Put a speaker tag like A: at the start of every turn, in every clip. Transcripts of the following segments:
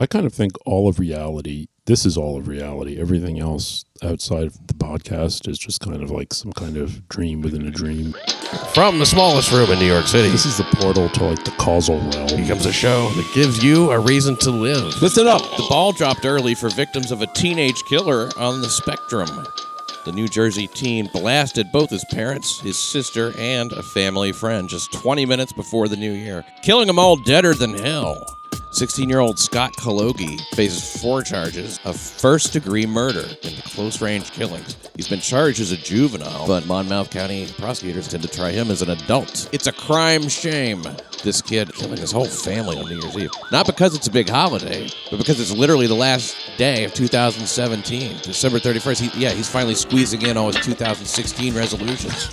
A: I kind of think all of reality, this is all of reality. Everything else outside of the podcast is just kind of like some kind of dream within a dream.
B: From the smallest room in New York City
A: This is the portal to like the causal realm.
B: becomes a show that gives you a reason to live.
C: Listen up. The ball dropped early for victims of a teenage killer on the spectrum. The New Jersey teen blasted both his parents, his sister, and a family friend just 20 minutes before the new year, killing them all deader than hell. 16 year old Scott Kalogi faces four charges of first degree murder and close range killings. He's been charged as a juvenile, but Monmouth County prosecutors tend to try him as an adult. It's a crime shame. This kid killing his whole family on New Year's Eve. Not because it's a big holiday, but because it's literally the last day of 2017. December 31st. He, yeah, he's finally squeezing in all his 2016 resolutions.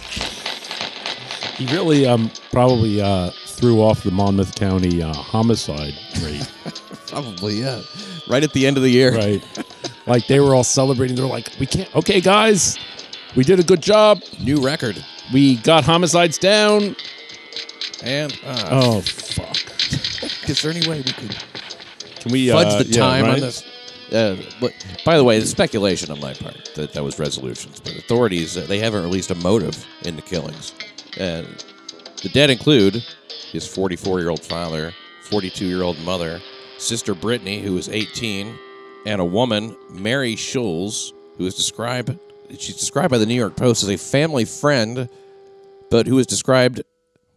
A: He really um, probably uh, threw off the Monmouth County uh, homicide rate,
C: Probably, yeah. Right at the end of the year.
A: right? like they were all celebrating. They're like, we can't, okay, guys, we did a good job.
C: New record.
A: We got homicides down.
C: And uh,
A: Oh, fuck.
C: is there any way we could
A: Can we
C: fudge
A: uh,
C: the
A: yeah,
C: time on
A: right?
C: this. Uh, but, by the way, it's speculation on my part that that was resolutions. But authorities uh, they haven't released a motive in the killings. And the dead include his 44-year-old father, 42-year-old mother, sister Brittany, who was 18, and a woman, Mary Schulz, who is described she's described by the New York Post as a family friend, but who is described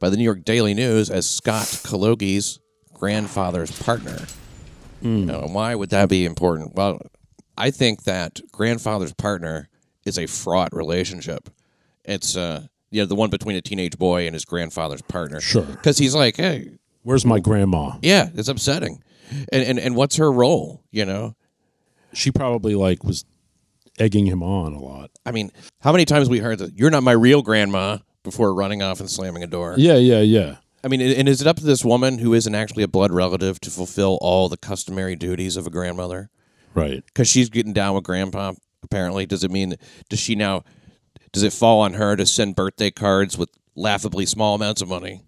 C: by the New York Daily News as Scott Kalogi's grandfather's partner. Now, why would that be important? Well, I think that grandfather's partner is a fraught relationship. It's uh, you know, the one between a teenage boy and his grandfather's partner.
A: Sure.
C: because he's like, hey,
A: Where's my grandma?
C: yeah, it's upsetting, and and and what's her role? You know,
A: She probably like was egging him on a lot.
C: I mean, how many times we heard that you're not my real grandma before running off and slamming a door?
A: Yeah, yeah, yeah.
C: I mean, and is it up to this woman who isn't actually a blood relative to fulfill all the customary duties of a grandmother?
A: Right.
C: because she's getting down with grandpa apparently does it mean does she now does it fall on her to send birthday cards with laughably small amounts of money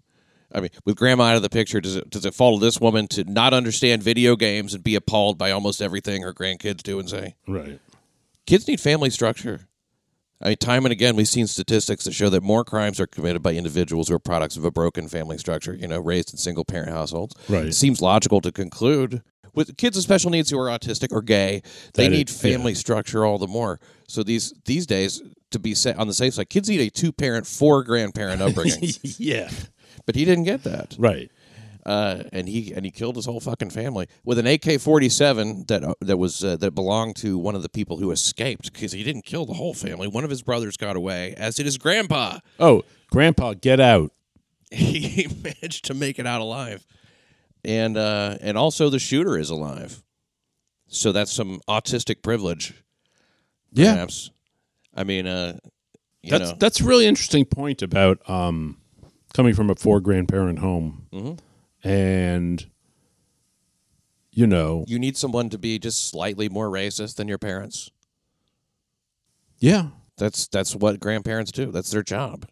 C: i mean with grandma out of the picture does it does it fall to this woman to not understand video games and be appalled by almost everything her grandkids do and say
A: Right.
C: kids need family structure I mean, time and again, we've seen statistics that show that more crimes are committed by individuals who are products of a broken family structure, you know, raised in single parent households.
A: Right.
C: It seems logical to conclude with kids with special needs who are autistic or gay, they
A: That it-
C: need family structure all the more. So these these days, to be set on the safe side, kids need a two parent, four grandparent upbringing.
A: yeah.
C: but he didn't get that
A: Right.
C: uh, and he and he killed his whole fucking family with an AK-47 that uh, that was uh, that belonged to one of the people who escaped because he didn't kill the whole family. One of his brothers got away, as did his grandpa.
A: Oh, grandpa, get out.
C: He managed to make it out alive, and uh, and also the shooter is alive. So that's some autistic privilege, perhaps. I mean, uh, you
A: That's
C: know,
A: that's a really interesting point about um coming from a four grandparent home.
C: Mm-hmm.
A: And you know,
C: you need someone to be just slightly more racist than your parents.
A: yeah.
C: That's that's what grandparents do. That's their job.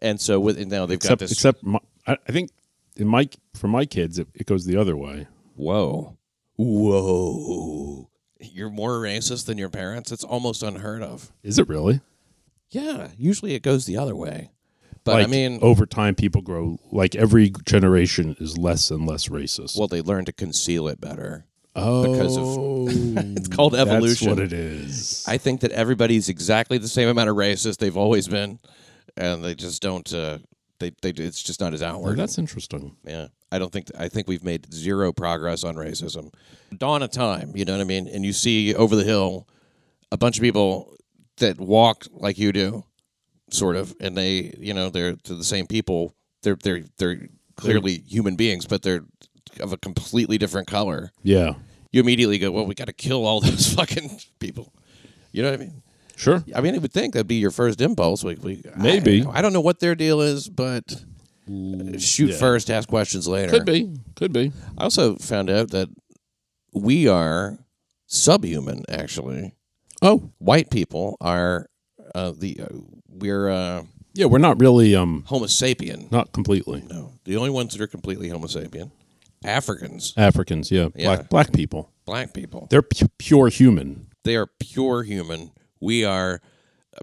C: And so with and now they've
A: Except
C: got this.
A: except my, I, I think in my for my kids it, it goes the other way.
C: whoa, whoa! You're more racist than your parents. It's almost unheard of.
A: Is it really?
C: Yeah, usually it goes the other way. But
A: like, oh,
C: I mean,
A: over time people grow like every generation is less and less racist.
C: well, they learn to conceal it better.
A: oh,
C: because
A: of
C: It's called evolution.
A: Mm, That's what it is.
C: I think that everybody's exactly the same amount of racist they've always been, and they just don't. Uh, they they it's just not as
A: Well,
C: outward.
A: that's interesting.
C: Yeah. I don't think I think we've made zero progress on racism. Dawn of time, you know what I mean? And you see over the hill a bunch of people that walk like you do, sort of, and they, you know, they're, they're the same people. They're they're they're clearly human beings, but they're of a completely different color.
A: Yeah.
C: You immediately go, "Well, we got to kill all those fucking people." You know what I mean?
A: Sure.
C: I mean, I would think that'd be your first impulse. Like, we, I-
A: Maybe.
C: I, don't know what their deal is, but shoot first, ask questions later.
A: Could be. Could be.
C: I also found out that we are subhuman. Actually,
A: Oh,
C: white people are uh, the uh, we're uh,
A: yeah. We're not really um
C: Homo sapien.
A: not completely.
C: No, the only ones that are completely Homo sapien Africans,
A: Africans, yeah,
C: Yeah.
A: black black people.
C: black people.
A: They're pu- pure human.
C: They are pure human. We are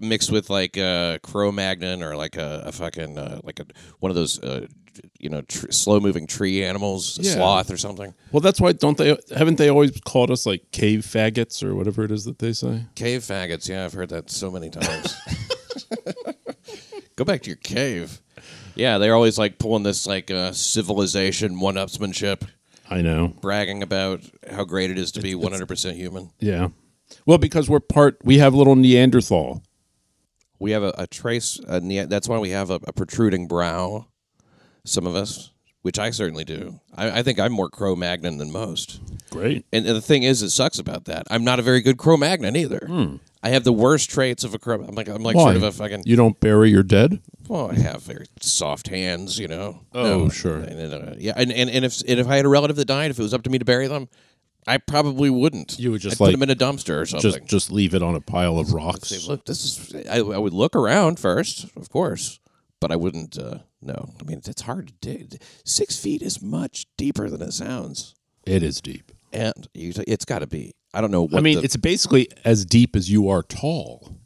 C: mixed with like a Cro-Magnon or like a, a fucking uh, like a one of those uh, you know tr- slow moving tree animals, a
A: Yeah.
C: sloth or something.
A: Well, that's why don't they? Haven't they always called us like cave faggots or whatever it is that they say?
C: Cave faggots. Yeah, I've heard that so many times. Go back to your cave. Yeah, they're always like pulling this like uh, civilization one-upsmanship,
A: I know.
C: bragging about how great it is to be 100% human.
A: Yeah. Well, because we're part. We have little Neanderthal.
C: We have a, a trace. A, ne- that's why we have a, a protruding brow. Some of us, which I certainly do. I, I think I'm more Cro-Magnon than most.
A: Great.
C: And, and the thing is, it sucks about that. I'm not a very good Cro-Magnon either. I have the worst traits of a Cro. I'm like I'm like sort of a fucking.
A: You don't bury your dead.
C: Well, I have very soft hands, you know.
A: Oh, sure.
C: and, uh, yeah, and, and, and if and if I had a relative that died, if it was up to me to bury them, I probably wouldn't.
A: You would just,
C: I'd put
A: like,
C: them in a dumpster or
A: Just
C: something.
A: just leave it on a pile of rocks.
C: Say, look, this is. I, I would look around first, of course, but I wouldn't. Uh, no, I mean it's hard to dig. Six feet is much deeper than it sounds,
A: It is deep.
C: and you, it's got to be. I don't know what.
A: I mean,
C: the-
A: it's basically as deep as you are tall.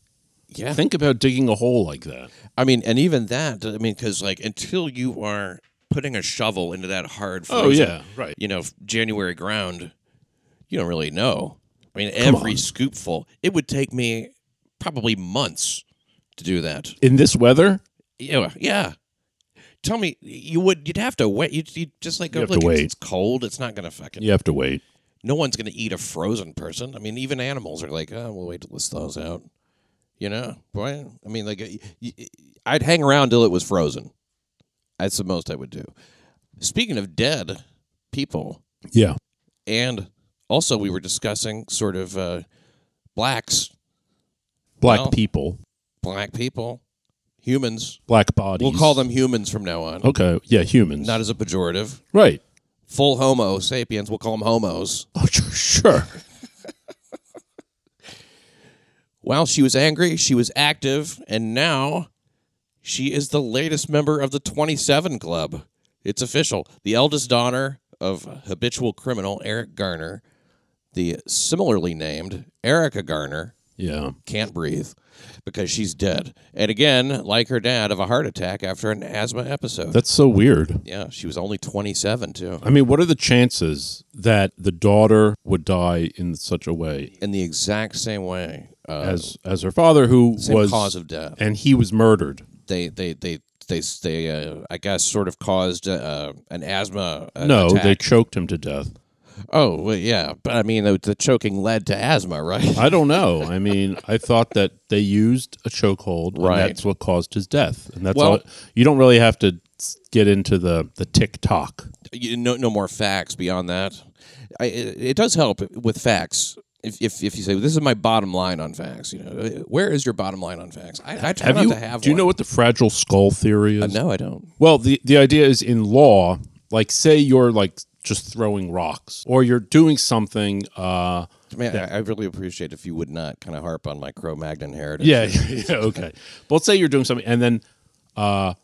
C: yeah.
A: Think about digging a hole like that.
C: I mean, and even that. I mean, because like until you are putting a shovel into that hard. Frozen,
A: Oh, right.
C: you know, January ground, you don't really know. I mean, every scoopful, it would take me probably months to do that.
A: In this weather,
C: Yeah, yeah. Tell me, you would you'd have to wait. You'd, you'd just like go,
A: You have
C: look,
A: to
C: it's,
A: wait.
C: it's cold. It's not gonna fucking.
A: you have to wait.
C: No one's gonna eat a frozen person. I mean, even animals are like, oh, we'll wait till this thaws out. You know, boy. I mean, like, y- y- I'd hang around till it was frozen. That's the most I would do. Speaking of dead people,
A: Yeah.
C: and also we were discussing sort of uh, blacks,
A: Black
C: Well-
A: people,
C: black people, humans.
A: black bodies.
C: We'll call them humans from now on,
A: Okay. Yeah, humans.
C: not as a pejorative.
A: right.
C: Full Homo sapiens. We'll call them homos.
A: Oh, sure, sure.
C: While she was angry, she was active, and now she is the latest member of the 27 Club. It's official. The eldest daughter of habitual criminal Eric Garner, the similarly named Erica Garner,
A: Yeah.
C: can't breathe because she's dead. And again, like her dad, of a heart attack after an asthma episode.
A: That's so weird.
C: yeah, she was only 27 too.
A: I mean, what are the chances that the daughter would die in such a way
C: In the exact same way, uh,
A: as as her father, who
C: same
A: was
C: cause of death.
A: and he was murdered?
C: They they they they they uh, I guess sort of caused uh, an asthma uh,
A: no, they
C: attack.
A: choked him to death.
C: Oh, well, yeah, but I mean the, the choking led to asthma, right?
A: I don't know. I mean, I thought that they used a chokehold,
C: Right.
A: and that's what caused his death. And that's
C: Well-
A: all. You don't really have to s- get into the the TikTok.
C: you, no, no more facts beyond that. I, it, it does help with facts. If, if, if you say this is my bottom line on facts, you know "Uh, where is your bottom line on facts? I, I try not
A: Have you?
C: to have.
A: do you
C: one. Uh,
A: know what the fragile skull theory is?
C: No, I don't.
A: Well, the the idea is in law, like say you're like just throwing rocks or you're doing something. Uh,
C: Man, I, I really appreciate if you would not kind of harp on my Cro-Magnon heritage.
A: yeah, yeah, okay. But let's say you're doing something, and then uh,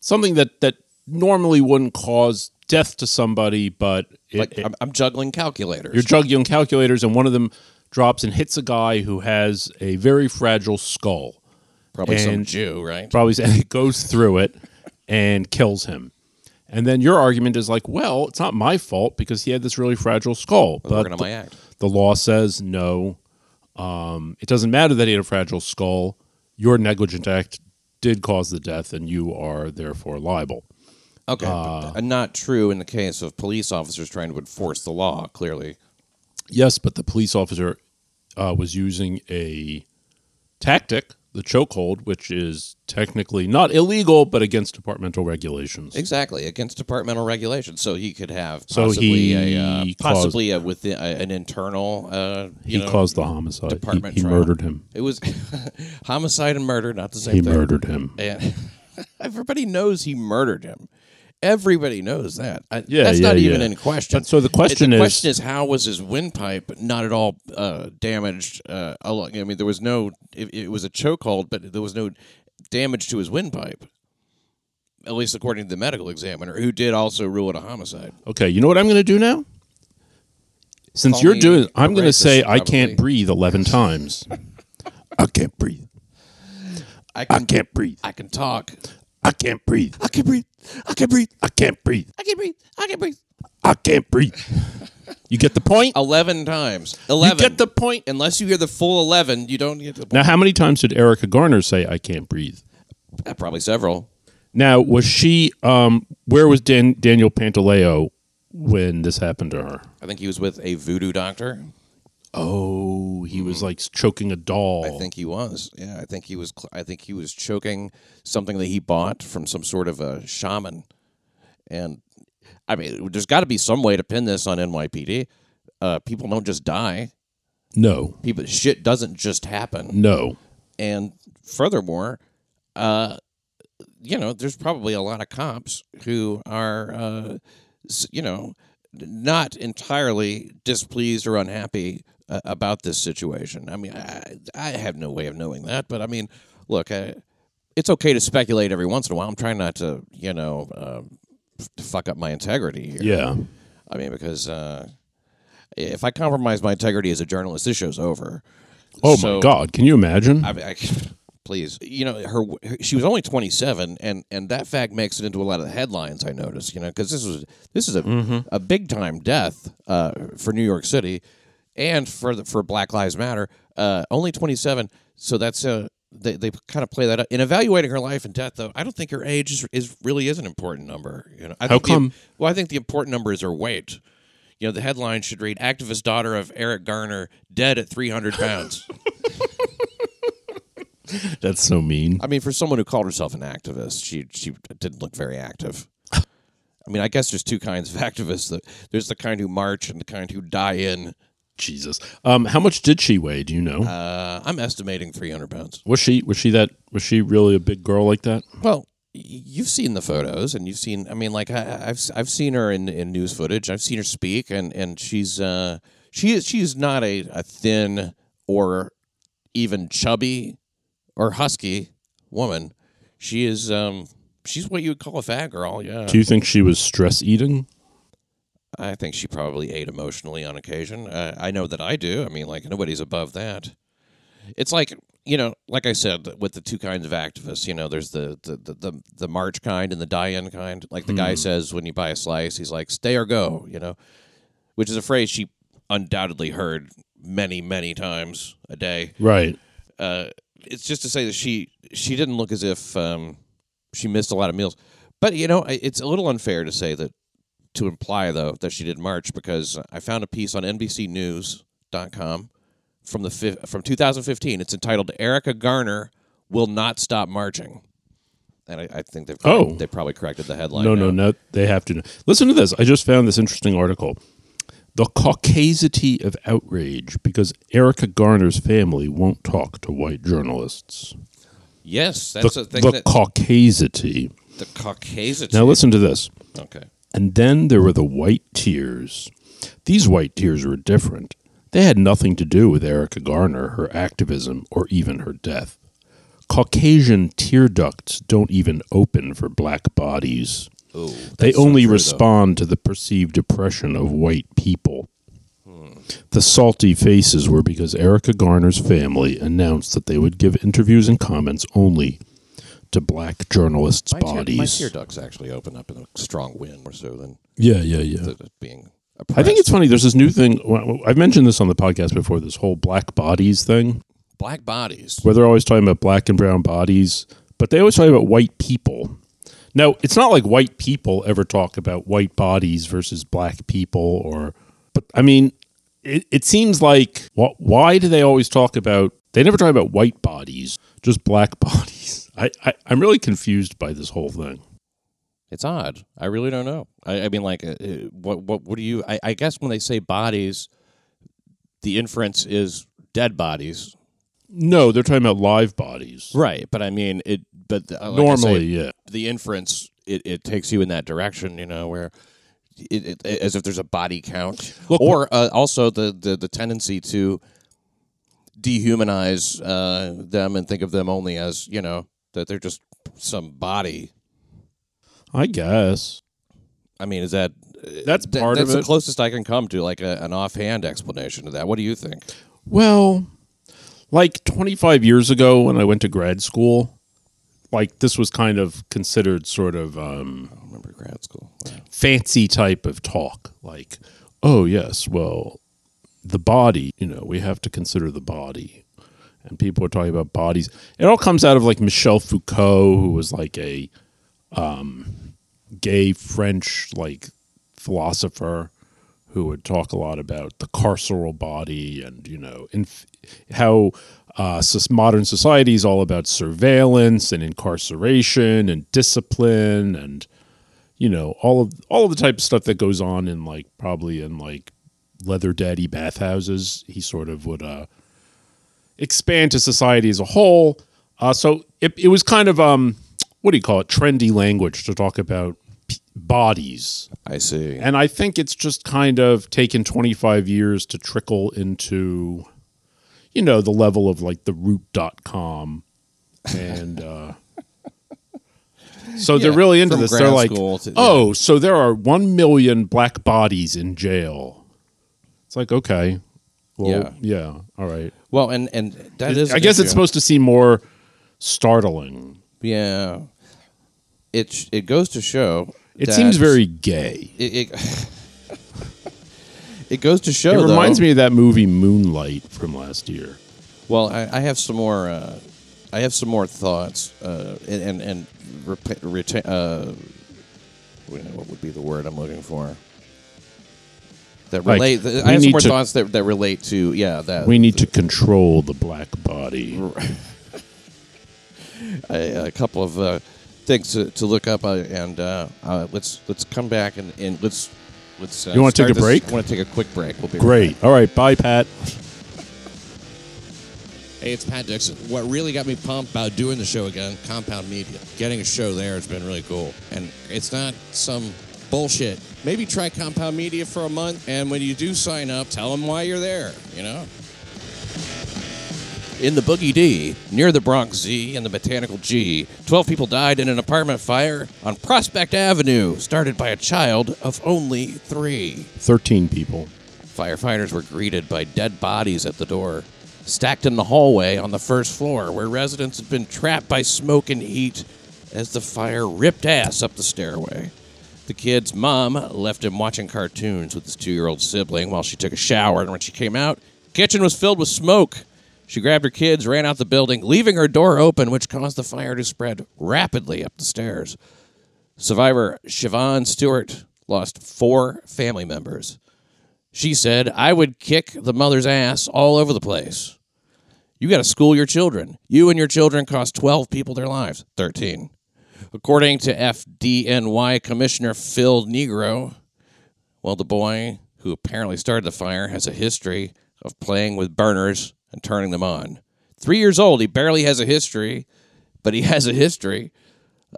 A: something that that normally wouldn't cause death to somebody, but it,
C: like I'm, I'm juggling calculators.
A: You're juggling calculators, and one of them drops and hits a guy who has a very fragile skull.
C: Probably some
A: and-
C: Jew, right?
A: Probably and it goes through it and kills him. And then your argument is like, well, it's not my fault because he had this really fragile skull. But
C: Working on my act.
A: the law says no. Um, it doesn't matter that he had a fragile skull. Your negligent act did cause the death, and you are therefore liable.
C: Okay, but not true in the case of police officers trying to enforce the law. Clearly,
A: Yes, but the police officer uh, was using a tactic, the chokehold, which is technically not illegal, but against departmental regulations.
C: exactly against departmental regulations. So he could have
A: So
C: possibly
A: he
C: a uh,
A: caused-
C: possibly a within a, an internal. Uh, you
A: He
C: know,
A: caused the homicide. He,
C: department
A: he
C: trial.
A: murdered him.
C: It was homicide and murder, not the same
A: He
C: thing.
A: murdered him.
C: And everybody knows he murdered him. Everybody knows that. I,
A: Yeah,
C: that's
A: yeah,
C: not even
A: yeah.
C: in question.
A: But so the question
C: the
A: is-
C: question is, how was his windpipe not at all uh, damaged? Uh, along, I mean, there was no. It, it was a chokehold, but there was no damage to his windpipe. at least according to the medical examiner, who did also rule it a homicide.
A: Okay, you know what I'm going to do now? Since
C: Call
A: you're
C: me
A: doing,
C: a
A: I'm going to
C: racist,
A: say I
C: probably.
A: can't breathe 11 times. I can't breathe.
C: I
A: I
C: can,
A: can't breathe.
C: I can talk.
A: I can't breathe.
C: I can breathe. I can breathe.
A: I can't breathe.
C: I can breathe. I can breathe.
A: I can't breathe. You get the point?
C: Eleven times. Eleven.
A: You get the point.
C: Unless you hear the full eleven, you don't get the point.
A: Now, how many times did Erica Garner say I can't breathe?
C: Uh, Probably several.
A: Now, was she? Um, where was Dan- Daniel Pantaleo when this happened to her?
C: I think he was with a voodoo doctor.
A: Oh, he was like choking a doll.
C: I think he was. Yeah, I think he was. Cl- I think he was choking something that he bought from some sort of a shaman. And I mean, there's got to be some way to pin this on NYPD. Uh, people don't just die.
A: No,
C: People shit doesn't just happen.
A: no.
C: And furthermore, uh, you know, there's probably a lot of cops who are, uh, s- you know, not entirely displeased or unhappy uh, about this situation. I mean, I, I have no way of knowing that, but I mean, look, I, it's okay to speculate every once in a while. I'm trying not to, you know, um, f- fuck up my integrity here.
A: Yeah,
C: I mean, because uh, if I compromise my integrity as a journalist, this show's over.
A: Oh
C: So-
A: my God! Can you imagine?
C: I, I, please, you know, her, her she was only 27, and and that fact makes it into a lot of the headlines. I noticed, you know, because this was this is a
A: Mm-hmm.
C: a big time death uh, for New York City, and for the, for Black Lives Matter. Uh, only 27, so that's uh They, they kind of play that up in evaluating her life and death, though. I don't think her age is, is really is an important number. You know, I
A: How
C: think the-
A: come?
C: well, I think the important number is her weight. You know, the headline should read "Activist daughter of Eric Garner dead at 300 pounds."
A: That's so mean.
C: I mean, for someone who called herself an activist, she she didn't look very active. I mean, I guess there's two kinds of activists. The- There's the kind who march and the kind who die in.
A: Jesus. Um, how much did she weigh? Do you know?
C: Uh, I'm estimating 300 pounds.
A: was she was she that was she really a big girl like that?
C: Well, y- you've seen the photos, and you've seen. I mean, like I, I've I've seen her in, in news footage. I've seen her speak, and and she's uh she is she's not a, a thin or even chubby or husky woman. She is um she's what you would call a fat girl. Yeah.
A: Do you think she was stress eating?
C: I think she probably ate emotionally on occasion. Uh, I know that I do. I mean, like nobody's above that. It's like you know, like I said, with the two kinds of activists, you know, there's the the the, the, the march kind and the die-in kind. Like the guy says when you buy a slice, he's like, "Stay or go," you know, which is a phrase she undoubtedly heard many many times a day
A: Right.
C: uh, it's just to say that she she didn't look as if um, she missed a lot of meals. But you know, I- it's a little unfair to say that to imply though that she did march because I found a piece on NBCNews.com from the fi- from 2015. It's entitled "Erica Garner Will Not Stop Marching," and I, I think they've
A: Oh.
C: they probably corrected the headline.
A: No,
C: now.
A: no, no. They have to. know. Listen to this. I just found this interesting article. The caucasity of outrage because Erica Garner's family won't talk to white journalists.
C: Yes,
A: The,
C: that's a thing
A: the
C: that
A: caucasity.
C: the Caucasian.
A: Now listen to this.
C: okay.
A: And then there were the white tears. These white tears were different. They had nothing to do with Erica Garner, her activism, or even her death. Caucasian tear ducts don't even open for black bodies.
C: Oh,
A: They only respond to the perceived oppression of white people. The salty faces were because Erica Garner's family announced that they would give interviews and comments only to black journalists'
C: my tear,
A: bodies.
C: my tear ducts actually open up in a strong wind more so than
A: yeah, yeah, yeah.
C: that it's being
A: I
C: oppressed.
A: think it's funny. There's this new thing. well, I've mentioned this on the podcast before. This whole black bodies thing,
C: black bodies.
A: where they're always talking about black and brown bodies, but they always talk about white people. Now, it's not like white people ever talk about white bodies versus black people, or but I mean, it, it seems like wh- why do they always talk about? They never talk about white bodies, just black bodies. I, I I'm really confused by this whole thing.
C: It's odd. I really don't know. I, I mean, like, uh, uh, what what what do you? I, I guess when they say bodies, the inference is dead bodies,
A: No, they're talking about live bodies.
C: right? But I mean, it. But uh, like I
A: Normally,
C: say,
A: yeah.
C: the inference it, it takes you in that direction. You know where. It, it, as if there's a body count, or uh, also the, the, the tendency to dehumanize uh, them and think of them only as you know that they're just some body
A: I guess.
C: I mean, is that
A: That's
C: th-
A: part
C: that's
A: of
C: the
A: it.
C: closest I can come to like a, an offhand explanation to that? What do you think?
A: Well, like 25 years ago when I went to grad school, like this was kind of considered sort of um,
C: I don't remember grad school. Wow.
A: fancy type of talk. Like, oh, yes, well, the body, you know, we have to consider the body. And people are talking about bodies. It all comes out of like Michel Foucault, who was like a um, gay French like philosopher who would talk a lot about the carceral body and, you know, inf- how uh, sus- modern society is all about surveillance and incarceration and discipline and you know all of all of the type of stuff that goes on in like probably in like leather daddy bathhouses he sort of would uh expand to society as a whole uh so it, it was kind of um what do you call it trendy language to talk about p- bodies
C: I see.
A: and I think it's just kind of taken 25 years to trickle into, you know, the level of like the root.com. And uh, so they're
C: Yeah,
A: really into
C: from
A: this. They're
C: grad
A: like,
C: school to- yeah.
A: oh, so there are 1 million black bodies in jail. It's like, okay. Well, yeah. all right.
C: Well, and and that is.
A: I
C: an
A: guess it's
C: issue.
A: supposed to seem more startling.
C: Yeah. It sh- it goes to show.
A: It
C: that
A: seems very gay.
C: It, it, it goes to show.
A: It reminds
C: Oh, though-
A: me of that movie Moonlight from last year.
C: Well, I, I have some more. Uh, I have some more thoughts, uh, and and, and repa reta- uh, what would be the word I'm looking for? That
A: Like,
C: relate.
A: we
C: I have
A: need
C: some more
A: to-
C: thoughts that, that relate to yeah. That
A: We need to control the black body.
C: a, a couple of uh, things to, to look up, uh, and uh, uh, let's let's come back and, and let's let's. Uh,
A: You wanna take
C: start
A: a
C: this-
A: break?
C: I want to take a quick break. We'll be right
A: Great. All right. Bye, Pat.
B: Hey, it's Pat Dixon. What really got me pumped about doing the show again, Compound Media. Getting a show there has been really cool. And it's not some bullshit. Maybe try Compound Media for a month, and when you do sign up, tell them why you're there, you know?
C: In the Boogie D, near the Bronx Z and the Botanical G, 12 people died in an apartment fire on Prospect Avenue, started by a child of only three.
A: 13 people.
C: Firefighters were greeted by dead bodies at the door, stacked in the hallway on the first floor, where residents had been trapped by smoke and heat as the fire ripped ass up the stairway. The kid's mom left him watching cartoons with his two year old sibling while she took a shower, and when she came out, the kitchen was filled with smoke. She grabbed her kids, ran out the building, leaving her door open, which caused the fire to spread rapidly up the stairs. Survivor Siobhan Stewart lost four family members. She said, I would kick the mother's ass all over the place. You got to school your children. You and your children cost 12 people their lives, 13. According to FDNY Commissioner Phil Negro, well, the boy who apparently started the fire has a history of playing with burners and turning them on. Three years old, he barely has a history, but he has a history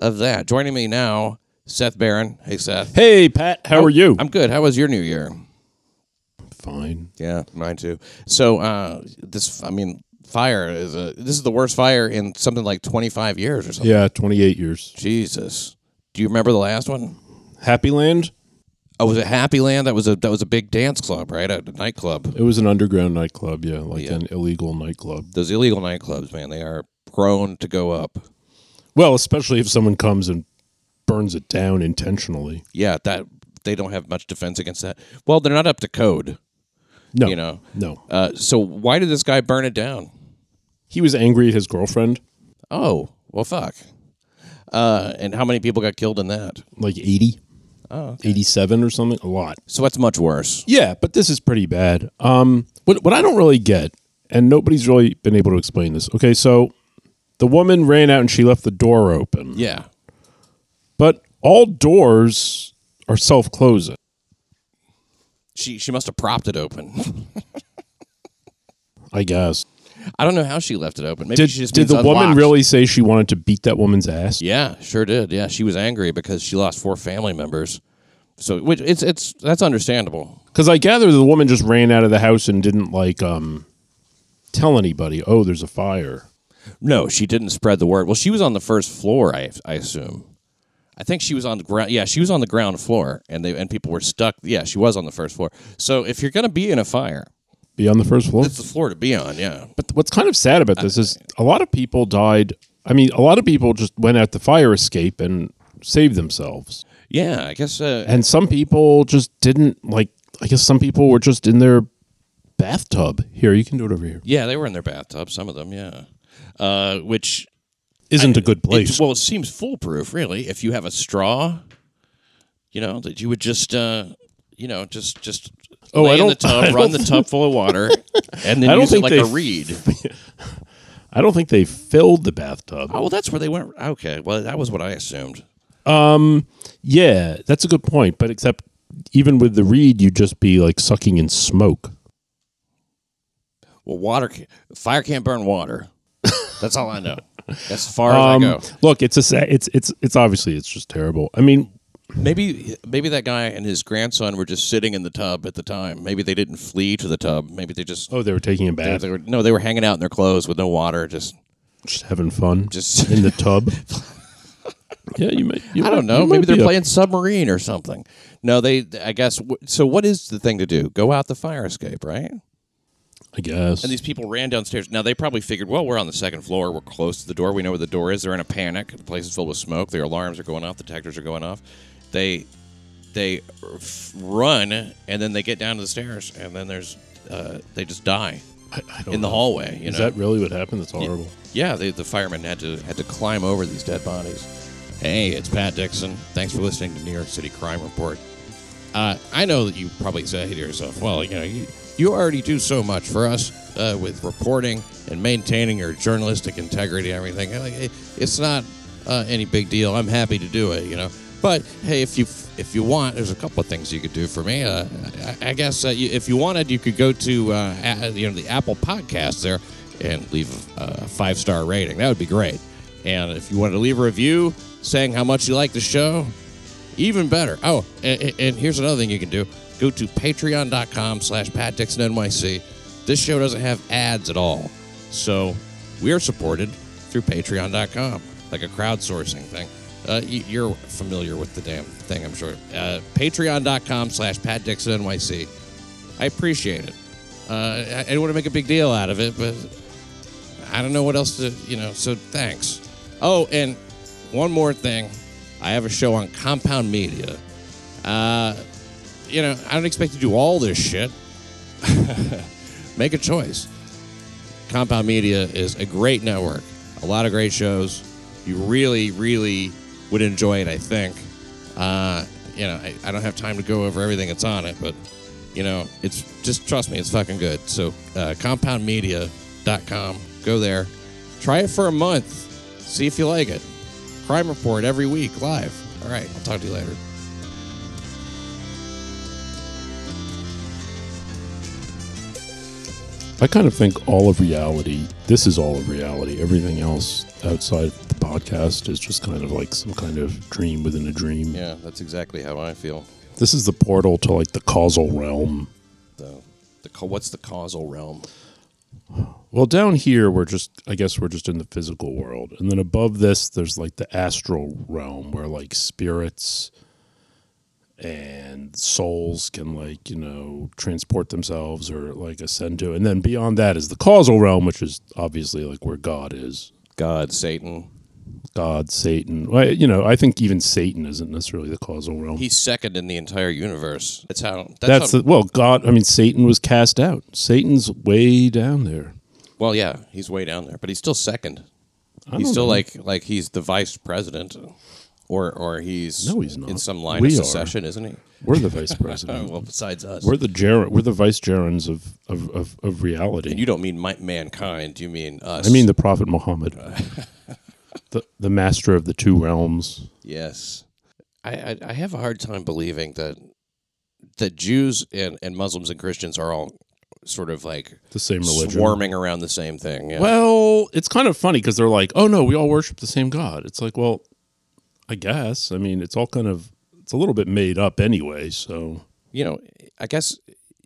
C: of that. Joining me now, Seth Barron. Hey, Seth.
A: Hey, Pat. How are you?
C: Oh, I'm good. How was your new year?
A: fine.
C: Yeah, mine too. So uh, this, I mean, fire is a. This is the worst fire in something like twenty five years or something.
A: Yeah, 28 years.
C: Jesus, do you remember the last one?
A: Happy Land?
C: Oh, was it Happy Land? That was a that was a big dance club, right? A nightclub.
A: It was an underground nightclub. Yeah, like
C: Yeah.
A: an illegal nightclub.
C: Those illegal nightclubs, man, they are prone to go up.
A: Well, especially if someone comes and burns it down intentionally.
C: Yeah, that they don't have much defense against that. Well, they're not up to code,
A: No.
C: you know.
A: No.
C: Uh, so why did this guy burn it down?
A: He was angry at his girlfriend,
C: Oh, well, fuck. Uh, and how many people got killed in that?
A: like 80,
C: Oh,
A: 87 or something. A lot.
C: So that's much worse.
A: Yeah, but this is pretty bad. Um, what what I don't really get, and nobody's really been able to explain this. Okay, so the woman ran out and she left the door open.
C: Yeah.
A: But all doors are self closing.
C: she she must have propped it open.
A: I guess.
C: I don't know how she left it open. Maybe
A: Did,
C: she just
A: did
C: means
A: the woman
C: unlocked.
A: really say she wanted to beat that woman's ass?
C: Yeah, sure did. Yeah, she was angry because she lost four family members. So which it's it's that's understandable.
A: Because I gather the woman just ran out of the house and didn't like um, tell anybody. Oh, there's a fire.
C: No, she didn't spread the word. Well, she was on the first floor. I I assume. I think she was on the ground. Yeah, she was on the ground floor, and they and people were stuck. Yeah, she was on the first floor. So if you're gonna be in a fire,
A: Be on the first floor.
C: it's the floor to be on. Yeah,
A: But what's kind of sad about this is a lot of people died. I mean, a lot of people just went out the fire escape and saved themselves.
C: yeah. I guess. Uh,
A: And some people just didn't like I guess some people were just in their bathtub. Here, you can do it over here.
C: yeah, they were in their bathtub. Some of them. Yeah, uh, which
A: Isn't a good
C: It,
A: place.
C: well, it seems foolproof, really. If you have a straw, you know that you would just, uh, you know, just just
A: Oh,
C: lay
A: I
C: in the
A: don't- I
C: tub, run the tub full of water, and then
A: I don't
C: use it
A: think
C: like
A: they-
C: a reed.
A: I don't think they filled the bathtub.
C: Oh, well, that's where they went. Okay, well, that was what I assumed.
A: Yeah, that's a good point, but except even with the reed you'd just be like sucking in smoke.
C: Well, water, ca- fire can't burn water. That's all I know. That's as far
A: Um,
C: as I go.
A: look, it's a sa- it's it's it's obviously it's just terrible. I mean,
C: Maybe, maybe that guy and his grandson were just sitting in the tub at the time. Maybe they didn't flee to the tub. Maybe they just
A: oh, they were taking a
C: they,
A: bath,
C: were no, they were hanging out in their clothes with no water, just
A: just having fun.
C: just
A: in the tub. yeah, you might. You
C: I
A: might-
C: don't
A: you
C: know. Maybe
A: might
C: they're
A: be a-
C: playing submarine or something. No, they. I guess. wh- So, what is the thing to do? Go out the fire escape, right?
A: I guess.
C: And these people ran downstairs. Now they probably figured, well, we're on the second floor. We're close to the door. We know where the door is. They're in a panic. The place is filled with smoke. Their alarms are going off. Detectors are going off. They they f- run and then they get down to the stairs and then there's uh, they just die
A: I, I don't
C: in the
A: know.
C: hallway. You
A: Is
C: know?
A: that really what happened? That's horrible.
C: Yeah, they, the firemen had to had to climb over these dead bodies.
B: Hey, it's Pat Dixon. Thanks for listening to New York City Crime Report. Uh, I know that you probably say to yourself, well, you know, you, you already do so much for us uh, with reporting and maintaining your journalistic integrity and everything. And, like, it- It's not uh, any big deal. I'm happy to do it, you know. But hey, if you if you want, there's a couple of things you could do for me. Uh, I, I guess uh, you, if you wanted, you could go to uh, a, you know the Apple Podcast there and leave a five star rating. That would be great. And if you wanted to leave a review saying how much you like the show, even better. Oh, and, and here's another thing you can do. Go to patreon.com slash Pat Dixon NYC. This show doesn't have ads at all. So we are supported through patreon.com, like a crowdsourcing thing. Uh, y- you're familiar with the damn thing, I'm sure. Uh, patreon.com slash Pat Dixon NYC. I appreciate it. Uh, I, I didn't want to make a big deal out of it, but I don't know what else to, you know, so thanks. Oh, and one more thing. I have a show on Compound Media. Uh, you know, I don't expect to do all this shit. Make a choice. Compound Media is a great network, a lot of great shows. You really, really would enjoy it, I think. Uh, you know, I, I don't have time to go over everything that's on it, but, you know, it's just trust me, it's fucking good. So, uh, compoundmedia.com, go there, try it for a month, see if you like it. Crime Report every week live. All right, I'll talk to you later.
A: I kind of think all of reality. This is all of reality. Everything else outside the podcast is just kind of like some kind of dream within a dream.
C: Yeah, that's exactly how I feel.
A: This is the portal to like the causal realm.
C: The, the ca- what's the causal realm?
A: Well, down here we're just I guess we're just in the physical world. And then above this there's like the astral realm where like spirits and souls can like, you know, transport themselves or like ascend to. And then beyond that is the causal realm, which is obviously like where God is.
C: God, Satan.
A: God, Satan. Well, you know, I think even Satan isn't necessarily the causal realm.
C: He's second in the entire universe. That's how. That's,
A: that's
C: how,
A: the, well, God, I mean Satan was cast out. Satan's way down there.
C: well, yeah, he's way down there, but he's still second.
A: I
C: He's
A: don't
C: still
A: know.
C: like like he's the vice president, or or he's
A: No, he's not.
C: in some line
A: We
C: of
A: are.
C: succession, isn't he?
A: we're the vice president.
C: Well, besides us,
A: We're the ger- we're the vice gerons of of, of, of reality.
C: you don't mean my, mankind. You mean us.
A: I mean the Prophet Muhammad, the the master of the two realms.
C: yes. I, I I have a hard time believing that that Jews and, and Muslims and Christians are all sort of like
A: The same religion.
C: swarming around the same thing. Yeah.
A: Well, it's kind of funny because they're like, oh no, we all worship the same God. It's like, well, I guess. I mean, it's all kind of it's a little bit made up anyway. So
C: you know, I guess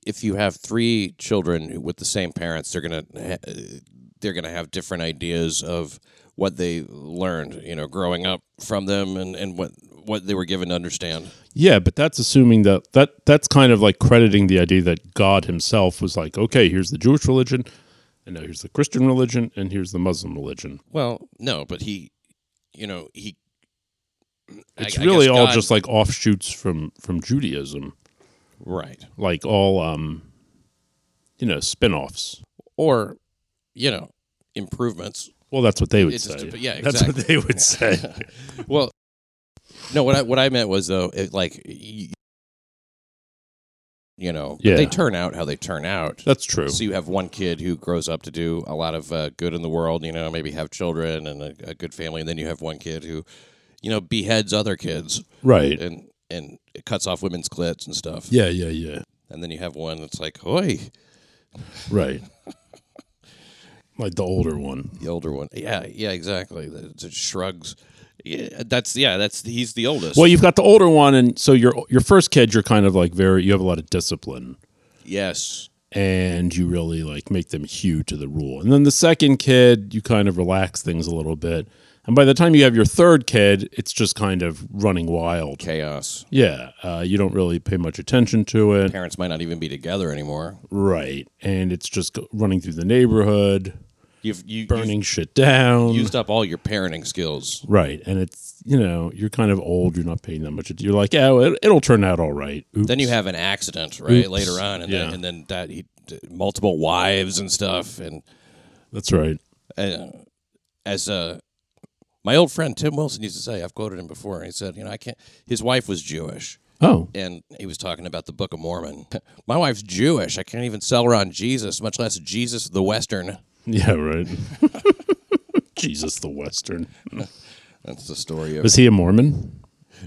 C: if you have three children with the same parents, they're gonna ha- uh, they're gonna have different ideas of what they learned, you know, growing up from them and and what what they were given to understand.
A: Yeah, but that's assuming that that that's kind of like crediting the idea that God Himself was like, okay, here's the Jewish religion, and now here's the Christian religion, and here's the Muslim religion.
C: Well, no, but he, you know, he. I-
A: It's
C: I
A: really
C: guess
A: all
C: God-
A: just like offshoots from from Judaism,
C: right,
A: like all um, you know, spin-offs.
C: or you know, improvements.
A: Well, that's what they would
C: It's
A: say.
C: just- yeah,
A: that's what they would say.
C: Well, no, what I what I meant was though, it, like, you, you know, but
A: Yeah.
C: they turn out how they turn out.
A: that's true.
C: So you have one kid who grows up to do a lot of uh, good in the world, you know, maybe have children and a, a good family, and then you have one kid who, you know, beheads other kids
A: Right.
C: and and cuts off women's clits and stuff.
A: Yeah, yeah, yeah.
C: And then you have one that's like, "Oi,
A: Right. like the older one.
C: the older one." Yeah, yeah, exactly. That that shrugs. Yeah, that's yeah, that's he's the oldest.
A: Well, you've got the older one, and so your your first kid, you're kind of like very, you have a lot of discipline,
C: yes.
A: and you really like make them hew to the rule. And then the second kid, you kind of relax things a little bit, and by the time you have your third kid, it's just kind of running wild.
C: Chaos.
A: Yeah, uh, you don't really pay much attention to it,
C: Parents might not even be together anymore.
A: right? And it's just go- running through the neighborhood,
C: You've you
A: burning shit down,
C: you've used up all your parenting skills.
A: right? And it's you know you're kind of old, you're not paying that much. att- You're like, oh, it, it'll turn out all right. Oops.
C: Then you have an accident, right?
A: Oops.
C: Later on, and then
A: Yeah.
C: and then that he, multiple wives and stuff, and
A: that's right.
C: uh, as uh, my old friend Tim Wilson used to say, I've quoted him before, and he said, you know, I can't. His wife was Jewish,
A: Oh,
C: and he was talking about the Book of Mormon. My wife's Jewish. I can't even sell her on Jesus, much less Jesus the Western.
A: Yeah, right. Jesus the Western.
C: That's the story of
A: Was he a Mormon?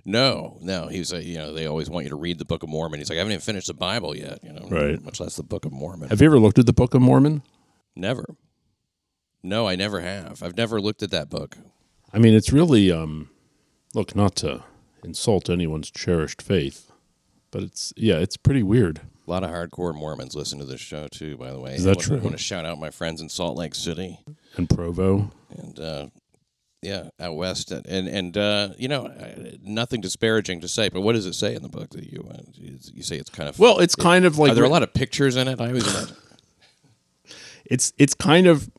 C: no, no. He was like, you know, they always want you to read the Book of Mormon. He's like, I haven't even finished the Bible yet, you know,
A: Right.
C: Much less the Book of Mormon.
A: Have you ever looked at the Book of Mormon?
C: never. No, I never have. I've never looked at that book.
A: I mean, it's really um look, not to insult anyone's cherished faith, but it's yeah, it's pretty weird.
C: A lot of hardcore Mormons listen to this show too, by the way.
A: Is that
C: I
A: true?
C: I want to shout out my friends in Salt Lake City.
A: And Provo.
C: and uh, yeah, out west, and and, and uh, you know, I- nothing disparaging to say, but what does it say in the book that you uh, you say it's kind of
A: Well, it's kind of
C: Are
A: like
C: there a lot of pictures in it? I always imagine-
A: it's it's kind of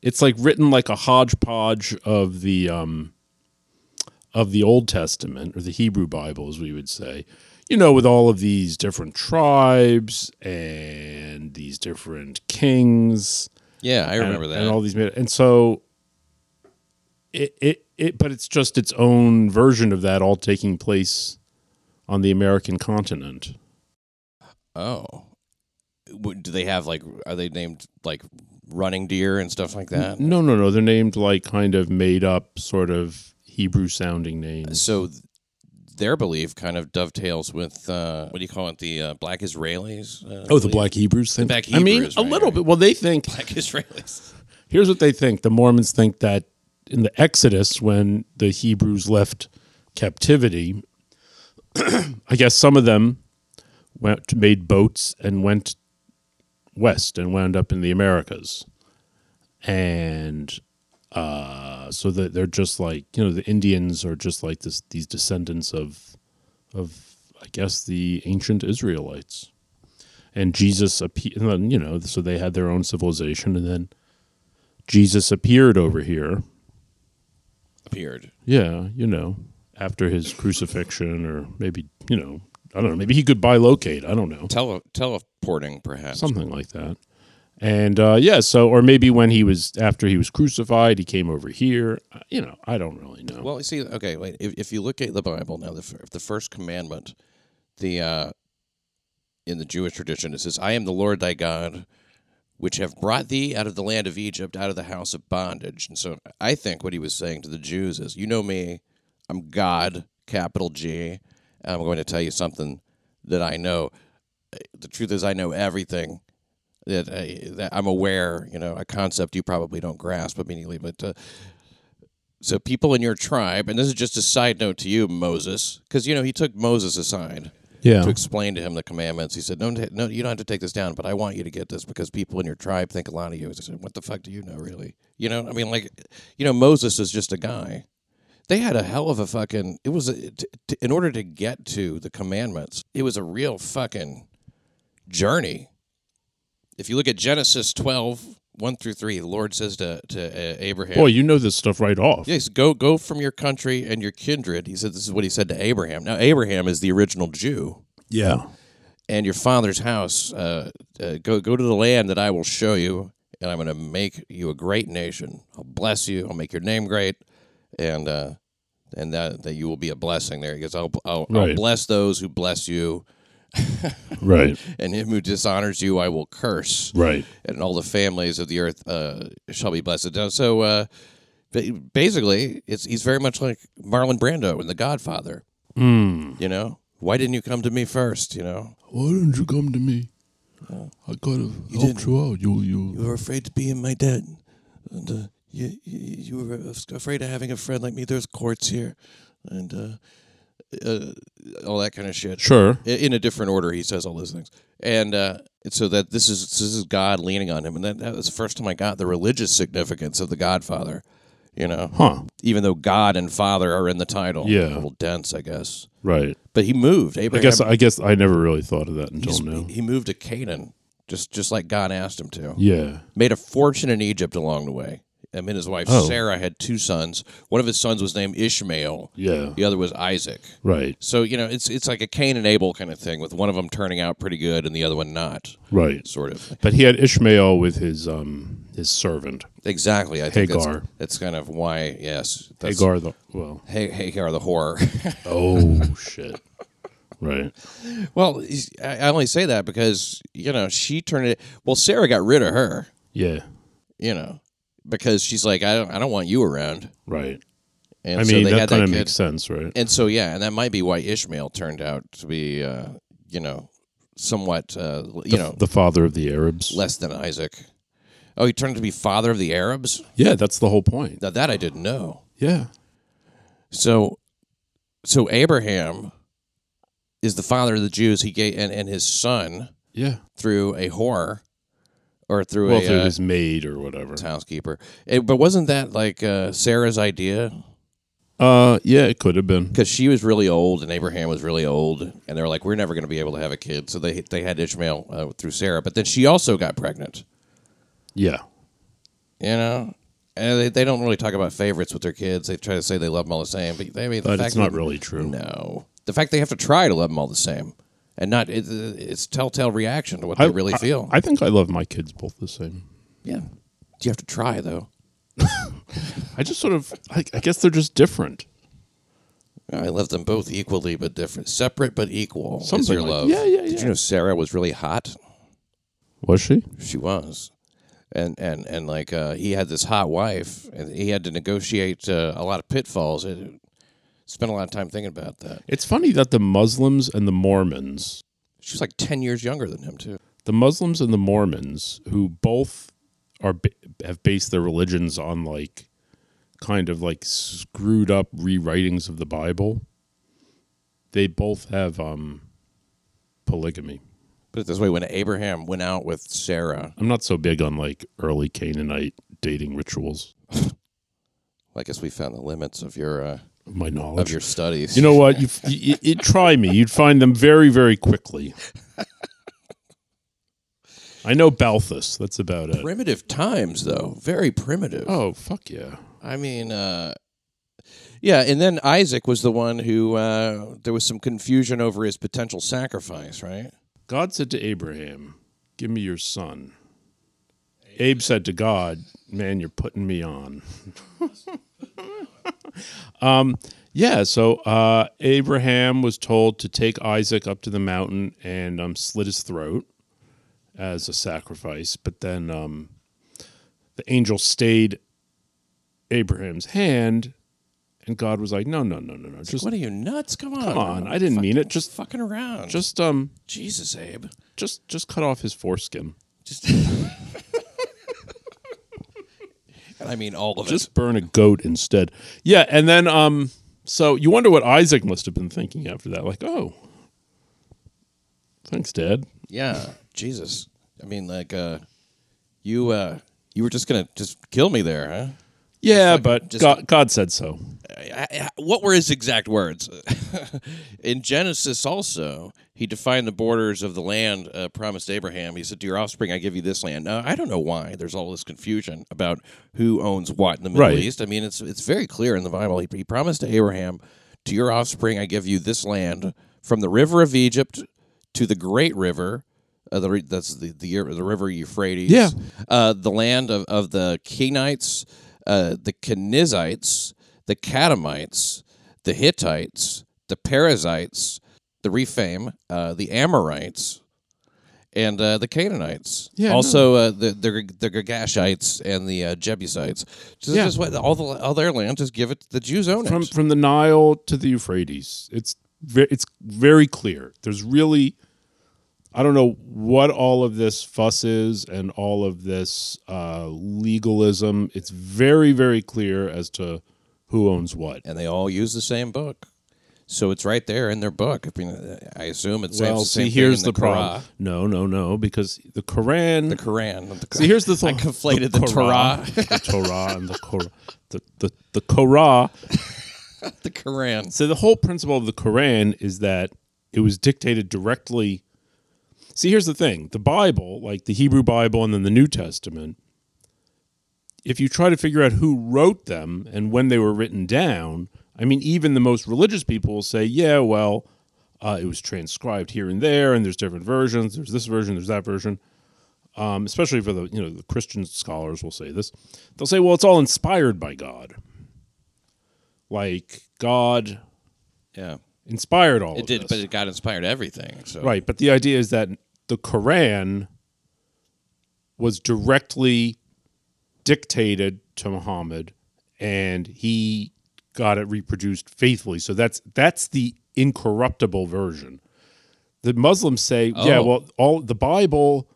A: it's like written like a hodgepodge of the um of the Old Testament or the Hebrew Bible as we would say. You know, with all of these different tribes and these different kings
C: yeah, I
A: and-
C: remember that.
A: and all these and so it it it but it's just its own version of that all taking place on the American continent.
C: oh, Would- do they have like? Are they named like running deer and stuff like that?
A: No, no, no. They're named like kind of made up, sort of Hebrew sounding names.
C: So. th- Their belief kind of dovetails with uh, what do you call it? The uh, black Israelis. Uh,
A: Oh, the
C: belief?
A: Black Hebrews thing.
C: Black
A: I mean,
C: Hebrews,
A: a
C: right,
A: little
C: right.
A: bit. Well, they think.
C: black Israelis.
A: Here's what they think. The Mormons think that in the Exodus, when the Hebrews left captivity, I guess some of them went made boats and went west and wound up in the Americas, and uh, so that they're just like you know the Indians are just like this these descendants of of I guess the ancient Israelites, and Jesus appe- and then you know so they had their own civilization and then Jesus appeared over here.
C: appeared.
A: Yeah, you know, after his crucifixion or maybe you know I don't know maybe he could bilocate I don't know
C: Tele- teleporting, perhaps.
A: something like that. And uh, yeah, so or maybe when he was after he was crucified, he came over here. Uh, You know, I don't really know.
C: Well, you see, okay, wait. If, if you look at the Bible now, the, fir- the first commandment, the uh, in the Jewish tradition, it says, "I am the Lord thy God, which have brought thee out of the land of Egypt, out of the house of bondage." And so, I think what he was saying to the Jews is, "You know me, I'm God, capital G. And I'm going to tell you something that I know. The truth is, I know everything." That, I, that I'm aware, you know, a concept you probably don't grasp immediately, but uh, so people in your tribe, and this is just a side note to you, Moses, because you know he took Moses aside to
A: yeah,
C: explain to him the commandments. He said, "No, ta- no, you don't have to take this down, but I want you to get this because people in your tribe think a lot of you." He said, "What the fuck do you know, really? You know, I mean, like, you know, Moses is just a guy. They had a hell of a fucking. It was a, t- t- in order to get to the commandments. It was a real fucking journey. If you look at Genesis twelve one through three, the Lord says to to uh, Abraham,
A: Boy, you know this stuff right off.
C: yeah, he said, go go from your country and your kindred. He said this is what he said to Abraham. Now Abraham is the original Jew,
A: Yeah.
C: and your father's house. Uh, uh, go go to the land that I will show you, and I'm going to make you a great nation. I'll bless you. I'll make your name great, and uh, and that that you will be a blessing. There he goes. I'll I'll, I'll
A: Right.
C: bless those who bless you,
A: Right.
C: and him who dishonors you, I will curse
A: Right.
C: and all the families of the earth uh, shall be blessed. Now, So uh, ba- basically, it's he's very much like Marlon Brando in The Godfather. You know, why didn't you come to me first? You know,
A: Why don't you come to me? I could have helped Oh. you out. You, you.
C: you were afraid to be in my debt, and uh, you, you you were afraid of having a friend like me. There's courts here, and uh, uh, all that kind of shit.
A: Sure.
C: I- in a different order he says all those things and uh, and so that this is this is god leaning on him and that, that was the first time i got the religious significance of the godfather you know
A: Huh.
C: even though god and father are in the title
A: Yeah.
C: a little dense i guess
A: Right.
C: but he moved
A: I
C: abraham
A: guess I guess I never really thought of that until
C: he's-
A: now.
C: he moved to canaan just just like god asked him to
A: Yeah.
C: made a fortune in egypt along the way him and his wife
A: Oh.
C: sarah had two sons one of his sons was named ishmael
A: Yeah.
C: the other was isaac
A: Right.
C: So you know, it's it's like a Cain and Abel kind of thing, with one of them turning out pretty good and the other one not,
A: Right.
C: sort of.
A: But he had Ishmael with his um his servant
C: Exactly. I think that's-
A: Hagar.
C: That's, kind of why. Yes. That's,
A: Hagar. The, well.
C: Ha- Hagar the horror.
A: Oh shit. Right.
C: well, he's- I I only say that because you know she turned it. Well, Sarah got rid of her.
A: Yeah.
C: You know, because she's like, I don't, I don't want you around.
A: Right.
C: And
A: I
C: so
A: mean
C: they
A: that
C: had
A: kind of
C: kid.
A: makes sense, right?
C: And so yeah, and that might be why Ishmael turned out to be, uh, you know, somewhat, uh, you
A: The-
C: know,
A: the father of the Arabs.
C: less than Isaac. Oh, he turned out to be father of the Arabs.
A: yeah, that's the whole point.
C: Now that I didn't know.
A: Yeah.
C: So, so Abraham is the father of the Jews. He gave and, and his son
A: Yeah.
C: through a whore or through
A: Well,
C: a
A: through
C: uh,
A: his maid or whatever.
C: housekeeper. Eh, but wasn't that like uh, Sarah's idea?
A: Uh, yeah, it could have been.
C: Because she was really old and Abraham was really old, and they were like, "We're never going to be able to have a kid." So they they had Ishmael uh, through Sarah, but then she also got pregnant.
A: Yeah.
C: You know. And they, they don't really talk about favorites with their kids. They try to say they love them all the same, but they, I mean, the
A: But
C: fact
A: it's not
C: that-
A: really true.
C: No, the fact they have to try to love them all the same, and not it, it's telltale reaction to what they really feel.
A: I think I love my kids both the same.
C: yeah, you have to try though.
A: I just sort of, I, I guess they're just different.
C: I love them both equally, but different, separate but equal. is
A: Something
C: your
A: like-
C: love.
A: yeah, yeah,
C: Did
A: yeah.
C: you know Sarah was really hot?
A: Was she?
C: She was. And, and and like uh, he had this hot wife, and he had to negotiate uh, a lot of pitfalls. It, spent a lot of time thinking about that.
A: It's funny that the Muslims and the Mormons,
C: She was like ten years younger than him too.
A: the Muslims and the Mormons, who both are ba- have based their religions on like kind of like screwed up rewritings of the Bible. They both have um polygamy.
C: Put it this way: when Abraham went out with Sarah,
A: I'm not so big on like early Canaanite dating rituals.
C: I guess we found the limits of your uh,
A: of My knowledge.
C: of your studies.
A: You know what? You, you, you try me. You'd find them very, very quickly. I know Balthus. That's about it.
C: primitive times though, very primitive.
A: Oh fuck yeah!
C: I mean, uh, yeah. And then Isaac was the one who uh, there was some confusion over his potential sacrifice, right?
A: God said to Abraham, "Give me your son." Abe said to God, "Man, you're putting me on." um, yeah. So uh, Abraham was told to take Isaac up to the mountain and um, slit his throat as a sacrifice, but then um, the angel stayed Abraham's hand, and God was like, "No, no, no, no, no. Just,
C: What are you nuts? Come on,
A: come on. I didn't mean it. Just,
C: fucking around.
A: just, um."
C: Jesus, Abe.
A: Just just cut off his foreskin.
C: Just. And I mean, all of it.
A: Just burn a goat instead. Yeah, and then um so you wonder what Isaac must have been thinking after that. Like, oh. Thanks, Dad.
C: Yeah, Jesus. I mean, like, uh, you, uh, you were just gonna just kill me there, huh?
A: Yeah,
C: fucking-
A: but
C: just-
A: God, God said so.
C: I- I- what were his exact words? In Genesis, also, he defined the borders of the land uh, promised Abraham. He said, "To your offspring, I give you this land." Now, I don't know why there's all this confusion about who owns what in the Middle
A: Right.
C: East. I mean, it's it's very clear in the Bible. He, he promised to Abraham, "To your offspring, I give you this land from the river of Egypt to the great river." Uh, the, re- that's the, the the river Euphrates.
A: Yeah.
C: Uh, the land of, of the Kenites, uh, the Kenizzites, the Kadamites, the Hittites, the Perizzites, the Rephame, uh, the Amorites, and uh, the Canaanites.
A: Yeah,
C: also, uh, the, the the Girgashites and the uh, Jebusites. So
A: Yeah.
C: just what, all the all their land, just give it the Jews own
A: From
C: it.
A: from the Nile to the Euphrates, it's ve- it's very clear. There's really, I don't know what all of this fuss is and all of this uh, legalism. It's very very clear as to who owns what.
C: and they all use the same book. So it's right there in their book. I mean, I assume it's
A: Well,
C: the same
A: see,
C: thing
A: here's
C: in the,
A: the, problem.
C: Torah.
A: No, no, no, because the Quran.
C: The Quran. not the
A: see, here's the thing.
C: I conflated the Torah.
A: the Torah and the Korah. The, the, the Korah.
C: the Quran.
A: So the whole principle of the Quran is that it was dictated directly. See, here's the thing: the Bible, like the Hebrew Bible, and then the New Testament. If you try to figure out who wrote them and when they were written down, I mean, even the most religious people will say, "Yeah, well, uh, it was transcribed here and there, and there's different versions. There's this version, there's that version." Um, especially for the you know the Christian scholars will say this, they'll say, "Well, it's all inspired by God." Like God
C: Yeah.
A: inspired all
C: It
A: of
C: did,
A: this.
C: but it got inspired everything. So
A: right, but the idea is that the Quran was directly dictated to Muhammad and he got it reproduced faithfully. So that's that's the incorruptible version. The Muslims say, yeah,
C: Oh.
A: well, all the Bible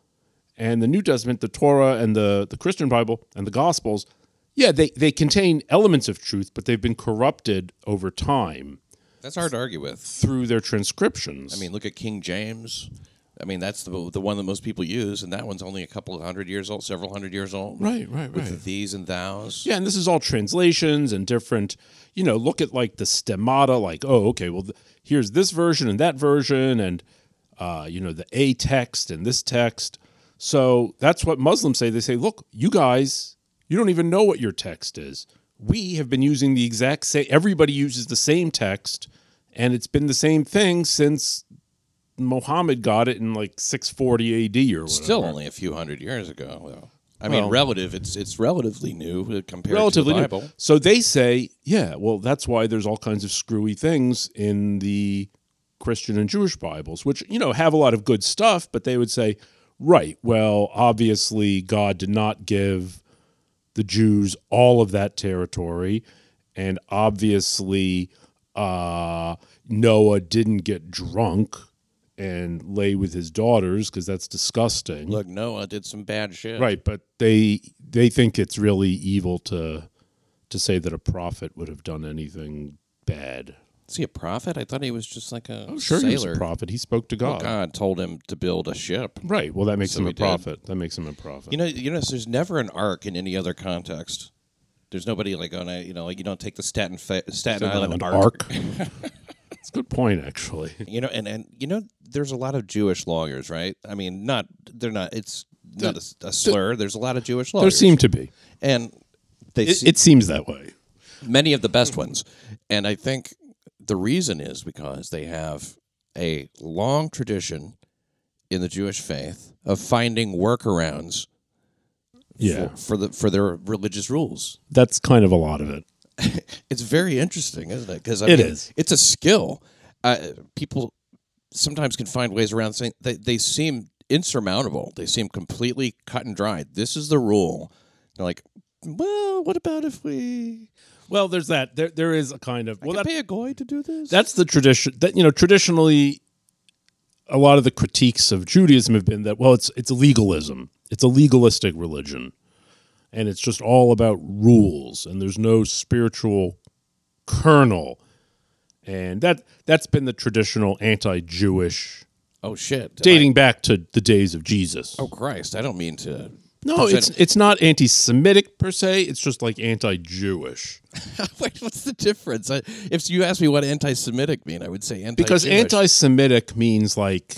A: and the New Testament, the Torah and the, the Christian Bible and the Gospels, yeah, they, they contain elements of truth, but they've been corrupted over time
C: that's hard to argue with.
A: through their transcriptions.
C: I mean, look at King James. I mean, that's the the one that most people use, and that one's only a couple of hundred years old, several hundred years old.
A: Right, right,
C: With
A: right.
C: the these and thous.
A: Yeah, and this is all translations and different, you know, look at like the stemata, like, oh, okay, well, th- here's this version and that version, and, uh, you know, the A text and this text. So that's what Muslims say. They say, look, you guys, you don't even know what your text is. We have been using the exact same, everybody uses the same text, and it's been the same thing since Muhammad got it in like 640 AD or whatever.
C: Still only a few hundred years ago. Though. I mean,
A: Well-
C: relative. It's it's relatively new uh, compared
A: relatively
C: to
A: new.
C: the Bible.
A: So they say, yeah, well, that's why there's all kinds of screwy things in the Christian and Jewish Bibles, which you know have a lot of good stuff, but they would say, right, well, obviously God did not give the Jews all of that territory, and obviously uh, Noah didn't get drunk and lay with his daughters because that's disgusting.
C: Look, Noah did some bad shit.
A: Right, but they they think it's really evil to to say that a prophet would have done anything bad.
C: Is he a prophet? I thought he was just like a
A: Oh, Sure,
C: sailor.
A: he was a prophet. He spoke to God.
C: God told him to build a ship.
A: Right. Well, that makes
C: So
A: him
C: he
A: a
C: did.
A: prophet. That makes him a prophet.
C: You know, you notice there's never an arc in any other context. There's nobody like on a you know like you don't take the Staten fa- Staten
A: Island
C: Island, arc.
A: It's a good point, actually.
C: You know, and and you know, there's a lot of Jewish lawyers, right? I mean, not they're not. It's not a, a slur. there's a lot of Jewish lawyers,
A: There seem to be.
C: and they
A: It,
C: see
A: it seems that way.
C: many of the best ones, and I think the reason is because they have a long tradition in the Jewish faith of finding workarounds
A: Yeah,
C: for, for the for their religious rules.
A: that's kind of a lot of it.
C: It's very interesting, isn't it? Because
A: It is.
C: It's a skill. Uh, people sometimes can find ways around saying they, they seem insurmountable. They seem completely cut and dried. This is the rule. They're like, well, what about if we
A: Well, there's that. There there is a kind of
C: well, pay a goy to do this?
A: that's the tradition that you know traditionally a lot of the critiques of Judaism have been that well it's it's legalism it's a legalistic religion and it's just all about rules and there's no spiritual kernel and that that's been the traditional anti-Jewish
C: oh shit.
A: dating back to the days of Jesus oh,
C: I- oh Christ! I don't mean to
A: No, it's it's not anti-Semitic per se. It's just like anti-Jewish
C: Wait, what's the difference? I, if you asked me what anti-Semitic mean, I would say anti.
A: because anti-Semitic means like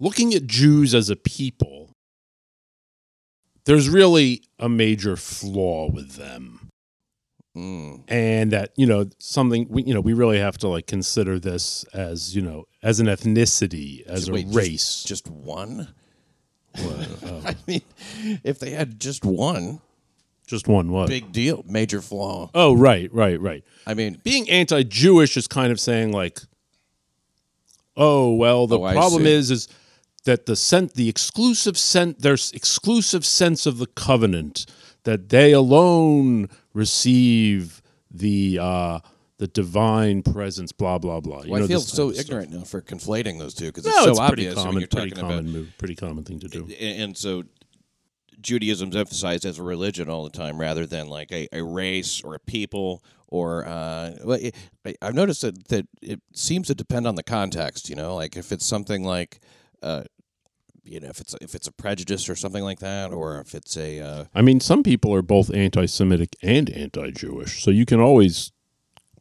A: looking at Jews as a people. There's really a major flaw with them.
C: Mm,
A: and that you know something we, you know we really have to like consider this as you know as an ethnicity as a
C: Wait, just-
A: race
C: just one.
A: Well, oh,
C: I mean, if they had just one,
A: just one was
C: big deal, major flaw.
A: oh right right right
C: I mean,
A: being anti-jewish is kind of saying like oh well the
C: Oh, I
A: problem
C: see.
A: is is that the sent the exclusive sense their s- exclusive sense of the covenant that they alone receive the uh the divine presence blah blah blah you
C: well, I
A: know,
C: feel
A: this type
C: so
A: of stuff.
C: ignorant now for conflating those two because
A: No,
C: it's so
A: it's pretty
C: obvious
A: common,
C: when you're
A: pretty
C: talking
A: common
C: about.
A: move, pretty common thing to do.
C: And and so, Judaism's emphasized as a religion all the time, rather than like a, a race or a people or. Uh, well, it, I- I've noticed that that it seems to depend on the context. You know, like if it's something like. Uh, you know, if it's if it's a prejudice or something like that, or if it's a uh,
A: I mean, some people are both anti-Semitic and anti-Jewish, so you can always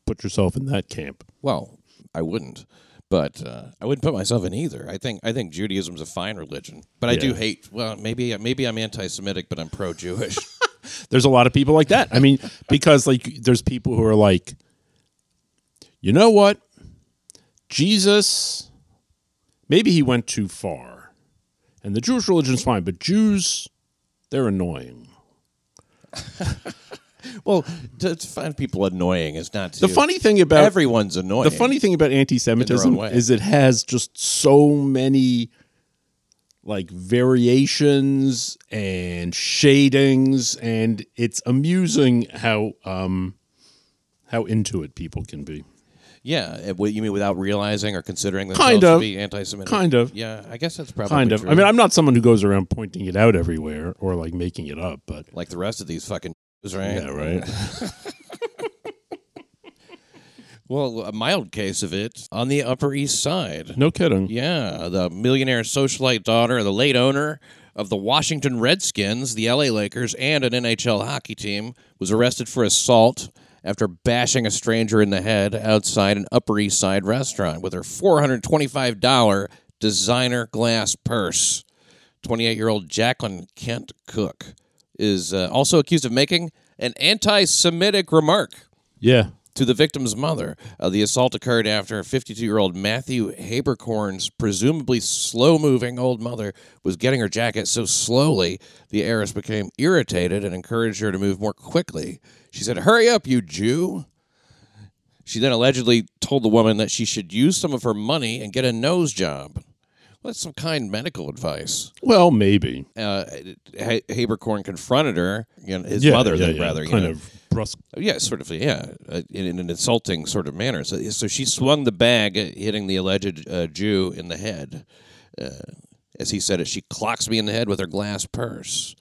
A: put yourself in that camp.
C: Well, I wouldn't, but uh, I wouldn't put myself in either. I think I think Judaism's a fine religion, but I do
A: Yeah.
C: hate. Well, maybe maybe I'm anti-Semitic, but I'm pro-Jewish.
A: There's a lot of people like that. I mean, because like there's people who are like, you know what, Jesus, maybe he went too far, and the Jewish religion's fine, but Jews, they're annoying.
C: well, to, to find people annoying is not to
A: The funny thing about
C: everyone's annoying.
A: The funny thing about anti-Semitism
C: own way.
A: is it has just so many like variations and shadings, and it's amusing how um how into it people can be.
C: yeah, it- what you mean without realizing or considering themselves
A: Kind
C: to
A: of.
C: be anti-Semitic?
A: Kind of.
C: Yeah, I guess that's probably
A: Kind of.
C: True.
A: I mean, I'm not someone who goes around pointing it out everywhere or like making it up, but
C: like the rest of these fucking right?
A: yeah, right.
C: Well, a mild case of it on the Upper East Side.
A: No kidding.
C: Yeah, the millionaire socialite daughter of the late owner of the Washington Redskins, the LA Lakers, and an NHL hockey team was arrested for assault after bashing a stranger in the head outside an Upper East Side restaurant with her $425 designer glass purse. 28 year old Jacqueline Kent Cook is uh, also accused of making an anti Semitic remark
A: Yeah.
C: to the victim's mother. Uh, the assault occurred after 52 year old Matthew Habercorn's presumably slow moving old mother was getting her jacket so slowly, the heiress became irritated and encouraged her to move more quickly. She said, Hurry up, you Jew. She then allegedly told the woman that she should use some of her money and get a nose job. Well, that's some kind medical advice
A: Well, maybe.
C: uh, Ha- Habercorn confronted her, you know, his
A: Yeah,
C: mother,
A: yeah,
C: then,
A: yeah.
C: rather, you
A: kind
C: know.
A: of brusque.
C: Oh, yeah, sort of, yeah, uh, in, in an insulting sort of manner. So, so she swung the bag, uh, hitting the alleged uh, Jew in the head. Uh, as he said it, she clocks me in the head with her glass purse.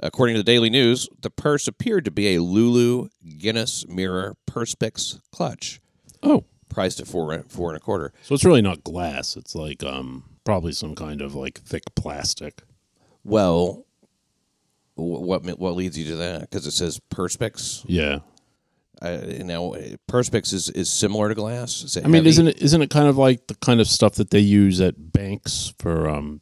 C: According to the Daily News, the purse appeared to be a Lulu Guinness Mirror Perspex clutch,
A: Oh,
C: priced at four four and a quarter.
A: so it's really not glass. It's like um probably some kind of like thick plastic.
C: Well, wh- what what leads you to that? Because it says Perspex.
A: Yeah.
C: uh, you know, perspex is, is similar to glass. Is it
A: I mean,
C: heavy?
A: isn't it isn't it kind of like the kind of stuff that they use at banks for, um,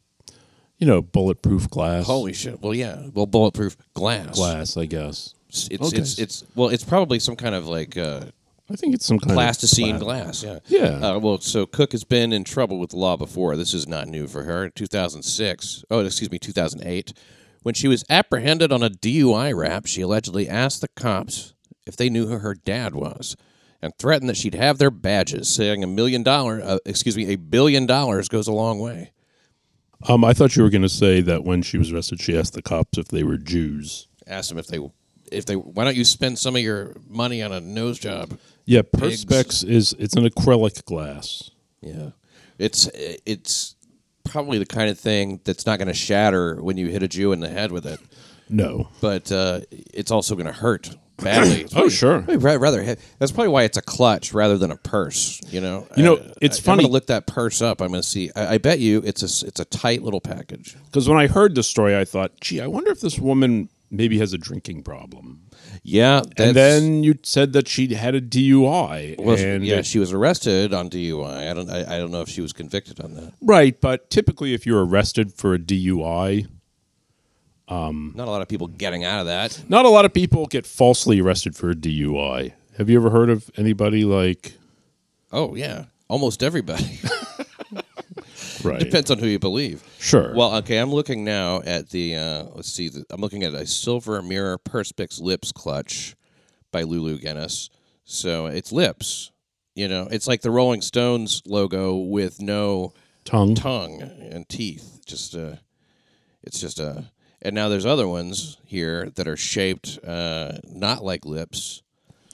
A: you know, bulletproof glass?
C: Holy shit! Well, yeah. Well, bulletproof glass.
A: glass, I guess.
C: It's it's, it's it's well, it's probably some kind of like uh,
A: I think it's some kind
C: plasticine
A: of pla-
C: glass. Yeah.
A: Yeah.
C: Uh, well, so Cook has been in trouble with the law before. This is not new for her. 2006. Oh, excuse me, 2008. When she was apprehended on a DUI rap, she allegedly asked the cops if they knew who her dad was and threatened that she'd have their badges, saying a million dollar, uh, excuse me, a billion dollars goes a long way.
A: Um, I thought you were going to say that when she was arrested, she asked the cops if they were Jews.
C: asked them if they if they why don't you spend some of your money on a nose job
A: Yeah, perspex is it's an acrylic glass.
C: yeah it's it's probably the kind of thing that's not going to shatter when you hit a jew in the head with it
A: No,
C: but uh, it's also going to hurt badly. It's
A: Oh, sure.
C: probably ra- rather hea- that's probably why it's a clutch rather than a purse. You know,
A: You know,
C: I-
A: it's
C: I- I'm
A: funny-
C: gonna look that purse up. I'm gonna see. I, I bet you it's a s- it's a tight little package.
A: Because when I heard the story, I thought, gee, I wonder if this woman maybe has a drinking problem.
C: Yeah, that's-
A: and then you said that she had a DUI.
C: well,
A: and
C: yeah, she was arrested on DUI. I don't I, I don't know if she was convicted on that.
A: right. But typically, if you're arrested for a DUI,
C: Not a lot of people getting out of that.
A: not a lot of people get falsely arrested for a DUI. Have you ever heard of anybody like.
C: Oh yeah, almost everybody.
A: Right.
C: Depends on who you believe.
A: Sure.
C: Well, okay, I'm looking now at the. Uh, let's see. The, I'm looking at a silver mirror Perspix lips clutch by Lulu Guinness. So it's lips. You know, it's like the Rolling Stones logo with no
A: tongue.
C: tongue and teeth. Just uh, it's just uh And now there's other ones here that are shaped uh, not like lips.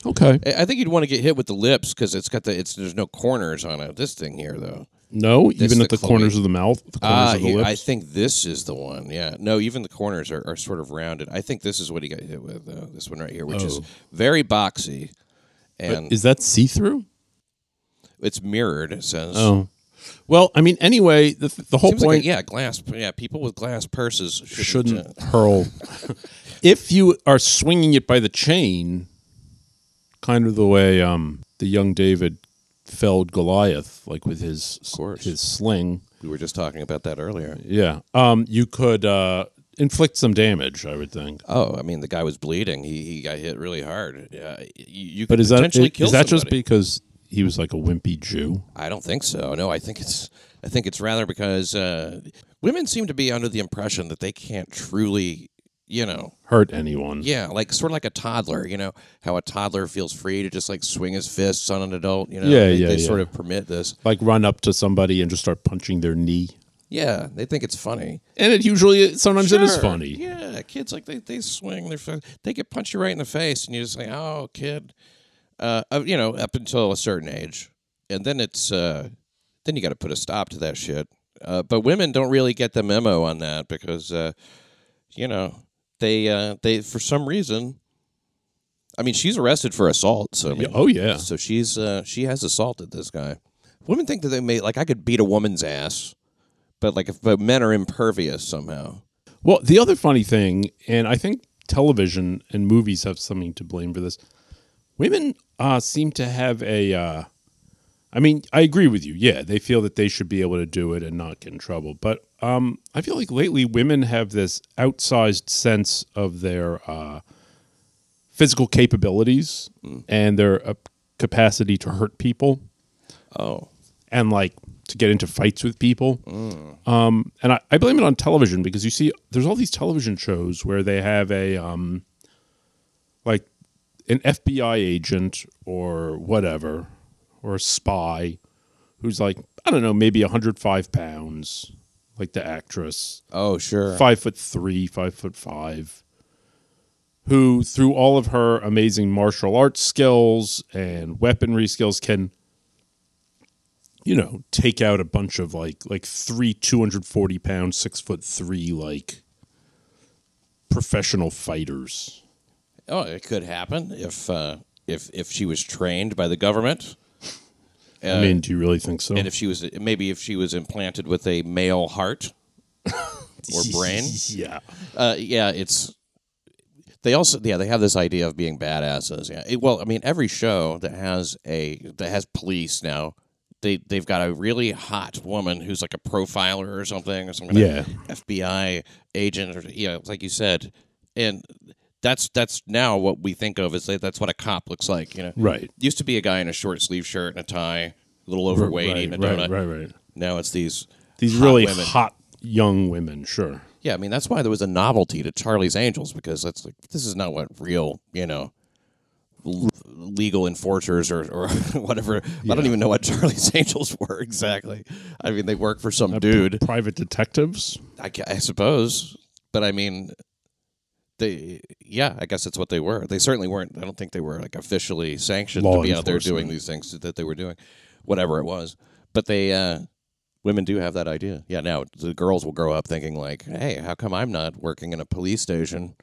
A: Okay.
C: I I think you'd want to get hit with the lips because it's got the it's there's no corners on it. This thing here though.
A: No, even
C: the
A: at the
C: cloy-
A: corners of the mouth, the corners
C: Ah,
A: of the
C: yeah,
A: lips.
C: I think this is the one. Yeah. No, even the corners are, are sort of rounded. I think this is what he got hit with, though. This one right here, which is
A: Oh.
C: very boxy. And
A: Is that see through?
C: it's mirrored, it says.
A: Oh. Well, I mean, anyway, the, the whole
C: Seems like a-
A: point.
C: yeah, glass. Yeah, people with glass purses shouldn't.
A: shouldn't
C: uh,
A: hurl. if you are swinging it by the chain, kind of the way um, the young David felled Goliath, like with his
C: course.
A: his sling,
C: we were just talking about that earlier.
A: yeah, um, you could uh, inflict some damage. I would think.
C: Oh, I mean, the guy was bleeding. He, he got hit really hard. Yeah, you, you could
A: But is that
C: potentially
A: is,
C: kill
A: that just
C: somebody.
A: because he was like a wimpy Jew?
C: I don't think so. No, I think it's I think it's rather because uh, women seem to be under the impression that they can't truly, you know,
A: Hurt anyone?
C: Yeah, like sort of like a toddler, you know, how a toddler feels free to just like swing his fists on an adult, you know.
A: Yeah,
C: they,
A: yeah,
C: they
A: yeah.
C: sort of permit this.
A: Like run up to somebody and just start punching their knee.
C: Yeah, they think it's funny.
A: And it usually sometimes it is
C: Sure,
A: funny.
C: Yeah, kids like they they swing their fi- they could punch you right in the face and you just say, "Oh, kid." Uh, uh, you know, up until a certain age. And then it's uh then you got to put a stop to that shit. Uh, but women don't really get the memo on that because uh you know, they uh they for some reason I mean, she's arrested for assault, so I mean,
A: Oh yeah.
C: So she's uh, she has assaulted this guy. Women think that they may like I could beat a woman's ass, but like if but men are impervious somehow.
A: Well, the other funny thing, and I think television and movies have something to blame for this. Women uh, seem to have a. Uh, I mean, I agree with you. Yeah, they feel that they should be able to do it and not get in trouble. But um, I feel like lately women have this outsized sense of their uh, physical capabilities and their uh, capacity to hurt people
C: Oh,
A: and like to get into fights with people. Um, and I, I blame it on television because you see, there's all these television shows where they have a um, like an FBI agent or whatever, or a spy who's like, I don't know, maybe 105 pounds, like the actress
C: oh, sure.
A: five foot three, five foot five, who through all of her amazing martial arts skills and weaponry skills can, you know, take out a bunch of like like three two hundred forty pound, six foot three like professional fighters.
C: Oh, it could happen if uh, if if she was trained by the government.
A: I mean, do you really think so?
C: Uh, And if she was maybe if she was implanted with a male heart or brain,
A: yeah,
C: uh, yeah, it's they also yeah they have this idea of being badasses. Yeah, It- well, I mean every show that has a that has police now, they they've got a really hot woman who's like a profiler or something or something.
A: Yeah.
C: FBI agent or yeah, like you said, and that's that's now what we think of as that- that's what a cop looks like. You know,
A: right,
C: used to be a guy in a short sleeve shirt and a tie, a little overweight
A: right,
C: eating a
A: right,
C: donut.
A: right, right.
C: Now it's these
A: These
C: hot
A: really
C: women.
A: hot young women, sure.
C: Yeah, I mean that's why there was a novelty to Charlie's Angels because that's like this is not what real you know l- legal enforcers or, or whatever. I don't even know what Charlie's Angels were exactly. I mean they work for some dude,
A: private detectives.
C: I, gu- I suppose, but I mean they yeah I guess that's what they were. They certainly weren't. I don't think they were like officially sanctioned
A: Law
C: to be out there
A: enforcement.
C: doing these things that they were doing, whatever it was. But they. uh women do have that idea. Yeah, now the girls will grow up thinking like, "Hey, how come I'm not working in a police station?"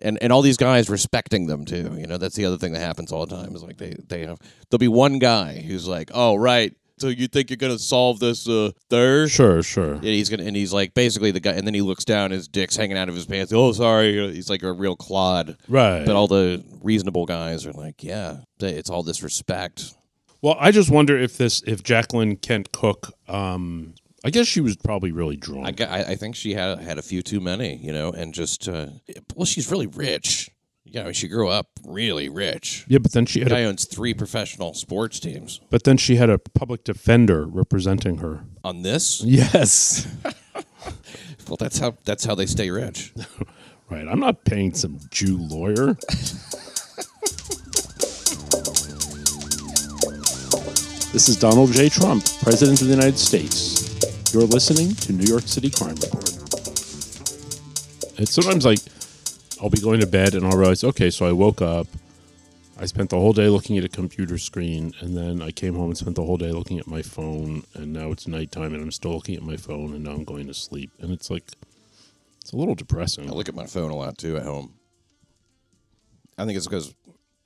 C: and and all these guys respecting them too. You know, that's the other thing that happens all the time is like they they have there'll be one guy who's like, oh right, so you think you're gonna solve this uh, third?
A: Sure, sure.
C: And he's gonna and he's like basically the guy, and then he looks down, his dick's hanging out of his pants. Oh, sorry, he's like a real clod.
A: Right.
C: But all the reasonable guys are like, yeah, they- it's all this respect.
A: Well, I just wonder if this, if Jacqueline Kent Cook, um, I guess she was probably really drunk.
C: I, gu- I, I think she had had a few too many, you know, and just uh, well, she's really rich. You know, she grew up really rich.
A: yeah, but then she had,
C: Guy
A: a,
C: owns three professional sports teams.
A: but then she had a public defender representing her.
C: On this,
A: Yes.
C: well, that's how that's how they stay rich.
A: Right. I'm not paying some Jew lawyer. this is Donald J. Trump, President of the United States. You're listening to New York City Crime Report. It's sometimes like I'll be going to bed and I'll realize, okay, so I woke up. I spent the whole day looking at a computer screen, and then I came home and spent the whole day looking at my phone, and now it's nighttime and I'm still looking at my phone, and now I'm going to sleep. And it's like, it's a little depressing.
C: I look at my phone a lot too at home. I think it's because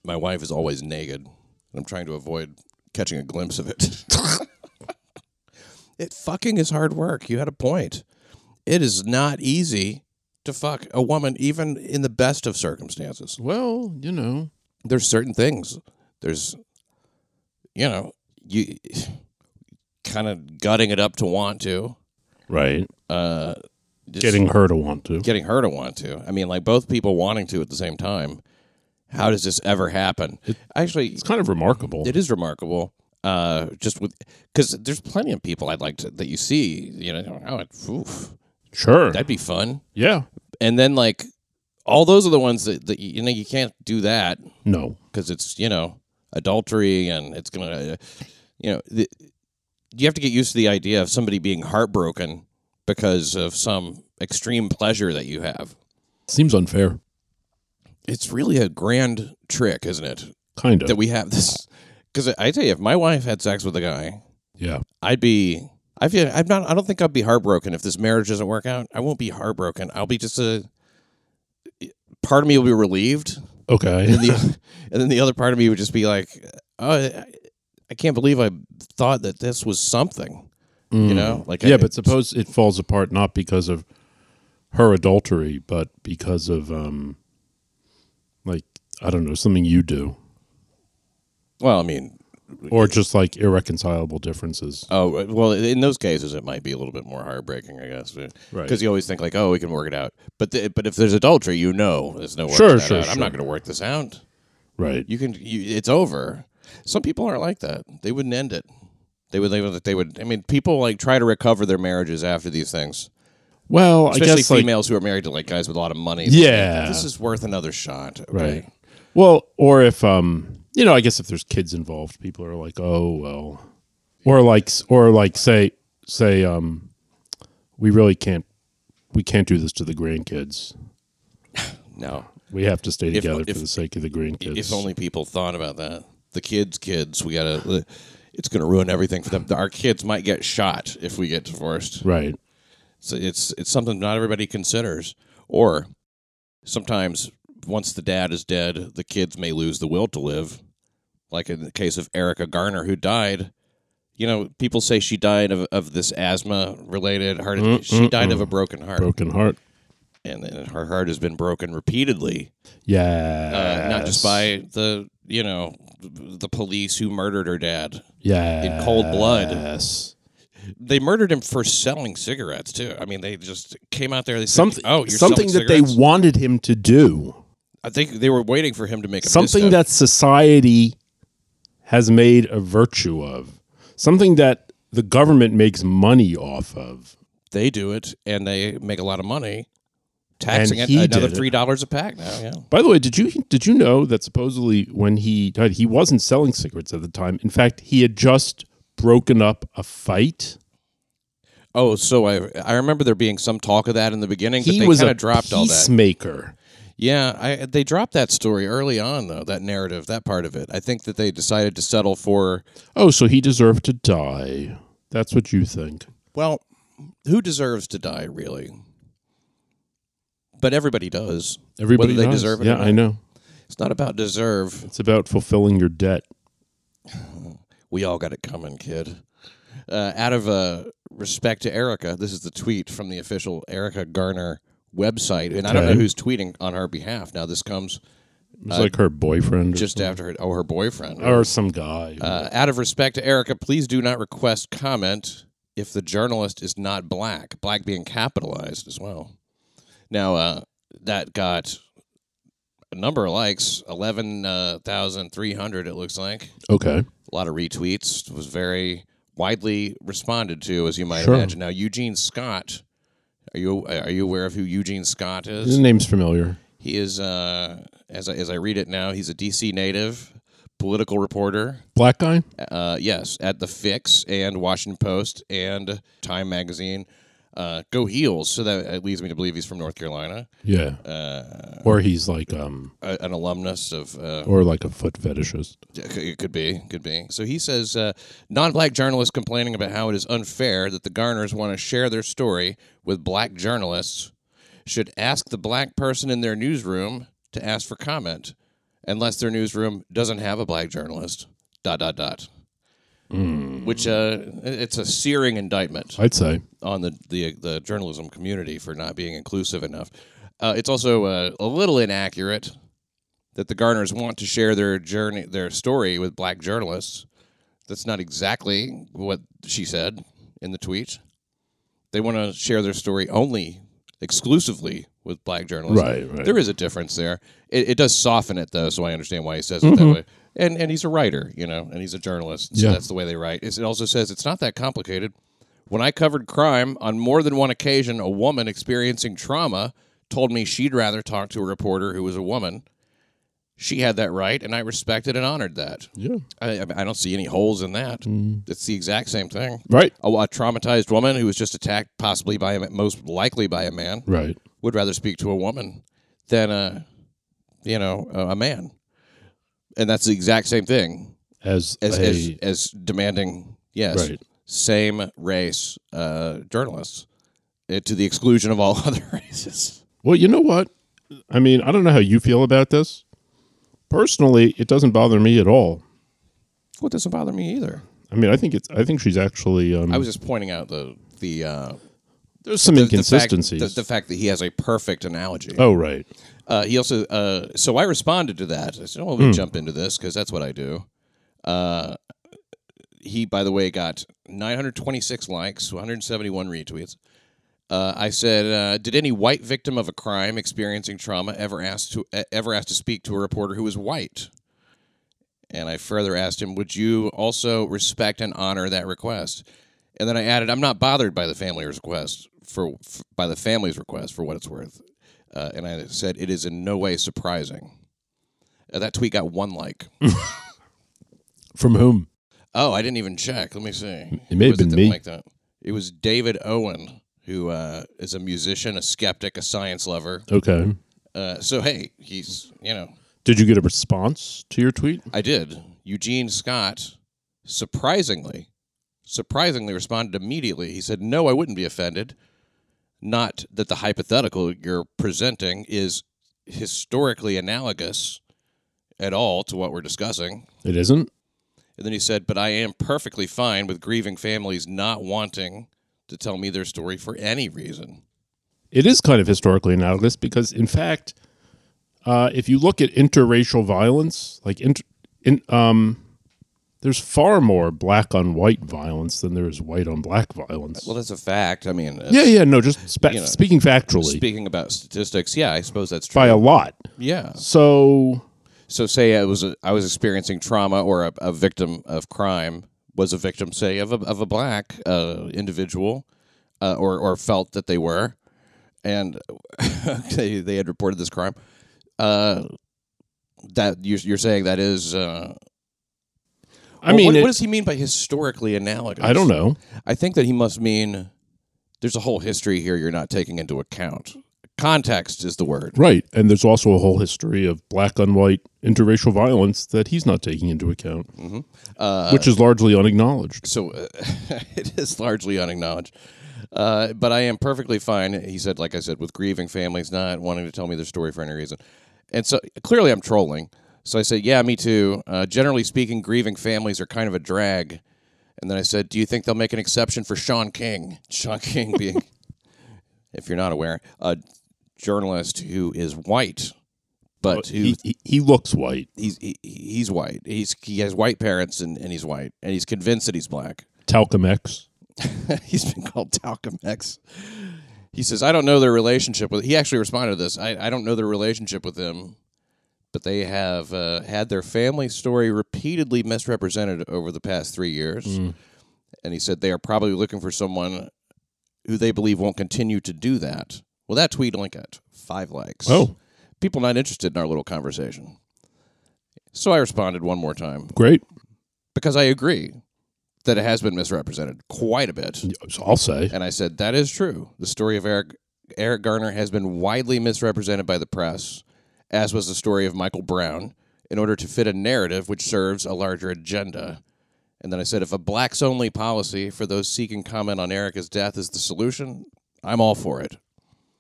C: my wife is always naked, and I'm trying to avoid catching a glimpse of it. it fucking is hard work. You had a point. It is not easy to fuck a woman, even in the best of circumstances.
A: Well, you know.
C: There's certain things. There's, you know, you kind of gutting it up to want to.
A: Right.
C: Uh, just-
A: Getting her to want to.
C: getting her to want to. I mean, like both people wanting to at the same time. How does this ever happen? Actually,
A: It's kind of remarkable.
C: it is remarkable. Uh, just with because there's plenty of people I'd like to that you see. You know, oh, it- oof,
A: Sure.
C: that'd be fun.
A: yeah.
C: And then like all those are the ones that, that you know you can't do that
A: No.
C: because it's you know adultery and it's gonna uh, you know the, you have to get used to the idea of somebody being heartbroken because of some extreme pleasure that you have.
A: Seems unfair.
C: It's really a grand trick, isn't it?
A: Kind of.
C: That we have this. Because I tell you, if my wife had sex with a guy,
A: yeah.
C: I'd be. I feel I'm not. I don't think I'd be heartbroken if this marriage doesn't work out. I won't be heartbroken. I'll be just a. Part of me will be relieved,
A: Okay.
C: and the and then the other part of me would just be like, oh, I, I can't believe I thought that this was something. You know, like
A: Mm. yeah,
C: I-
A: but suppose it falls apart not because of her adultery, but because of um like I don't know, something you do.
C: well, I mean,
A: Or just like irreconcilable differences.
C: Oh well, in those cases, it might be a little bit more heartbreaking, I guess,
A: Right.
C: Because you always think like, oh, we can work it out. But the, but if there's adultery, you know, there's no working
A: Sure,
C: that
A: sure,
C: out. I'm not
A: sure.
C: going to work this out.
A: Right.
C: You can, you, it's over. Some people aren't like that. They wouldn't end it. They would. They would. They would. I mean, people like try to recover their marriages after these things,
A: Well, I
C: especially
A: guess like
C: females who are married to like guys with a lot of money.
A: Yeah.
C: this is worth another shot. okay?
A: Right. Well, or if um, you know, I guess if there's kids involved, people are like, "Oh, well." Or like or like say say um we really can't we can't do this to the grandkids.
C: No,
A: We have to stay together
C: if-
A: for the sake of the grandkids.
C: If only people thought about that. The kids, kids, we gotta. It's gonna ruin everything for them. Our kids might get shot if we get divorced.
A: right.
C: So it's it's something not everybody considers. Or sometimes once the dad is dead, the kids may lose the will to live. Like in the case of Erica Garner, who died. You know, people say she died of, of this asthma related heart. attack. She died of a broken heart,
A: Broken heart.
C: and, and her heart has been broken repeatedly
A: Yeah.
C: uh, not just by the you know the police who murdered her dad.
A: yeah
C: in cold blood.
A: Yes.
C: They murdered him for selling cigarettes too. I mean, they just came out there. They said,
A: Something
C: Oh, you're
A: something that they
C: cigarettes?"
A: wanted him to do.
C: I think they were waiting for him to make a
A: something
C: misstep.
A: that society has made a virtue of, something that the government makes money off of.
C: they do it and they make a lot of money, taxing
A: And
C: it
A: he
C: another
A: did it.
C: three dollars a pack now. Yeah.
A: By the way, did you did you know that supposedly when he died, he wasn't selling cigarettes at the time. In fact, he had just broken up a fight.
C: Oh, so I I remember there being some talk of that in the beginning,
A: He
C: but they
A: was
C: kind
A: a
C: of dropped all that.
A: peacemaker.
C: Yeah, I, they dropped that story early on though. That narrative, that part of it. I think that they decided to settle for
A: Oh, so he deserved to die. That's what you think.
C: Well, who deserves to die, really? but everybody does.
A: Everybody
C: Whether they
A: does.
C: deserve it. or
A: Yeah, I
C: not.
A: know.
C: It's not about deserve.
A: It's about fulfilling your debt.
C: We all got it coming, kid. Uh, out of uh, respect to Erica, this is the tweet from the official Erica Garner website, and I don't know
A: Okay.
C: who's tweeting on her behalf. Now, this comes
A: It's like her boyfriend, or
C: Uh, just after her, oh, her boyfriend.
A: or some guy.
C: Uh, out of respect to Erica, please do not request comment if the journalist is not black. Black being capitalized as well. Now uh, that got a number of likes, eleven uh, thousand three hundred. It looks like
A: okay,
C: a lot of retweets. It was very widely responded to, as you might
A: Sure.
C: imagine. Now Eugene Scott, are you are you aware of who Eugene Scott is?
A: his name's familiar.
C: He is uh, as I, as I read it now, he's a D.C. native, political reporter
A: Black guy.
C: uh, yes, at the Fix and Washington Post and Time Magazine. Uh, go Heels. So that uh, leads me to believe he's from North Carolina,
A: Yeah, or he's like um,
C: uh, an alumnus of. Uh,
A: or like a foot fetishist.
C: it could be, could be. So he says, uh, non-black journalists complaining about how it is unfair that the Garners want to share their story with black journalists should ask the black person in their newsroom to ask for comment, unless their newsroom doesn't have a black journalist. Dot dot dot. Which uh, it's a searing indictment
A: I'd say.
C: on the, the the journalism community for not being inclusive enough. Uh, it's also uh, a little inaccurate that the Garners want to share their journey, their story with black journalists. That's not exactly what she said in the tweet. They want to share their story only, exclusively with black journalists.
A: Right, right.
C: There is a difference there. It, it does soften it though, so I understand why he says it that way. And and he's a writer, you know, and he's a journalist, so
A: Mm-hmm. Yeah.
C: that's the way they write. It's- It also says it's not that complicated. When I covered crime, on more than one occasion, a woman experiencing trauma told me she'd rather talk to a reporter who was a woman. She had that right, and I respected and honored that.
A: Yeah.
C: I, I don't see any holes in that. It's the exact same thing.
A: Right.
C: A, a traumatized woman who was just attacked, possibly by a, ma- most likely by a man,
A: Right.
C: would rather speak to a woman than a, you know, a, a man. And that's the exact same thing
A: As,
C: as
A: a,
C: as, as demanding yes
A: Right.
C: same race uh, journalists eh, to the exclusion of all other races
A: well, you know what? I mean, I don't know how you feel about this. Personally, it doesn't bother me at all.
C: well it doesn't bother me either
A: I mean, I think it's. I think she's actually. Um,
C: i was just pointing out the the uh,
A: there's some
C: the fact-
A: inconsistencies.
C: the, the fact that he has a perfect analogy
A: oh, right.
C: Uh, he also, uh, so I responded to that. I said, "Oh, let me jump into this because that's what I do." Uh, he, by the way, got 926 likes, 171 retweets. Uh, I said, uh, "Did any white victim of a crime experiencing trauma ever ask to e- ever ask to speak to a reporter who was white?" And I further asked him, "Would you also respect and honor that request?" And then I added, "I'm not bothered by the family's request for f- by the family's request for what it's worth." Uh, and I said, "It is in no way surprising." Uh, that tweet got one like.
A: From whom?
C: oh, I didn't even check. Let me see.
A: It may have
C: Was
A: been
C: that
A: me.
C: liked that? It was David Owen, who uh, is a musician, a skeptic, a science lover.
A: Okay.
C: Uh, so hey, he's you know
A: Did you get a response to your tweet?
C: I did. Eugene Scott, surprisingly, surprisingly responded immediately. He said, "No, I wouldn't be offended. Not that the hypothetical you're presenting is historically analogous at all to what we're discussing."
A: It isn't.
C: And then he said, "But I am perfectly fine with grieving families not wanting to tell me their story for any reason."
A: It is kind of historically analogous because, in fact, uh, if you look at interracial violence, like inter, in, um, there's far more black on white violence than there is white on black violence.
C: Well, that's a fact. I mean,
A: yeah, yeah, no, just spe-
C: you know,
A: speaking factually
C: speaking about statistics, yeah, I suppose that's true.
A: by a lot.
C: yeah.
A: So
C: So say I was a, I was experiencing trauma or a, a victim of crime was a victim say of a, of a black uh, individual uh, or or felt that they were and they, they had reported this crime uh, that you're, you're saying that is uh,
A: I
C: well,
A: mean,
C: what,
A: it-
C: what does he mean by historically analogous
A: I don't know.
C: I think that he must mean there's a whole history here you're not taking into account context is the word
A: Right, and there's also a whole history of black on white interracial violence that he's not taking into account,
C: uh,
A: which is largely unacknowledged.
C: so uh, it is largely unacknowledged. Uh, but I am perfectly fine, he said, like I said, with grieving families not wanting to tell me their story for any reason. And so clearly I'm trolling. So I said, yeah, me too. Uh, generally speaking, grieving families are kind of a drag. And then I said, do you think they'll make an exception for Sean King? Sean King being, if you're not aware, a journalist who is white, but who
A: He, he, he looks white.
C: he's he, he's white. He's he has white parents and, and he's white and he's convinced that he's black.
A: Talcum X.
C: he's been called Talcum X. He says, I don't know their relationship with. He actually responded to this. I, I don't know their relationship with them, but they have uh, had their family story repeatedly misrepresented over the past three years. And he said they are probably looking for someone who they believe won't continue to do that. Well, that tweet only got five likes.
A: Oh.
C: people not interested in our little conversation. So I responded one more time
A: Great.
C: because I agree that it has been misrepresented quite a bit.
A: So I'll say.
C: And I said, That is true. The story of Eric Eric Garner has been widely misrepresented by the press, as was the story of Michael Brown, in order to fit a narrative which serves a larger agenda. And then I said, if a blacks only policy for those seeking comment on Erica's death is the solution, I'm all for it.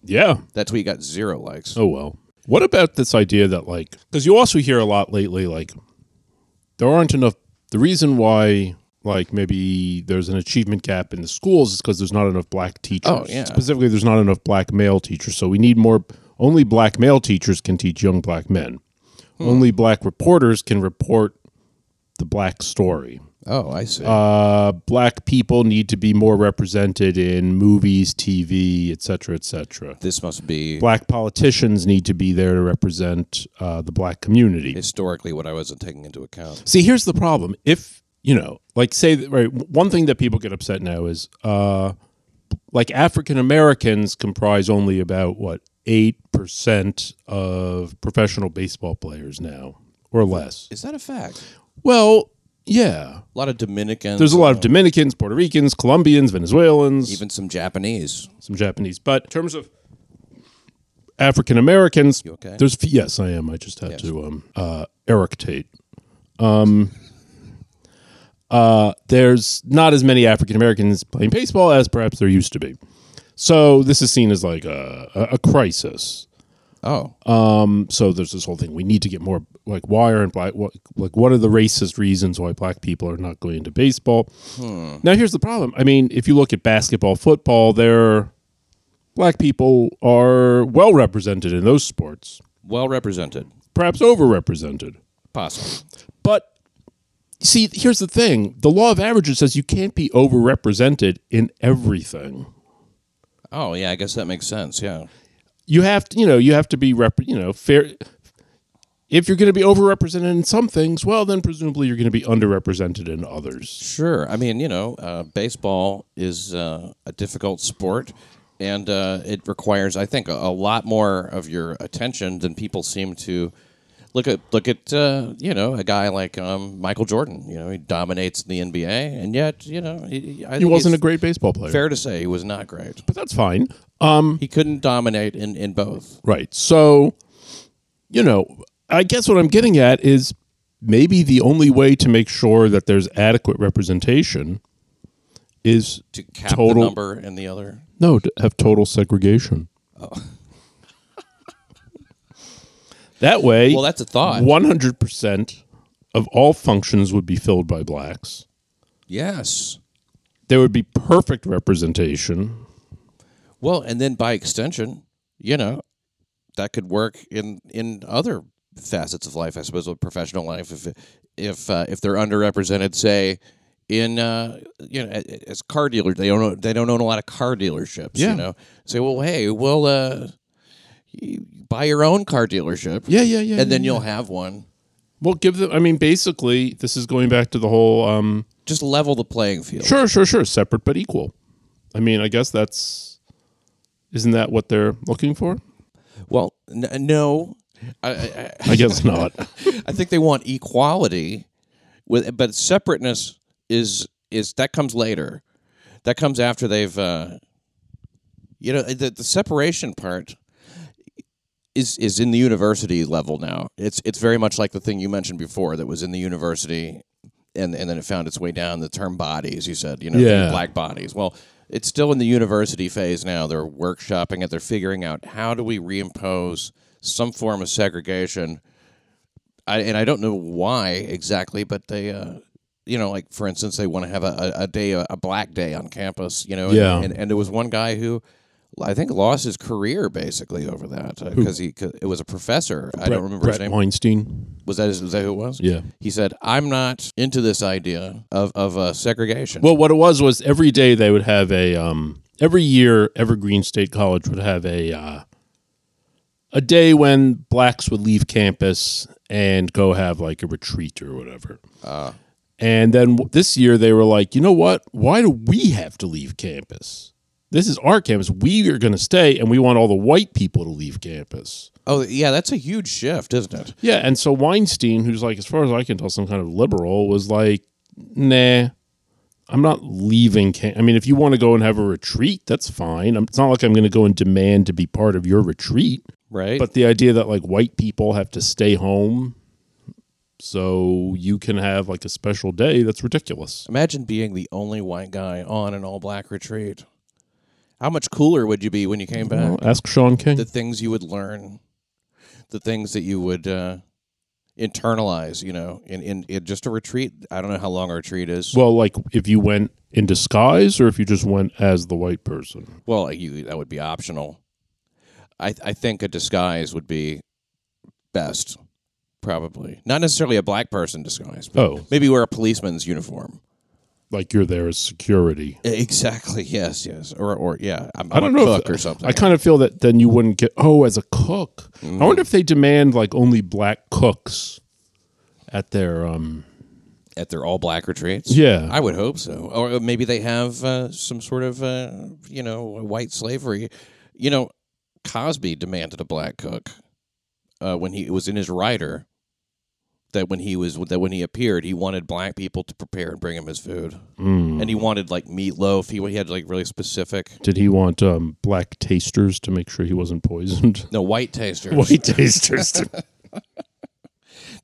A: Yeah.
C: That tweet got zero likes.
A: Oh well. What about this idea that like because you also hear a lot lately like there aren't enough the reason why like maybe there's an achievement gap in the schools is because there's not enough black teachers.
C: Oh, yeah.
A: Specifically there's not enough black male teachers. So we need more only black male teachers can teach young black men.
C: Hmm.
A: Only black reporters can report the black story
C: Oh, I see.
A: uh, black people need to be more represented in movies, TV, et cetera, et cetera.
C: this must be
A: Black politicians need to be there to represent uh, the black community.
C: historically what I wasn't taking into account.
A: See, here's the problem. If, you know, like say, that- right, w- one thing that people get upset now is uh, like African Americans comprise only about what, 8% of professional baseball players now or less.
C: Is that a fact?
A: Well, yeah.
C: A lot of Dominicans.
A: There's a lot of Dominicans, Puerto Ricans, Colombians, Venezuelans.
C: even some Japanese.
A: some Japanese. But in terms of African Americans,
C: okay?
A: there's f- yes, I am. I just had to um uh eructate. Um uh there's not as many African Americans playing baseball as perhaps there used to be. So this is seen as like a a, a crisis.
C: Oh,
A: Uh, So there's this whole thing we need to get more like why aren't black what, like what are the racist reasons why black people are not going into baseball? Now here's the problem. I mean, if you look at basketball, football, there black people are well represented in those sports,
C: well represented.
A: perhaps overrepresented.
C: Possible.
A: But see, here's the thing: the law of averages says you can't be overrepresented in everything.
C: Oh yeah, I guess that makes sense. Yeah.
A: you have to you know you have to be rep you know fair if you're going to be overrepresented in some things well then presumably you're going to be underrepresented in others
C: Sure. I mean, you know, uh, baseball is uh, a difficult sport, and uh, it requires, I think, a, a lot more of your attention than people seem to. Look at look at uh, you know a guy like um, Michael Jordan. You know he dominates the NBA, and yet you know he, he- I
A: he wasn't a great baseball player
C: fair to say he was not great.
A: but that's fine um
C: He couldn't dominate in, in both.
A: right so you know i guess what i'm getting at is maybe the only way to make sure that there's adequate representation is
C: To cap
A: Total-
C: the number and the other.
A: no to have total segregation
C: Oh.
A: that way
C: Well, that's a thought.
A: One hundred percent of all functions would be filled by blacks.
C: Yes.
A: There would be perfect representation.
C: Well, and then by extension, you know, that could work in in other facets of life, I suppose, of professional life. If if uh, if they're underrepresented, say in uh, you know a- as car dealers, they don't own, they don't own a lot of car dealerships.
A: Yeah.
C: You know, say, well, hey, well, uh, you buy your own car dealership.
A: Yeah, yeah, yeah.
C: and then you'll have one.
A: well give them. I mean, basically, this is going back to the whole. Um,
C: Just level the playing field.
A: sure, sure, sure. Separate but equal. I mean, I guess that's isn't that what they're looking for?
C: Well, n- no, I, I,
A: I guess not.
C: I think they want equality with but separateness is is that comes later. That comes after they've uh you know the, the separation part is is in the university level now. It's it's very much like the thing you mentioned before that was in the university and and then it found its way down the term bodies you said, you know,
A: Yeah.
C: black bodies. Well, it's still in the university phase now. They're workshopping it. They're figuring out how do we reimpose some form of segregation. I, and I don't know why exactly, but they, uh, you know, like for instance, they want to have a, a, a day, a black day on campus. You know, and,
A: Yeah.
C: And, and there was one guy who. I think lost his career basically over that because he cause it was a professor. I don't remember his
A: Brett
C: name.
A: Weinstein.
C: Was that, his, was that who it was?
A: Yeah.
C: He said, I'm not into this idea of, of uh, segregation.
A: Well, what it was was every day they would have a um, every year Evergreen State College would have a uh, a day when blacks would leave campus and go have like a retreat or whatever. and then w- this year they were like, you know what? Why do we have to leave campus? This is our campus. We are going to stay, and we want all the white people to leave campus.
C: oh, yeah, that's a huge shift, isn't it?
A: Yeah, and so Weinstein, who's like, as far as I can tell, some kind of liberal, was like, "Nah, I'm not leaving. Cam- I mean, if you want to go and have a retreat, that's fine. I'm, it's not like I'm going to go and demand to be part of your retreat.
C: Right?
A: But the idea that like white people have to stay home so you can have like a special day—that's ridiculous.
C: Imagine being the only white guy on an all black retreat. How much cooler would you be when you came back?
A: Well, ask Sean King.
C: The things you would learn, the things that you would uh, internalize, you know, in, in, in just a retreat. I don't know how long a retreat is.
A: well, like if you went in disguise or if you just went as the white person.
C: Well, you that would be optional. I I think a disguise would be best, probably not necessarily a black person disguise, but
A: Oh,
C: maybe wear a policeman's uniform.
A: like you're there as security.
C: Exactly. Yes. Yes. Or or yeah. I'm,
A: I
C: I'm
A: don't
C: a
A: know if-
C: cook or something.
A: I kind of feel that then you wouldn't get oh as a cook. I wonder if they demand like only black cooks at their um
C: At their all black retreats.
A: Yeah.
C: I would hope so. Or maybe they have uh, some sort of uh, you know white slavery. You know, Cosby demanded a black cook uh, when he it was in his rider. That when he was that when he appeared, he wanted black people to prepare and bring him his food,
A: mm.
C: and he wanted like meatloaf. He, he had like really specific.
A: did he want um black tasters to make sure he wasn't poisoned?
C: No white tasters
A: White tasters. to-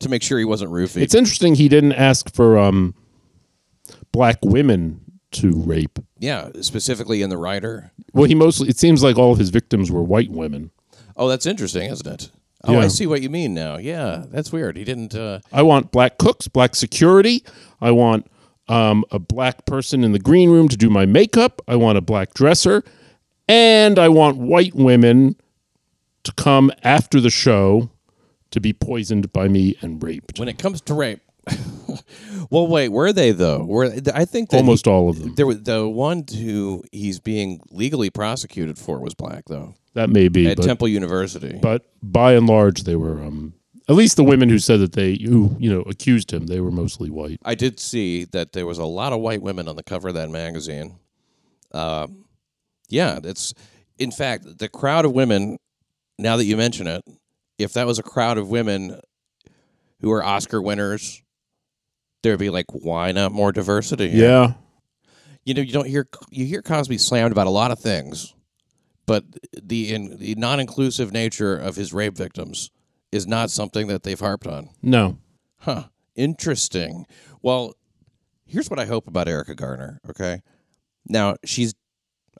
C: to make sure he wasn't roofied.
A: it's interesting he didn't ask for um black women to rape.
C: yeah, specifically in the rider.
A: Well, he mostly it seems like all of his victims were white women.
C: Oh, that's interesting, isn't it? Oh,
A: Yeah.
C: I see what you mean now. Yeah, that's weird. He didn't. Uh,
A: I want black cooks, black security. I want um, a black person in the green room to do my makeup. I want a black dresser. And I want white women to come after the show to be poisoned by me and raped.
C: when it comes to rape. well, wait, were they though? Were I think that
A: Almost all of them.
C: there was the one who he's being legally prosecuted for was black though
A: That may be.
C: at
A: But,
C: Temple University.
A: but by and large, they were, um, at least the women who said that they, who, you know, accused him, they were mostly white.
C: I did see that there was a lot of white women on the cover of that magazine. Uh, yeah, that's in fact the crowd of women. Now that you mention it, if that was a crowd of women who are Oscar winners, there'd be like, why not more diversity? here?
A: Yeah.
C: you know you don't hear you hear Cosby slammed about a lot of things, but the in, the non-inclusive nature of his rape victims is not something that they've harped on.
A: No.
C: Huh. Interesting. Well, here's what I hope about Erica Garner. Okay. Now she's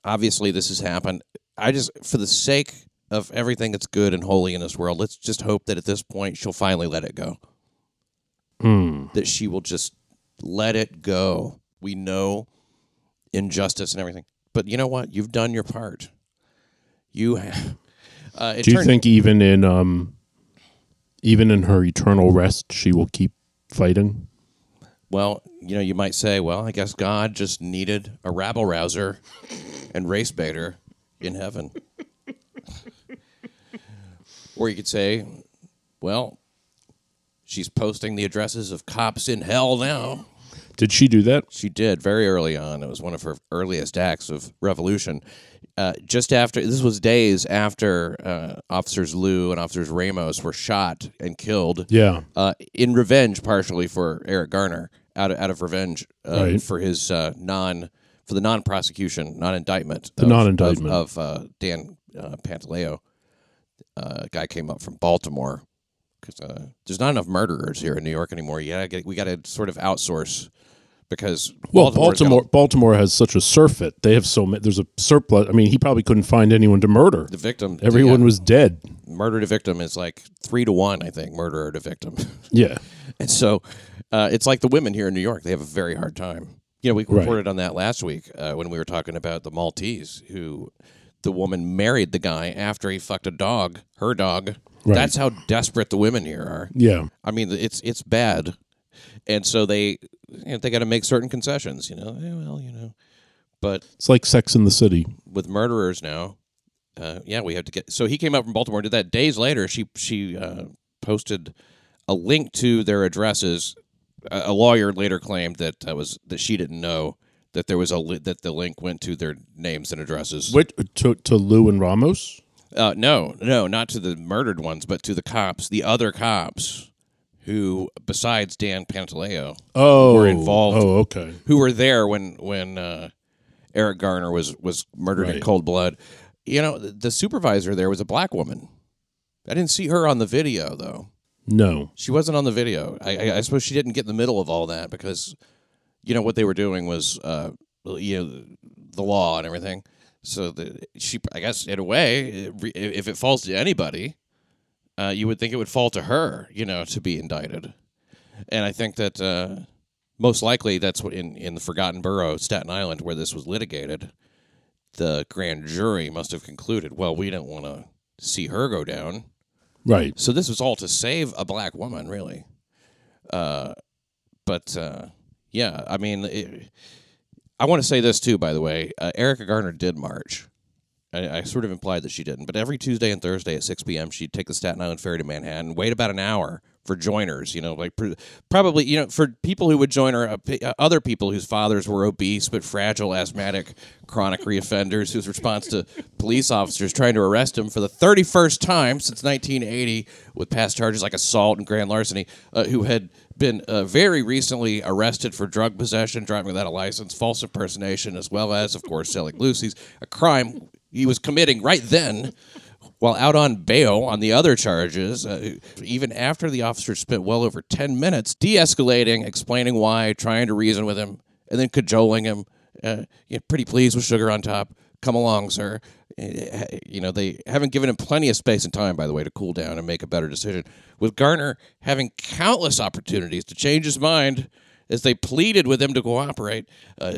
C: obviously this has happened. I just for the sake of everything that's good and holy in this world, let's just hope that at this point she'll finally let it go
A: Hmm.
C: that she will just let it go. We know injustice and everything, but you know what? You've done your part. You have. Uh, it
A: Do you
C: turned-
A: think even in um, even in her eternal rest, she will keep fighting?
C: Well, you know, you might say, well, I guess God just needed a rabble rouser and race baiter in heaven. or you could say, well, she's posting the addresses of cops in hell now.
A: Did she do that?
C: She did very early on. It was one of her earliest acts of revolution. Uh, just after this was days after uh, officers Lou and officers Ramos were shot and killed.
A: Yeah.
C: Uh, in revenge, partially for Eric Garner, out of, out of revenge uh,
A: Right.
C: for his uh, non for the non prosecution, non indictment, the
A: non-indictment.
C: of, uh, Dan uh, Pantaleo. Uh, guy came up from Baltimore because uh, there's not enough murderers here in New York anymore. You gotta get, we got to sort of outsource because
A: Well,
C: Baltimore's got-
A: Baltimore Baltimore has such a surfeit. They have so many. There's a surplus. I mean, he probably couldn't find anyone to murder.
C: the victim
A: Everyone was dead.
C: murder to victim is like three to one, I think, murderer to victim.
A: Yeah.
C: and so uh, it's like the women here in New York; they have a very hard time. You know, we
A: Right.
C: reported on that last week uh, when we were talking about the Maltese, who the woman married the guy after he fucked a dog, her dog.
A: Right.
C: That's how desperate the women here are.
A: Yeah.
C: I mean, it's it's bad, and so they you know, they got to make certain concessions. You know, Eh, well, you know, but
A: It's like Sex in the City.
C: with murderers now. Uh, yeah, we have to get. So he came out from Baltimore. Did that days later. She she uh, posted a link to their addresses. A, a lawyer later claimed that that was that she didn't know that there was a li- that the link went to their names and addresses.
A: What to to Lou and Ramos?
C: Uh, no, no, not to the murdered ones, but to the cops, the other cops who, besides Dan Pantaleo,
A: Oh,
C: were involved.
A: Oh, okay.
C: who were there when when uh, Eric Garner was was murdered in
A: Right.
C: cold blood. You know, the, the supervisor there was a black woman. I didn't see her on the video though.
A: No.
C: She wasn't on the video. I, I, I suppose she didn't get in the middle of all that because, you know, what they were doing was, uh, you know, the law and everything. So the, she, I guess, in a way, it re- if it falls to anybody, uh, you would think it would fall to her, you know, to be indicted. And I think that uh, most likely that's what in, in the Forgotten Borough, Staten Island, where this was litigated, the grand jury must have concluded, well, we didn't want to see her go down.
A: Right.
C: So this was all to save a black woman, really. Uh, but uh, yeah, I mean, it, I want to say this too. By the way, uh, Erica Garner did march. I, I sort of implied that she didn't, but every Tuesday and Thursday at 6 p.m., she'd take the Staten Island ferry to Manhattan, wait about an hour for joiners. You know, like pr- probably you know for people who would join her, uh, p- uh, other people whose fathers were obese but fragile, asthmatic, chronic reoffenders, whose response to police officers trying to arrest him for the 31st time since 1980 with past charges like assault and grand larceny, uh, who had been uh, very recently arrested for drug possession, driving without a license, false impersonation, as well as, of course, selling Lucy's, a crime he was committing right then while out on bail on the other charges. Uh, even after the officer spent well over 10 minutes de escalating, explaining why, trying to reason with him, and then cajoling him. Uh, you know, pretty pleased with sugar on top. Come along, sir. Uh, You know, they haven't given him plenty of space and time, by the way, to cool down and make a better decision. With Garner having countless opportunities to change his mind as they pleaded with him to cooperate, uh,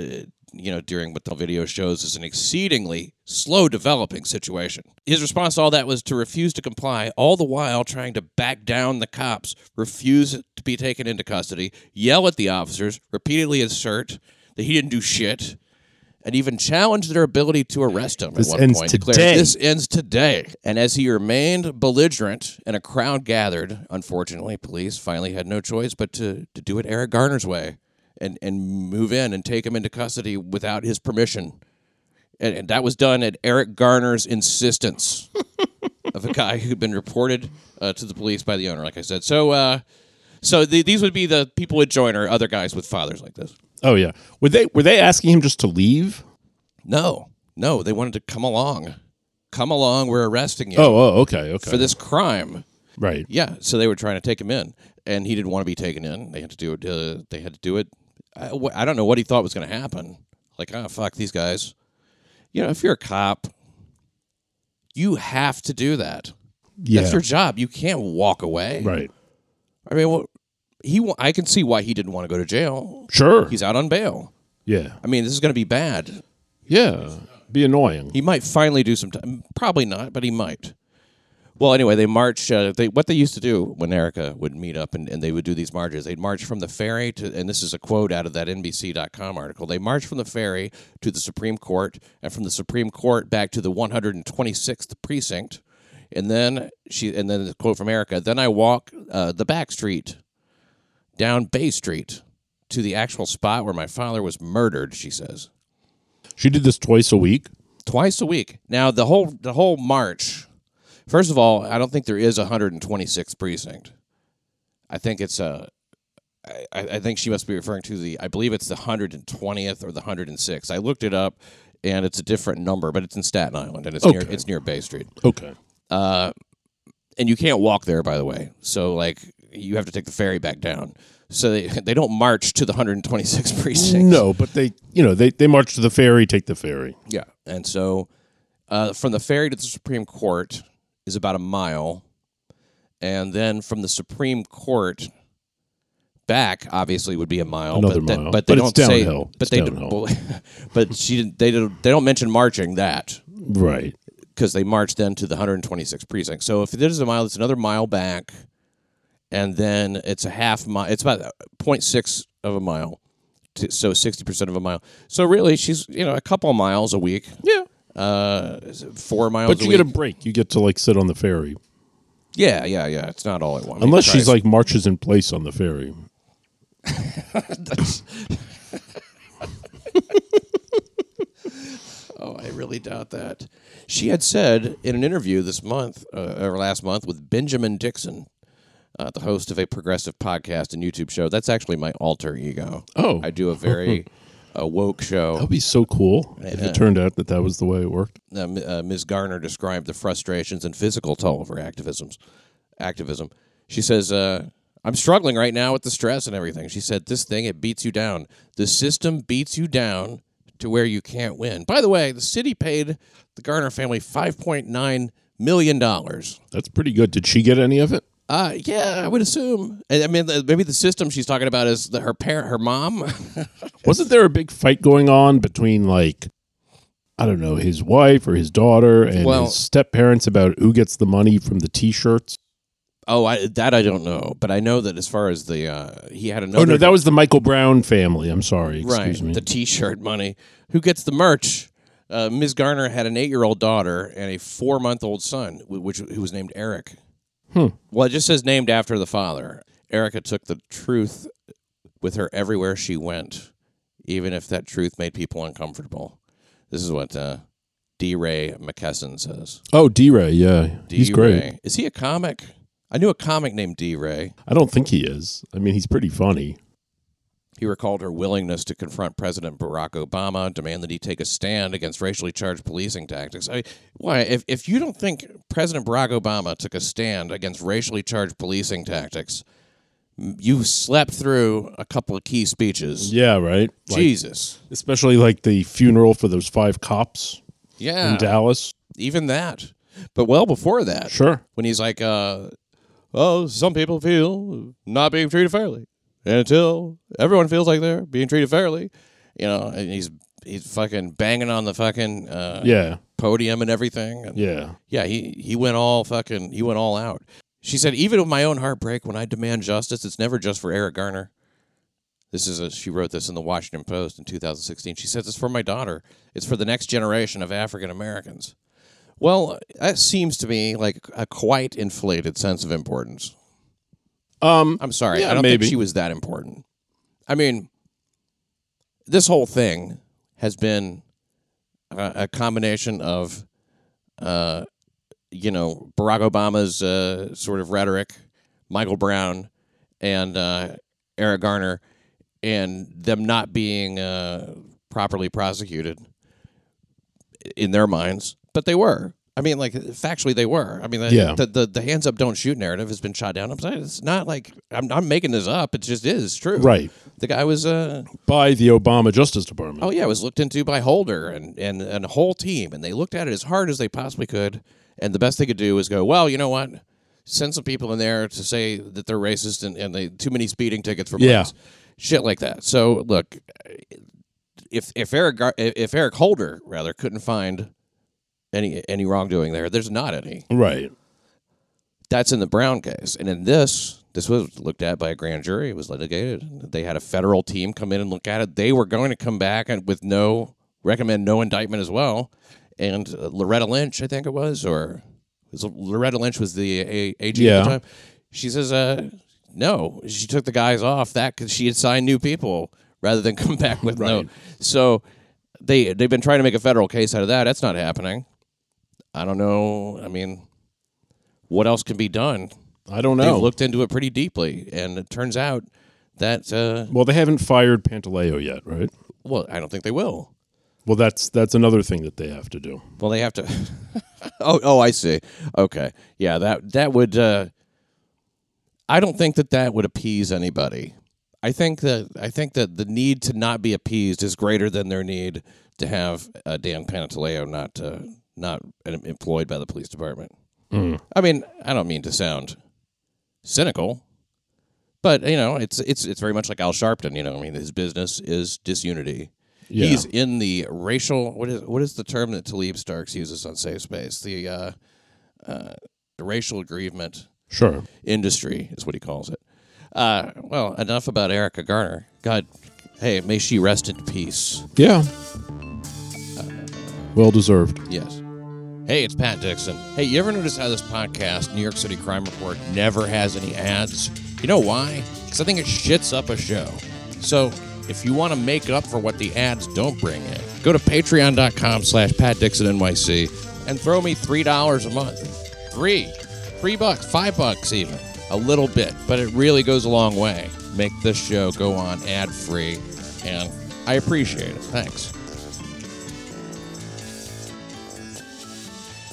C: you know, during what the video shows is an exceedingly slow developing situation. His response to all that was to refuse to comply, all the while trying to back down the cops, refuse to be taken into custody, yell at the officers, repeatedly assert that he didn't do shit, and even challenge their ability to arrest him
A: This
C: at one
A: ends
C: point.
A: today.
C: Declaring, this ends today. And as he remained belligerent and a crowd gathered, unfortunately, police finally had no choice but to, to do it Eric Garner's way and, and move in and take him into custody without his permission. And, and that was done at Eric Garner's insistence of a guy who'd been reported uh, to the police by the owner, like I said. So, uh, so the, these would be the people would join or other guys with fathers like this.
A: Oh, yeah. Were they were they asking him just to leave?
C: No, no, they wanted to come along. Come along, we're arresting you
A: Oh, oh, okay, okay.
C: for this crime.
A: right.
C: Yeah, so they were trying to take him in, and he didn't want to be taken in. They had to do it. Uh, they had to do it. I, wh- I don't know what he thought was going to happen. Like, oh fuck these guys. You know, if you're a cop, you have to do that.
A: Yeah.
C: That's your job. You can't walk away.
A: right.
C: I mean, well, he. wa- I can see why he didn't want to go to jail.
A: Sure.
C: He's out on bail.
A: yeah.
C: I mean, this is going to be bad.
A: Yeah. Be annoying.
C: He might finally do some time. Probably not, but he might. Well, anyway, they march. Uh, they what they used to do when Erica would meet up and, and they would do these marches. They'd march from the ferry to, and this is a quote out of that NBC.com article. They marched from the ferry to the Supreme Court and from the Supreme Court back to the 126th precinct, and then she and then the quote from Erica. Then I walk uh, the back street down Bay Street to the actual spot where my father was murdered. She says
A: She did this twice a week.
C: twice a week. Now the whole the whole march. First of all, I don't think there is a 126th precinct. I think it's a. I, I I think she must be referring to the. I believe it's the 120th or the 106th. I looked it up, and it's a different number, but it's in Staten Island and it's near
A: Okay.
C: it's near Bay Street.
A: Okay.
C: Uh, and you can't walk there, by the way. So like you have to take the ferry back down. So they, they don't march to the 126th precinct.
A: No, but they, you know, they, they march to the ferry, take the ferry.
C: Yeah. And so uh, from the ferry to the Supreme Court is about a mile. And then from the Supreme Court back, obviously, would be a mile.
A: Another
C: but that-
A: mile.
C: but they
A: But
C: don't
A: it's downhill.
C: say. But
A: It's
C: they.
A: downhill.
C: but she didn't. They don't. They don't mention marching that
A: Right.
C: because they marched then to the 126th precinct. So if it is a mile, it's another mile back, and then it's a half mile. It's about 0.6 of a mile, to, so 60% of a mile. So really, she's you know a couple miles a week,
A: Yeah.
C: uh, is it four miles.
A: But you get a break. You get to like sit on the ferry.
C: yeah, yeah, yeah. It's not all at once.
A: Unless she's like marches in place on the ferry.
C: oh, I really doubt that. She had said in an interview this month uh, or last month with Benjamin Dixon. Uh, the host of a progressive podcast and YouTube show. That's actually my alter ego.
A: Oh.
C: I do a very uh, woke show.
A: That would be so cool if it turned out that that was the way it worked.
C: uh, M- uh, Ms. Garner described the frustrations and physical toll of her activisms, activism. She says, uh, "I'm struggling right now with the stress and everything." She said, "This thing it beats you down. The system beats you down to where you can't win." By the way, the city paid the Garner family 5.9 million dollars.
A: That's pretty good. Did she get any of it?
C: Uh, yeah, I would assume. And, I mean, the- maybe the system she's talking about is the, her parent, her mom.
A: Wasn't there a big fight going on between like I don't know, his wife or his daughter and
C: Well-
A: his step parents about who gets the money from the t shirts?
C: oh, I, that I don't know, but I know that as far as the uh, he had another.
A: Oh no, that was the Michael Brown family. I'm sorry. Excuse
C: right,
A: me.
C: the T-shirt money. Who gets the merch? Uh, Ms. Garner had an eight-year-old daughter and a four-month-old son, wh- which who was named Eric.
A: Hmm.
C: Well, it just says named after the father. Erica took the truth with her everywhere she went, even if that truth made people uncomfortable. This is what uh, D. Ray McKesson says.
A: oh, D Ray, yeah.
C: D.
A: He's great.
C: Ray. Is he a comic? I knew a comic named D. Ray.
A: I don't think he is. I mean he's pretty funny.
C: He recalled her willingness to confront President Barack Obama, demand that he take a stand against racially charged policing tactics. I, why, if, if you don't think President Barack Obama took a stand against racially charged policing tactics, m- you slept through a couple of key speeches.
A: Yeah, right. Like,
C: Jesus.
A: especially like the funeral for those five cops
C: Yeah.
A: in Dallas.
C: even that. But well before that.
A: Sure.
C: when he's like, uh, "Oh, some people feel not being treated fairly, and until everyone feels like they're being treated fairly, you know," and he's he's fucking banging on the fucking uh,
A: Yeah.
C: podium and everything. And
A: Yeah.
C: yeah, he he went all fucking he went all out. She said, "Even with my own heartbreak, when I demand justice, it's never just for Eric Garner." This is a, she wrote this in the Washington Post in 2016. She says, "It's for my daughter. It's for the next generation of African Americans." Well, that seems to me like a quite inflated sense of importance.
A: Um
C: I'm sorry,
A: Yeah,
C: I don't
A: maybe.
C: think she was that important. I mean, this whole thing has been a, a combination of, uh, you know, Barack Obama's uh, sort of rhetoric, Michael Brown, and uh, Eric Garner, and them not being uh, properly prosecuted in their minds, but they were. I mean, like factually, they were. I mean, the,
A: Yeah.
C: the, the the hands up, don't shoot narrative has been shot down. I'm saying it's not like I'm, I'm making this up. It just is it's true.
A: Right.
C: The guy was uh,
A: by the Obama Justice Department.
C: Oh yeah, it was looked into by Holder and and and a whole team, and they looked at it as hard as they possibly could, and the best they could do was go, well, you know what, send some people in there to say that they're racist and, and they too many speeding tickets for
A: Yeah.
C: blacks. shit like that. So look, if if Eric Gar- if Eric Holder rather couldn't find any any wrongdoing there, there's not any.
A: Right.
C: That's in the Brown case. And in this, this was looked at by a grand jury. It was litigated. They had a federal team come in and look at it. They were going to come back and with no recommend no indictment as well. And uh, Loretta Lynch, I think it was, or was it- Loretta Lynch was the a- AG
A: Yeah.
C: at the time. She says, uh, no, she took the guys off that because she had signed new people rather than come back with no. So they they've been trying to make a federal case out of that. That's not happening. I don't know. I mean, what else can be done?
A: I don't know.
C: They've looked into it pretty deeply, and it turns out that uh,
A: well, they haven't fired Pantaleo yet, right?
C: well, I don't think they will.
A: Well, that's that's another thing that they have to do.
C: Well, they have to. oh, oh, I see. Okay, yeah that that would. Uh, I don't think that that would appease anybody I think that I think that the need to not be appeased is greater than their need to have uh, Dan Panatalejo not uh, not em- employed by the police department. I mean, I don't mean to sound cynical, but you know, it's it's it's very much like Al Sharpton. You know, I mean, his business is disunity.
A: Yeah.
C: He's in the racial. What is what is the term that Talib Starks uses on Safe Space? The uh, uh, the racial aggrievement
A: Sure.
C: industry is what he calls it. Uh, well, enough about Erica Garner. God, hey, may she rest in peace.
A: Yeah. Well deserved.
C: Yes.
B: Hey, it's Pat Dixon. Hey, you ever notice how this podcast, New York City Crime Report, never has any ads? You know why? Because I think it shits up a show. So if you want to make up for what the ads don't bring in, go to patreon.com slash Pat Dixon NYC and throw me $3 a month. Three. Three bucks, five bucks even. A little bit, but it really goes a long way. Make this show go on ad free, and I appreciate it. Thanks.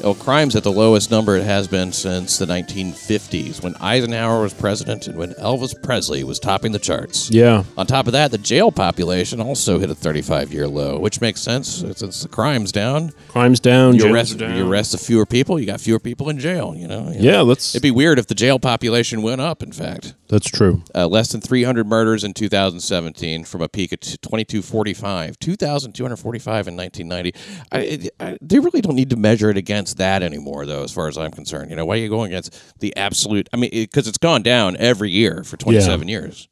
C: Oh, crime's at the lowest number it has been since the 1950s, when Eisenhower was president and when Elvis Presley was topping the charts.
A: Yeah.
C: On top of that, the jail population also hit a 35-year low, which makes sense since the crime's down.
A: Crimes down.
C: You
A: jails
C: arrest,
A: are down.
C: you arrest the fewer people, you got fewer people in jail. You know.
A: Yeah, let's.
C: It'd be weird if the jail population went up. In fact.
A: that's true.
C: uh, less than 300 murders in 2017 from a peak of t- 2245 2245 in 1990 I, it- I, they really don't need to measure it against that anymore though as far as i'm concerned you know why are you going against the absolute i mean because it, has gone down every year for 27 years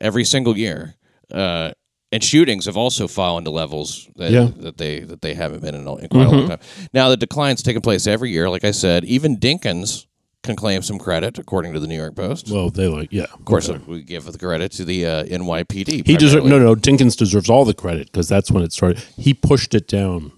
C: every single year uh, and shootings have also fallen to levels that,
A: Yeah.
C: that they that they haven't been in, a- in quite a long time. Now the decline's taking place every year. Like I said, even Dinkins can claim some credit, according to the New York Post.
A: Well, they like. Yeah.
C: Of course, we give the credit to the uh, NYPD.
A: He deserves.
C: primarily.
A: No, no. Dinkins deserves all the credit because that's when it started. He pushed it down.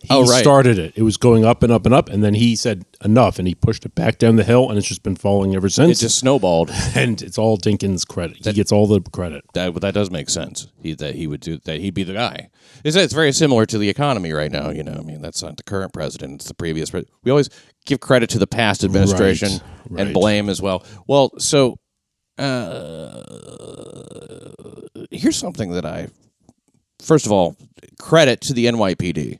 A: He
C: Oh, right.
A: started it. It was going up and up and up, and then he said enough, and he pushed it back down the hill, and it's just been falling ever
C: It
A: since.
C: just snowballed.
A: and it's all Dinkins' credit. he gets all the credit.
C: That but that does make sense. He, that he would do that. He'd be the guy. It's, it's very similar to the economy right now. You know, I mean, that's not the current president. It's the previous. Pre- we always give credit to the past administration
A: Right,
C: and
A: right.
C: blame as well. Well, so uh, here's something that I first of all credit to the NYPD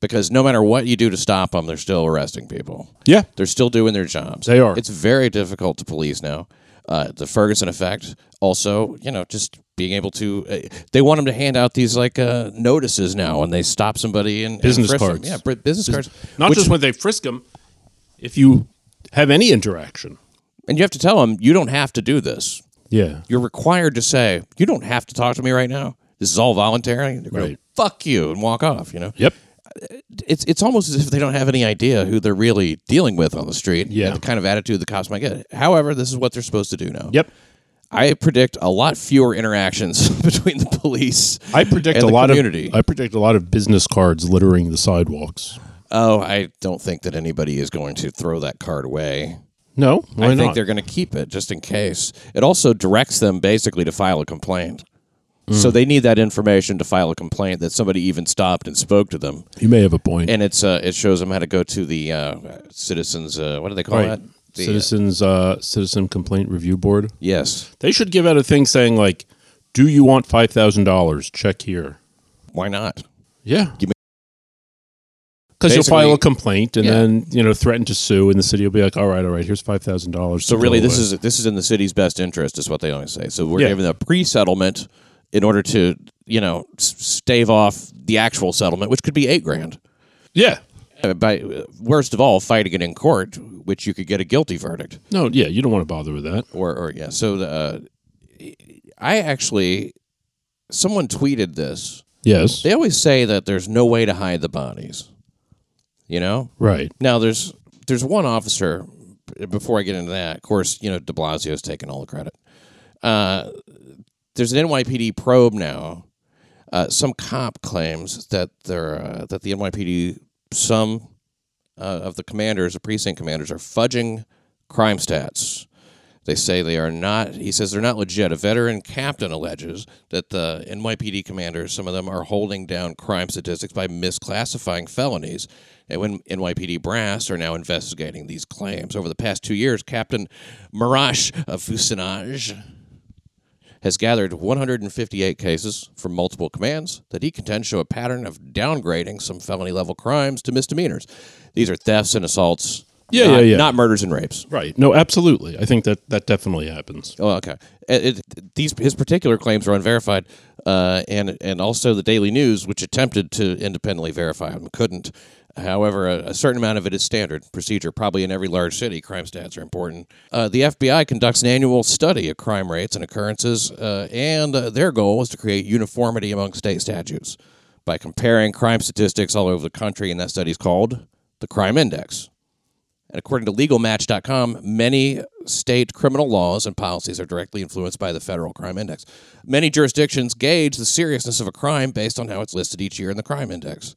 C: because no matter what you do to stop them, they're still arresting people.
A: Yeah.
C: They're still doing their jobs.
A: They are.
C: It's very difficult to police now. Uh, the Ferguson effect. Also, you know, just being able to, uh, they want them to hand out these like uh, notices now, and they stop somebody and and
A: Business
C: frisk 'em.
A: cards.
C: Yeah, br- business cards.
A: Not
C: Which-
A: just when they frisk him. If you have any interaction.
C: and you have to tell them you don't have to do this.
A: Yeah.
C: You're required to say you don't have to talk to me right now. This is all voluntary. They're gonna
A: Right.
C: Fuck you and walk off. You know.
A: Yep.
C: it's it's almost as if they don't have any idea who they're really dealing with on the street. and
A: Yeah.
C: the kind of attitude the cops might get. However, this is what they're supposed to do now.
A: Yep.
C: I predict a lot fewer interactions between the police.
A: I predict
C: and
A: a
C: the
A: lot
C: community.
A: of I predict a lot of business cards littering the sidewalks.
C: oh, I don't think that anybody is going to throw that card away.
A: No, why
C: I think
A: not?
C: they're going to keep it just in case. It also directs them basically to file a complaint.
A: Hmm.
C: So they need that information to file a complaint that somebody even stopped and spoke to them.
A: you may have a point.
C: And it's uh, it shows them how to go to the uh, citizens. Uh, what do they call
A: Right.
C: that? The, uh,
A: Citizens uh, Citizen Complaint Review Board.
C: yes.
A: They should give out a thing saying like, "Do you want five thousand dollars? Check here."
C: Why not?
A: Yeah.
C: Give me-
A: because you'll file
C: Basically-
A: a complaint and
C: Yeah.
A: then you know threaten to sue, and the city will be like, "All right, all right, here's five thousand dollars."
C: So really, this is this is in the city's best interest, is what they always say. So we're
A: Yeah.
C: giving a pre-settlement in order to you know s- stave off the actual settlement, which could be eight grand.
A: yeah,
C: Uh, By uh, worst of all, fighting it in court, which you could get a guilty verdict,
A: no, yeah, you don't want to bother with that.
C: or or yeah. So the, uh, I actually, someone tweeted this.
A: Yes,
C: They always say that there's no way to hide the bodies. You know,
A: right.
C: Now there's there's one officer. Before I get into that, of course, you know De Blasio's taking all the credit. Uh, there's an NYPD probe now. Uh, some cop claims that there uh, that the NYPD some uh, of the commanders, the precinct commanders, are fudging crime stats. They say they are not. He says they're not legit. A veteran captain alleges that the NYPD commanders, some of them, are holding down crime statistics by misclassifying felonies. And when NYPD brass are now investigating these claims over the past two years, Captain Marash of Fusinage has gathered 158 cases from multiple commands that he contends show a pattern of downgrading some felony level crimes to misdemeanors. These are thefts and assaults.
A: Yeah,
C: not-
A: yeah, yeah.
C: Not murders and rapes.
A: Right. No, absolutely. I think that that definitely happens.
C: Oh, okay. It, it- these his particular claims are unverified, uh, and and also the Daily News, which attempted to independently verify them, couldn't. However, a, a certain amount of it is standard procedure. Probably in every large city, crime stats are important. Uh, the FBI conducts an annual study of crime rates and occurrences, uh, and uh, their goal is to create uniformity among state statutes by comparing crime statistics all over the country, and that study is called the Crime Index. And according to legalmatch.com, many state criminal laws and policies are directly influenced by the federal crime index. Many jurisdictions gauge the seriousness of a crime based on how it's listed each year in the crime index.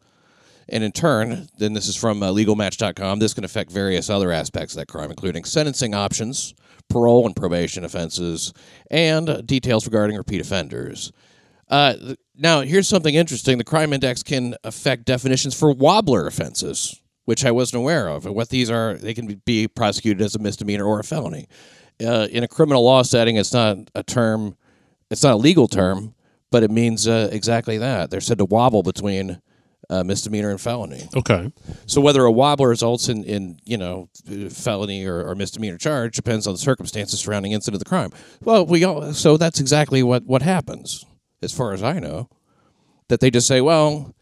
C: And in turn, then this is from uh, legalmatch.com, this can affect various other aspects of that crime, including sentencing options, parole and probation offenses, and uh, details regarding repeat offenders. Uh, th- now, here's something interesting the crime index can affect definitions for wobbler offenses, which I wasn't aware of. And what these are, they can be prosecuted as a misdemeanor or a felony. Uh, in a criminal law setting, it's not a term, it's not a legal term, but it means uh, exactly that. They're said to wobble between uh, misdemeanor and felony.
A: Okay.
C: So whether a wobbler results in, in you know felony or, or misdemeanor charge depends on the circumstances surrounding incident of the crime. Well, we all so that's exactly what what happens, as far as I know, that they just say, well,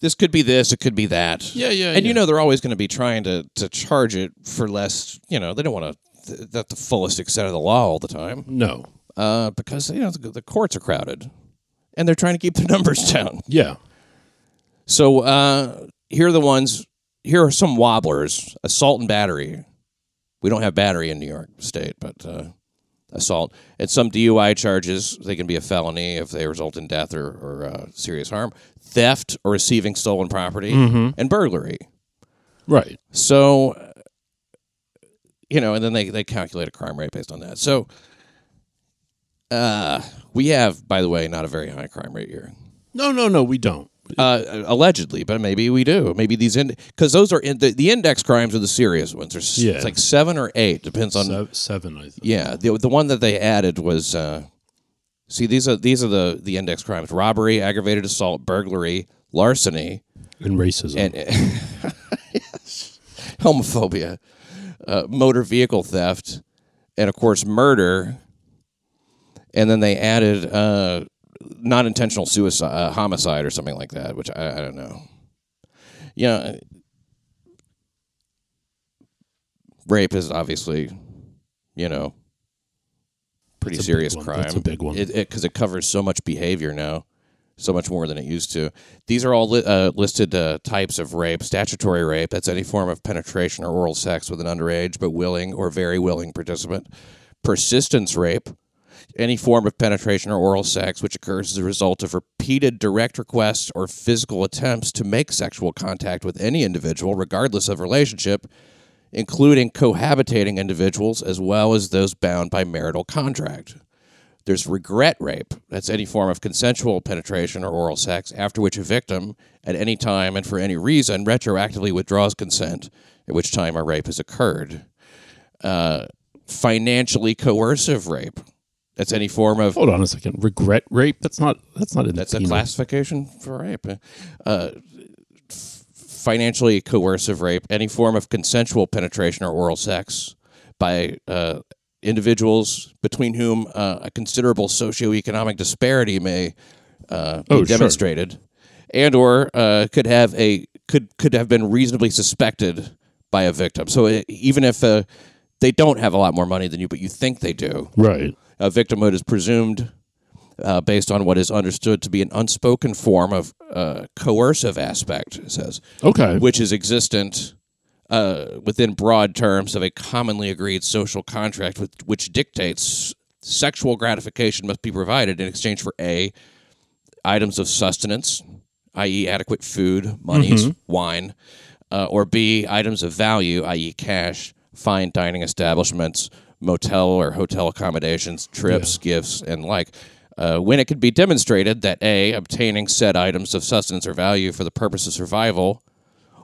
C: this could be this, it could be that.
A: Yeah, yeah,
C: And you
A: yeah.
C: know they're always going to be trying to to charge it for less. You know they don't want to th- that the fullest extent of the law all the time
A: No.
C: uh, because you know the, the courts are crowded, and they're trying to keep their numbers down.
A: Yeah.
C: So uh, here are the ones. Here are some wobblers: assault and battery. We don't have battery in New York State, but uh, assault and some DUI charges. They can be a felony if they result in death or, or uh, serious harm, theft or receiving stolen property, and burglary.
A: Right.
C: So, uh, you know, and then they, they calculate a crime rate based on that. So, uh, we have, by the way, not a very high crime rate here
A: No, no, no, we don't.
C: uh, allegedly, but maybe we do. Maybe these because those are in, the, the index crimes are the serious ones. There's
A: Yeah.
C: it's like seven or eight, depends on.
A: Se- seven, I think.
C: Yeah, the the one that they added was uh, see these are these are the the index crimes: robbery, aggravated assault, burglary, larceny,
A: And racism.
C: and homophobia, uh, motor vehicle theft, and of course murder. And then they added uh, non intentional suicide, uh, homicide, or something like that, which I, I don't know. Yeah, uh, rape is obviously, you know, pretty
A: That's a big
C: serious
A: one.
C: crime.
A: That's a big one.
C: It because it, covers so much behavior now, so much more than it used to. These are all li- uh, listed uh, types of rape. Statutory rape, that's any form of penetration or oral sex with an underage but willing or very willing participant. Persistence rape, any form of penetration or oral sex which occurs as a result of repeated direct requests or physical attempts to make sexual contact with any individual, regardless of relationship, including cohabitating individuals as well as those bound by marital contract. There's regret rape. That's any form of consensual penetration or oral sex after which a victim, at any time and for any reason, retroactively withdraws consent, at which time a rape has occurred. Uh, financially coercive rape. That's any form of
A: Hold on a second. Regret rape? That's not that's not in
C: that's
A: the
C: a
A: penal-
C: classification for rape. Uh, f- financially coercive rape, any form of consensual penetration or oral sex by uh, individuals between whom uh, a considerable socioeconomic disparity may uh, be
A: Oh, sure.
C: demonstrated, and or uh, could have a could could have been reasonably suspected by a victim. So uh, even if uh, they don't have a lot more money than you, but you think they do,
A: Right.
C: uh, victimhood is presumed uh, based on what is understood to be an unspoken form of uh, coercive aspect, it says,
A: Okay.
C: which is existent uh, within broad terms of a commonly agreed social contract, with, which dictates sexual gratification must be provided in exchange for A, items of sustenance, i.e., adequate food, monies, wine, uh, or B, items of value, i.e., cash, fine dining establishments, motel or hotel accommodations, trips, gifts, and like. Uh, when it could be demonstrated that A, obtaining said items of sustenance or value for the purpose of survival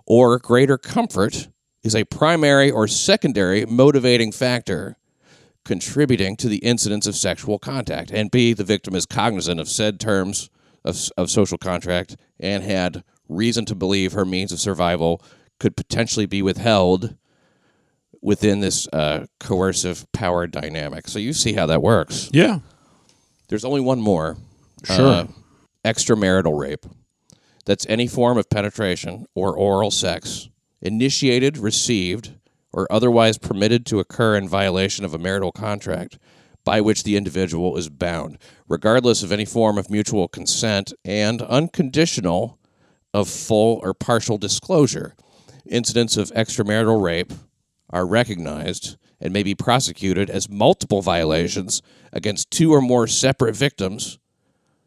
C: or greater comfort is a primary or secondary motivating factor contributing to the incidence of sexual contact, and B, the victim is cognizant of said terms of, of social contract and had reason to believe her means of survival could potentially be withheld within this uh, coercive power dynamic. So you see how that works.
A: Yeah.
C: There's only one more. uh,
A: Sure.
C: extramarital rape. That's any form of penetration or oral sex initiated, received, or otherwise permitted to occur in violation of a marital contract by which the individual is bound, regardless of any form of mutual consent and unconditional of full or partial disclosure. Incidents of extramarital rape are recognized and may be prosecuted as multiple violations against two or more separate victims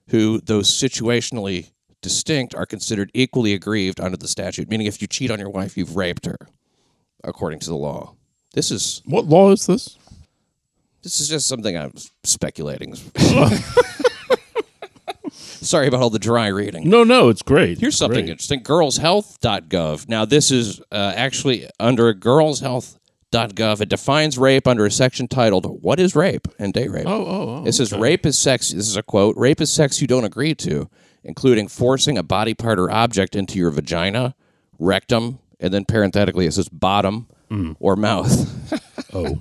C: who, though situationally distinct, are considered equally aggrieved under the statute, meaning if you cheat on your wife, you've raped her, according to the law. This is
A: What law is this?
C: this is just something I'm speculating. Sorry about all the dry reading.
A: No, no, it's great.
C: Here's
A: It's
C: something
A: great.
C: interesting girlshealth.gov. Now, this is uh, actually under girlshealth.gov. It defines rape under a section titled What is Rape and Date Rape.
A: Oh, oh, oh.
C: It says rape is sex. This is a quote. Rape is sex you don't agree to, including forcing a body part or object into your vagina, rectum, and then parenthetically it says bottom or mouth.
A: Mm. Oh.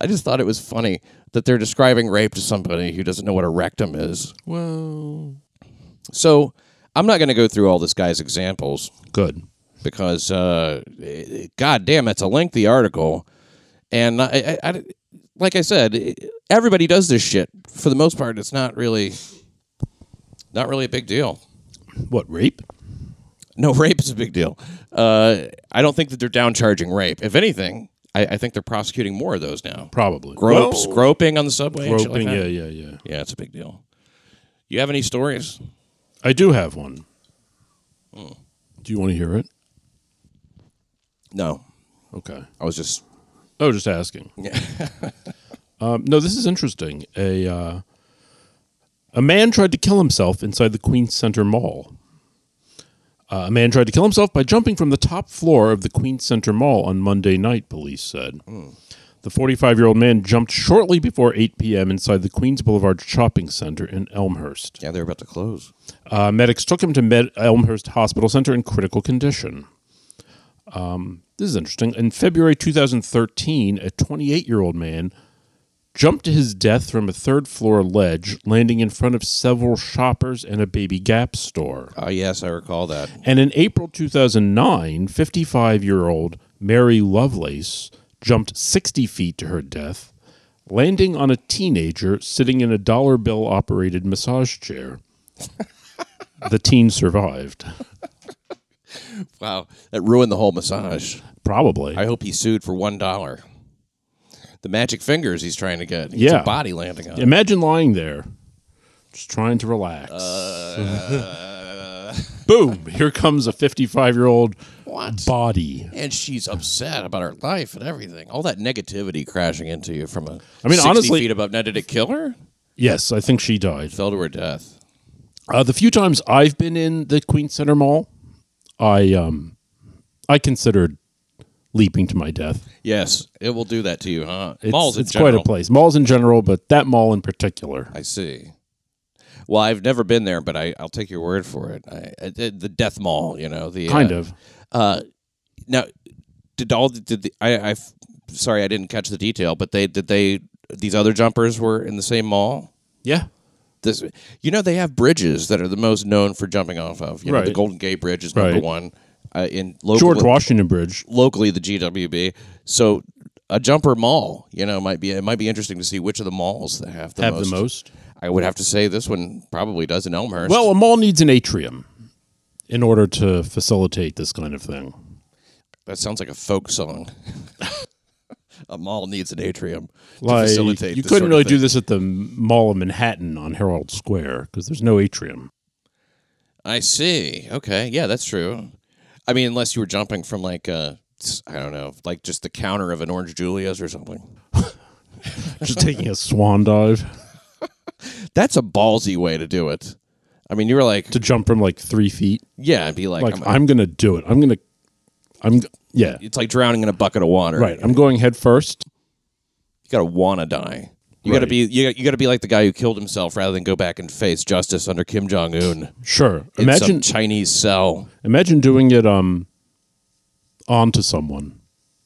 C: I just thought it was funny that they're describing rape to somebody who doesn't know what a rectum is.
A: Well,
C: So I'm not going to go through all this guy's examples
A: good.
C: because uh, it- god damn it's a lengthy article and I, I, I- like i said everybody does this shit for the most part it's not really not really a big deal
A: What rape?
C: no rape is a big deal uh, i don't think that they're downcharging rape if anything i, I think they're prosecuting more of those now
A: Probably.
C: gropes
A: Well,
C: groping on the subway and shit like
A: groping.
C: that.
A: yeah, yeah, yeah.
C: yeah it's a big deal you have any stories
A: I do have one.
C: Hmm.
A: Do you want to hear it?
C: no
A: Okay.
C: i was just
A: Oh, just asking.
C: Yeah.
A: um, no, this is interesting. A uh, a man tried to kill himself inside the Queen's Center Mall. Uh, a man tried to kill himself by jumping from the top floor of the Queen's Center Mall on Monday night. Police said. The 45 year old man jumped shortly before 8 p.m. inside the Queens Boulevard Shopping Center in Elmhurst.
C: yeah they're about to close
A: Uh, medics took him to Med- Elmhurst Hospital Center in critical condition. Um, this is interesting. In February 2013, a 28 year old man jumped to his death from a third floor ledge, landing in front of several shoppers and a Baby Gap store.
C: oh yes i recall that
A: And in April 2009, 55 year old Mary Lovelace jumped 60 feet to her death, landing on a teenager sitting in a dollar bill operated massage chair. the teen survived,
C: wow that ruined the whole massage
A: probably.
C: I hope he sued for one dollar. The magic fingers he's trying to get. He
A: Yeah.
C: gets a body landing on. it.
A: Imagine lying there, just trying to relax.
C: Uh.
A: Boom! Here comes a 55 year old
C: What?
A: body.
C: And she's upset about her life and everything. All that negativity crashing into you from a.
A: I mean,
C: 60
A: honestly-
C: feet above. Now, did it kill her?
A: Yes, I think she died.
C: Fell to her death.
A: Uh, the few times I've been in the Queen Center Mall, I um, I considered leaping to my death.
C: Yes, it will do that to you, huh?
A: It's,
C: Malls in
A: it's quite a
C: general.
A: place. Malls in general, but that mall in particular.
C: I see. Well, I've never been there, but I, I'll take your word for it. I, I, the Death Mall, you know, the
A: Kind
C: uh,
A: of.
C: Uh, now, did all the- did the, I? I f- sorry, I didn't catch the detail, but they did they these other jumpers were in the same mall.
A: Yeah.
C: This, you know, they have bridges that are the most known for jumping off of. You know, the
A: Right.
C: Golden Gate Bridge is number
A: Right.
C: one. Uh, in local,
A: George Washington Bridge.
C: locally the GWB. So a jumper mall, you know, might be it might be interesting to see which of the malls that have the
A: Have
C: most.
A: the most.
C: I would have to say this one probably does in Elmhurst.
A: Well, a mall needs an atrium in order to facilitate this kind of thing.
C: that sounds like a folk song. a mall needs an atrium to
A: Like
C: facilitate.
A: you
C: this
A: couldn't
C: sort
A: really
C: of thing.
A: do this at the Mall of Manhattan on Herald Square because there's no atrium.
C: I see. Okay. Yeah, that's true. I mean, unless you were jumping from like uh s- I don't know, like just the counter of an Orange Julius or something.
A: Just taking a swan dive
C: That's a ballsy way to do it. I mean, you were like,
A: to jump from like three feet.
C: yeah, and be like,
A: like
C: I'm-
A: I'm, gonna do it. I'm gonna, I'm yeah,
C: it's like drowning in a bucket of water.
A: right. I'm going head first.
C: You got to wanna die. You got to
A: Right.
C: be you, you got to be like the guy who killed himself rather than go back and face justice under Kim Jong Un.
A: Sure.
C: Imagine
A: Imagine
C: Chinese cell.
A: imagine doing it um onto someone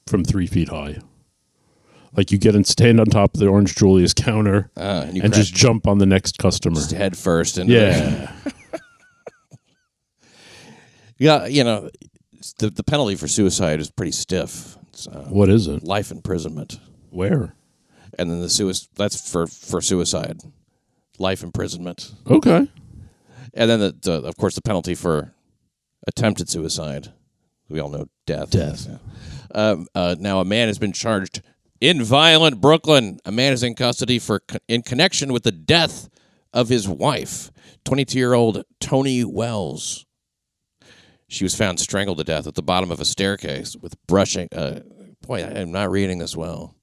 A: from three feet high. Like you get and stand on top of the Orange Julius counter
C: Uh, and you
A: and
C: crash
A: just jump on the next customer.
C: just head first and uh,
A: Yeah.
C: yeah you know the, the penalty for suicide is pretty stiff it's uh,
A: what is it?
C: life imprisonment
A: Where?
C: and then the suicide that's for for suicide life imprisonment
A: Okay.
C: and then the, the of course the penalty for attempted suicide we all know death death um, uh, now a man has been charged in violent Brooklyn a man is in custody for co- in connection with the death of his wife 22 year old Tony Wells she was found strangled to death at the bottom of a staircase with brushing uh, boy I am not reading this well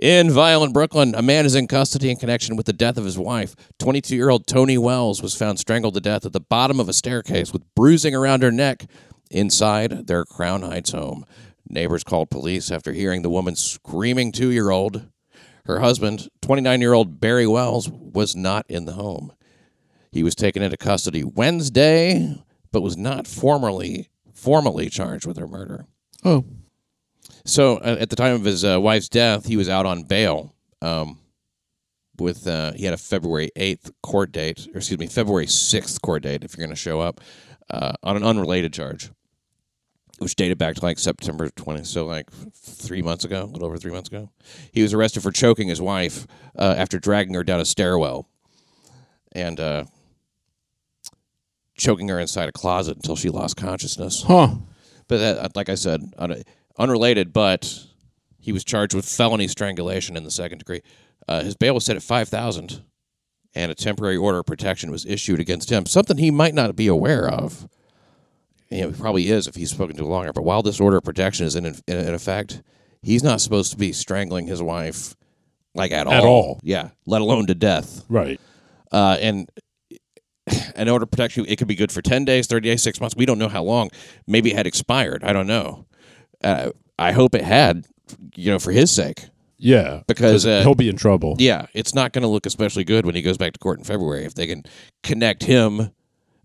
C: in violent Brooklyn, a man is in custody in connection with the death of his wife. 22 year old Tony Wells was found strangled to death at the bottom of a staircase with bruising around her neck inside their Crown Heights home. Neighbors called police after hearing the woman screaming two year old. Her husband, 29 year old Barry Wells, was not in the home. He was taken into custody Wednesday, but was not formally formally charged with her murder.
A: Oh.
C: So uh, at the time of his uh, wife's death, he was out on bail. Um, with uh, he had a February eighth court date, or excuse me, February sixth court date. If you're going to show up uh, on an unrelated charge, which dated back to like September 20th, so like three months ago, a little over three months ago, he was arrested for choking his wife uh, after dragging her down a stairwell and uh, choking her inside a closet until she lost consciousness.
A: Huh.
C: But that, uh, like I said, un- unrelated, but he was charged with felony strangulation in the second degree. Uh, his bail was set at 5000 and a temporary order of protection was issued against him, something he might not be aware of. You know, he probably is if he's spoken to a lawyer. But while this order of protection is in, in, in effect, he's not supposed to be strangling his wife, like at all.
A: At all.
C: Yeah, let alone to death
A: Right.
C: uh, and an order of protection it could be good for 10 days 30 days 6 months we don't know how long maybe it had expired i don't know uh, i hope it had you know for his sake
A: Yeah.
C: because uh,
A: He'll be in trouble.
C: yeah it's not going to look especially good when he goes back to court in february if they can connect him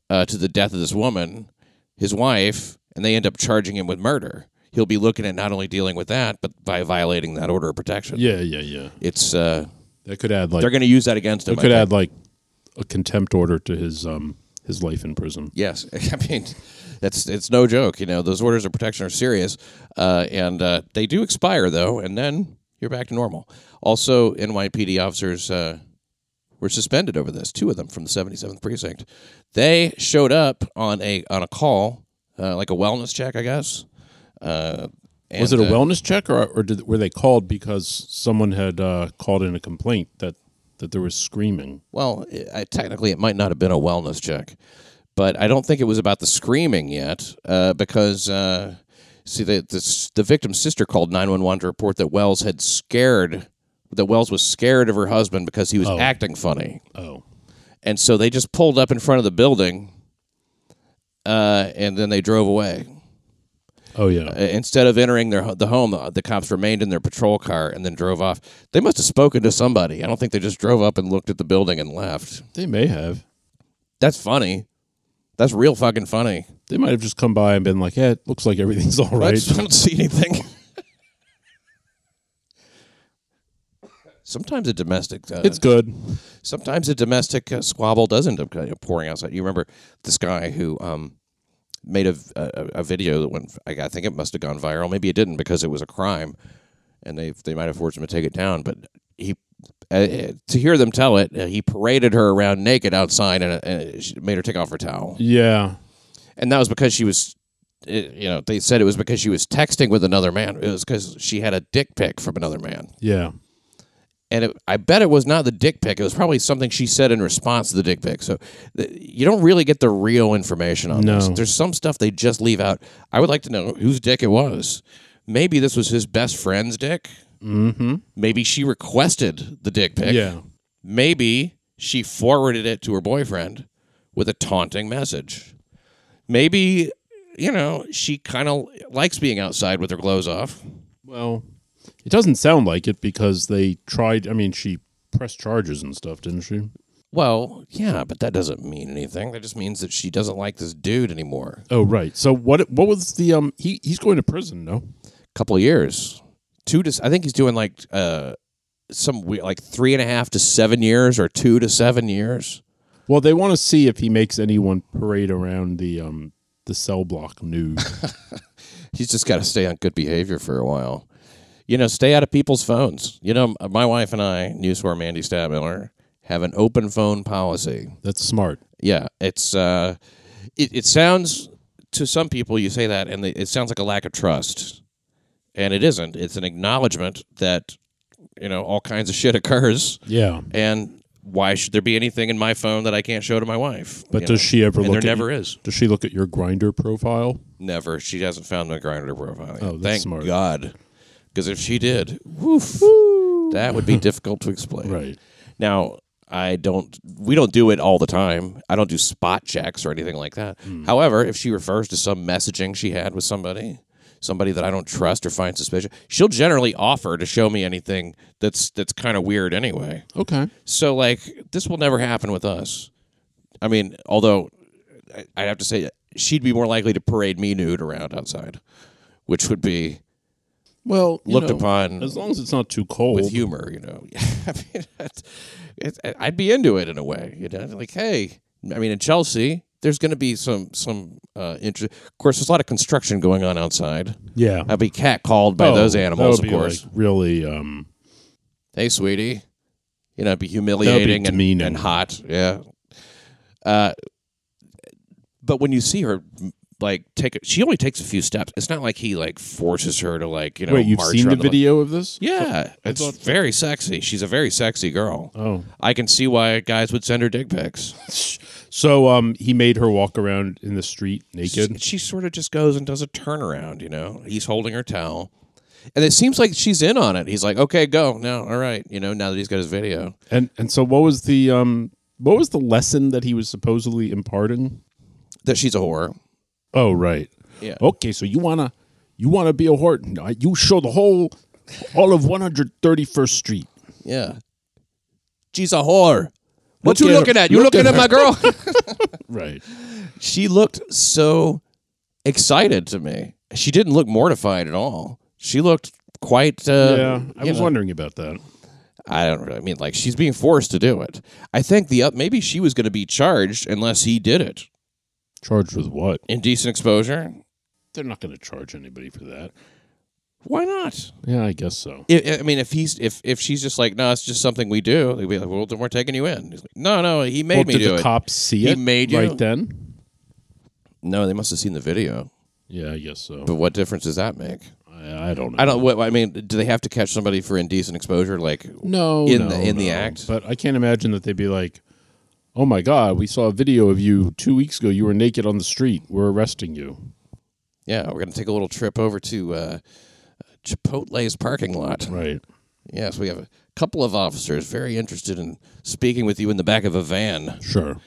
C: uh, to the death of this woman his wife and they end up charging him with murder he'll be looking at not only dealing with that but by violating that order of protection
A: Yeah, yeah, yeah.
C: it's uh,
A: That could add like
C: they're going to use that against him
A: that
C: I
A: could
C: think.
A: add like a contempt order to his um his life in prison.
C: Yes, I mean that's it's no joke. You know those orders of protection are serious, uh, and uh, they do expire though, and then you're back to normal. Also, NYPD officers uh, were suspended over this. Two of them from the 77th precinct. They showed up on a on a call, uh, like a wellness check, I guess. Uh, and,
A: was it a
C: uh,
A: wellness check, or or did, were they called because someone had uh, called in a complaint that that there was screaming?
C: Well, I, technically, it might not have been a wellness check, but I don't think it was about the screaming yet, uh, because uh, see, the, the s- the victim's sister called nine one one to report that Wells had scared that Wells was scared of her husband because he was acting funny,
A: Oh,
C: and so they just pulled up in front of the building, uh, and then they drove away.
A: oh yeah,
C: Uh, Instead of entering their ho- the home, uh, the cops remained in their patrol car and then drove off. They must have spoken to somebody. I don't think they just drove up and looked at the building and left.
A: they may have.
C: That's funny. That's real fucking funny.
A: They might have just come by and been like, "Yeah, it looks like everything's all
C: I
A: right."
C: just don't see anything. sometimes a domestic, uh,
A: it's good.
C: sometimes a domestic uh, squabble does end up kind of pouring outside. You remember this guy who um, made a, a a video that went. I I think it must have gone viral. Maybe it didn't because it was a crime, and they they might have forced him to take it down. But he. Uh, to hear them tell it, uh, he paraded her around naked outside and, uh, and she made her take off her towel.
A: Yeah,
C: and that was because she was it, you know they said it was because she was texting with another man it was because she had a dick pic from another man
A: yeah.
C: and it, i bet it was not the dick pic it was probably something she said in response to the dick pic so th- you don't really get the real information on this
A: No.
C: there's some stuff they just leave out i would like to know whose dick it was maybe this was his best friend's dick
A: Mm-hmm.
C: maybe she requested the dick pic
A: Yeah,
C: Maybe she forwarded it to her boyfriend with a taunting message. Maybe, you know, she kind of likes being outside with her clothes off.
A: well, It doesn't sound like it because they tried. I mean, she pressed charges and stuff, didn't she?
C: Well, yeah, but that doesn't mean anything. That just means that she doesn't like this dude anymore.
A: Oh, right. So what? What was the um? He he's going to prison. No.
C: couple of years. Two to I think he's doing like uh some we- like three and a half to seven years or two to seven years.
A: Well, they want to see if he makes anyone parade around the um the cell block nude.
C: He's just got to stay on good behavior for a while. You know, stay out of people's phones. You know, m- my wife and I, newswhore Mandy Stabmiller, have an open phone policy.
A: That's smart.
C: Yeah, it's uh, it, it sounds to some people you say that and they, it sounds like a lack of trust, and it isn't. It's an acknowledgement that you know all kinds of shit occurs.
A: Yeah.
C: and why should there be anything in my phone that I can't show to my wife?
A: But
C: You
A: does
C: know?
A: she ever
C: And
A: look?
C: there
A: at
C: never
A: y-
C: is.
A: Does she look at your grinder profile?
C: Never. She hasn't found the grinder profile. Yet.
A: Oh, that's
C: Thank
A: smart.
C: God. Because if she did, woof, that would be difficult to explain.
A: Right.
C: Now, I don't. We don't do it all the time. I don't do spot checks or anything like that.
A: Hmm.
C: However, if she refers to some messaging she had with somebody, somebody that I don't trust or find suspicious, she'll generally offer to show me anything that's that's kind of weird anyway.
A: Okay.
C: So like this will never happen with us. I mean, although I- I'd have to say she'd be more likely to parade me nude around outside, which would be
A: Well, you
C: looked
A: know,
C: upon
A: as long as it's not too cold.
C: with humor. You know, I mean, that's- it's, I'd be into it in a way. You know, like hey, I mean, in Chelsea, there's going to be some some uh, interest. Of course, there's a lot of construction going on outside.
A: yeah.
C: I'd be catcalled by
A: Oh,
C: those
A: that would
C: animals, of
A: be, like,
C: course.
A: really. Um.
C: hey sweetie you know it'd be humiliating and,
A: demeaning.
C: and hot yeah uh, but when you see her like take it she only takes a few steps it's not like he like forces her to like you know
A: Wait, you've
C: march
A: seen the
C: around
A: video of this?
C: yeah it's
A: thought-
C: very sexy she's a very sexy girl
A: Oh.
C: i can see why guys would send her dick pics
A: So um, he made her walk around in the street naked.
C: she sort of just goes and does a turnaround you know he's holding her towel and it seems like she's in on it he's like okay go now all right you know now that he's got his video
A: And and so what was the um what was the lesson that he was supposedly imparting?
C: that she's a whore
A: Oh right.
C: Yeah.
A: Okay, so you wanna you wanna be a whore? No, You show the whole all of 131st Street.
C: Yeah. She's a whore. What
A: Look
C: you
A: at her.
C: looking at? You
A: Look
C: looking
A: at
C: at, my girl?
A: Right.
C: she looked so excited to me. She didn't look mortified at all. She looked quite. Uh,
A: yeah, I
C: you
A: was
C: know,
A: wondering about that.
C: I don't really I mean like she's being forced to do it. I think the up maybe she was going to be charged unless he did it.
A: Charged with what?
C: Indecent exposure.
A: They're not going to charge anybody for that.
C: Why not?
A: Yeah, I guess so.
C: I, I mean, if he's if if she's just like, no, it's just something we do. They'd be like, well, then we're taking you in. He's like, no, no, he made
A: Well,
C: me
A: did
C: do
A: the
C: it.
A: cops see
C: He
A: it
C: made you?
A: right then?
C: no, they must have seen the video.
A: Yeah, I guess so.
C: But what difference does that make?
A: I, I don't know.
C: I don't. What, I mean, do they have to catch somebody for indecent exposure? Like,
A: No,
C: in
A: no,
C: the- in the
A: no.
C: act?
A: But I can't imagine that they'd be like, "Oh my God, we saw a video of you two weeks ago. You were naked on the street. We're arresting you."
C: yeah, we're gonna take a little trip over to uh, Chipotle's parking lot.
A: Right.
C: Yes, we have a couple of officers very interested in speaking with you in the back of a van,
A: Sure.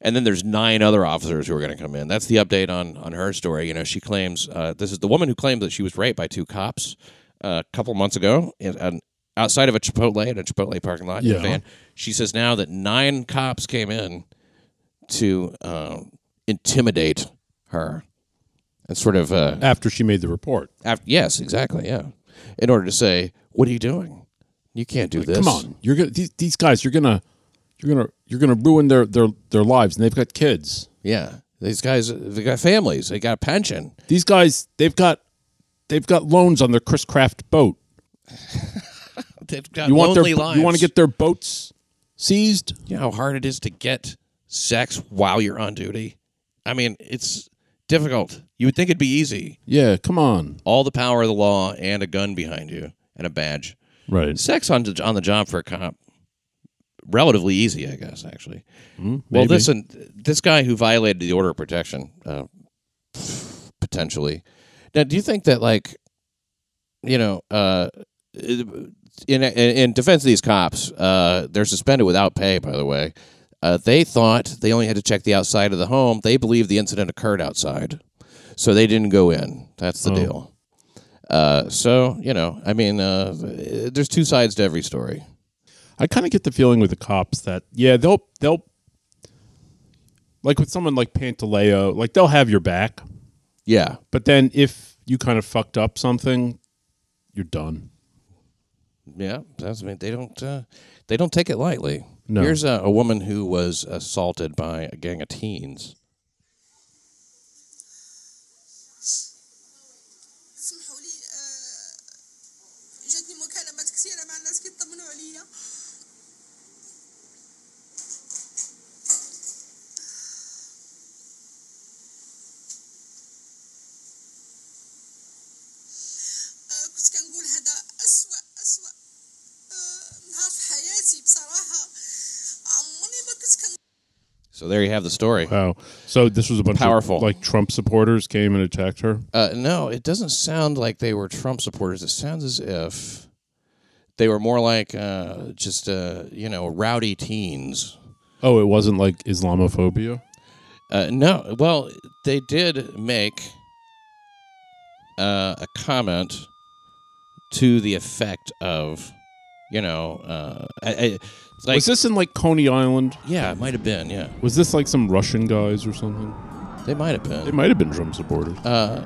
C: and then there's nine other officers who are gonna come in. That's the update on on her story. You know, she claims uh, this is the woman who claimed that she was raped by two cops uh, a couple months ago in, an outside of a Chipotle in a Chipotle parking lot. in a
A: Yeah.
C: van. She says now that nine cops came in to uh, intimidate her and sort of uh,
A: After she made the report,
C: af yes, exactly, yeah, in order to say, "What are you doing? You can't do this."
A: come on, you're gonna these, these guys. You're gonna you're gonna you're gonna ruin their their their lives, and they've got kids.
C: yeah, these guys, they got families, they got a pension.
A: These guys, they've got they've got loans on their Chris Craft boat.
C: They've got
A: You want
C: lonely
A: their
C: lives.
A: you want to get their boats seized?
C: you know how hard it is to get sex while you're on duty. I mean, it's difficult. You would think it'd be easy.
A: Yeah, come on.
C: All the power of the law and a gun behind you and a badge.
A: Right.
C: Sex on the, on the job for a cop, relatively easy, I guess. Actually, well,
A: maybe.
C: listen, this guy who violated the order of protection, uh, potentially. Now, do you think that, like, you know, uh, in, in in defense of these cops, uh, they're suspended without pay. By the way, uh, they thought they only had to check the outside of the home. They believed the incident occurred outside, so they didn't go in. That's the deal. Uh, so you know, I mean, uh, there's two sides to every story.
A: I kind of get the feeling with the cops that yeah, they'll they'll like with someone like Pantaleo, like they'll have your back,
C: Yeah,
A: but then if you kind of fucked up something, you're done.
C: Yeah, that's I mean they don't uh, they don't take it lightly.
A: No.
C: Here's a, a woman who was assaulted by a gang of teens.
D: سمحوا لي آه، جاتني مكالمات كثيرة مع الناس كيطمنوا عليا آه، كنت كنقول هذا أسوأ أسوأ آه، نهار في حياتي بصراحة عمرني ما كنت كنقول
C: So there you have the story.
A: Wow. So this was a bunch
C: Powerful.
A: of like Trump supporters came and attacked her.
C: Uh, no, it doesn't sound like they were Trump supporters. It sounds as if they were more like uh, just uh, you know rowdy teens.
A: Oh, it wasn't like Islamophobia.
C: Uh, no, well they did make uh, a comment to the effect of you know uh, I, I, like
A: was this in like Coney Island?
C: yeah it might have been yeah.
A: Was this like some Russian guys or something?
C: They might have
A: They
C: been.
A: might have been Trump supporters.
C: Uh,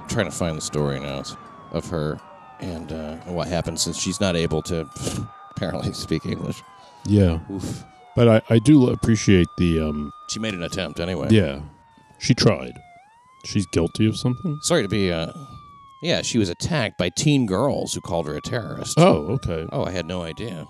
C: I'm trying to find the story now of her and uh, what happened since she's not able to apparently speak English.
A: yeah,
C: Oof.
A: but I I do appreciate the um
C: She made an attempt anyway.
A: yeah, she tried. She's guilty of something.
C: Sorry to be. Uh, yeah, she was attacked by teen girls who called her a terrorist.
A: Oh, okay.
C: Oh, I had no idea.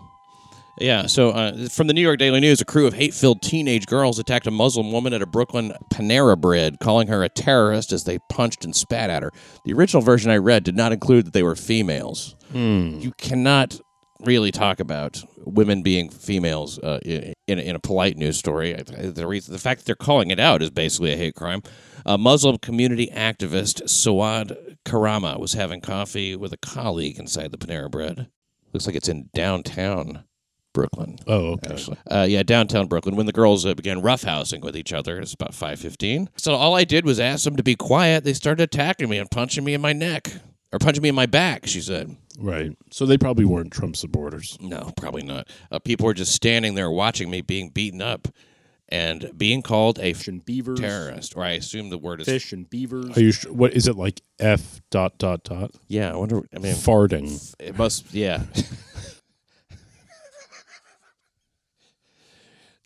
C: Yeah, so uh, from the New York Daily News, a crew of hate filled teenage girls attacked a Muslim woman at a Brooklyn Panera Bread, calling her a terrorist as they punched and spat at her. The original version I read did not include that they were females. You cannot really talk about women being females uh, i- in, in a polite news story. I- I- The, reason, the fact that they're calling it out is basically a hate crime. A Muslim community activist, Sawad Karama, was having coffee with a colleague inside the Panera Bread. Looks like it's in downtown Brooklyn.
A: Oh, okay.
C: Actually, uh, yeah, downtown Brooklyn. When the girls uh, began roughhousing with each other, it's about five fifteen. So all I did was ask them to be quiet. They started attacking me and punching me in my neck or punching me in my back. She said,
A: Right. So they probably weren't Trump supporters.
C: "No, probably not." Uh, people were just standing there watching me being beaten up and being called a f-
A: And beavers,
C: terrorist. Or I assume the word is
A: fish, and beavers. Are you sure? What is it like? F dot dot dot.
C: Yeah, I wonder. I mean,
A: Farting.
C: It must, yeah.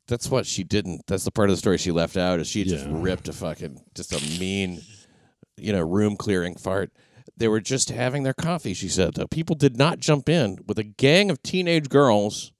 C: That's what she didn't. That's the part of the story she left out. Is she just
A: Yeah.
C: ripped a fucking just a mean, you know, room clearing fart. They were just having their coffee. She said though, people did not jump in with a gang of teenage girls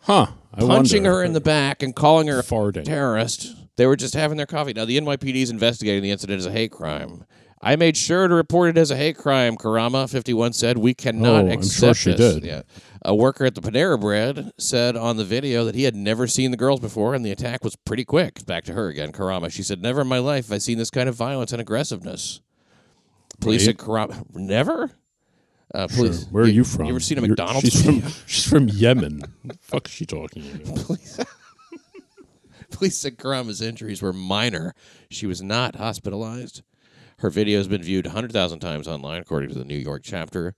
A: Huh. I
C: punching
A: wonder.
C: her in the back and calling her a
A: Farting.
C: terrorist. They were just having their coffee. Now the NYPD is investigating the incident as a hate crime. I made sure to report it as a hate crime. Karama fifty one said we cannot
A: Oh, I'm
C: accept
A: sure she
C: this."
A: did.
C: Yeah. A worker at the Panera Bread said on the video that he had never seen the girls before, and the attack was pretty quick. Back to her again, Karama. She said, "Never in my life have I seen this kind of violence and aggressiveness." Police
A: Right.
C: at Karama, never. Uh,
A: Sure.
C: police,
A: Where are you from?
C: You ever seen a
A: You're-
C: McDonald's?
A: She's from. She's from Yemen. the fuck is she talking about?
C: Police said Karama's injuries were minor. She was not hospitalized. Her video has been viewed 100,000 times online, according to the New York chapter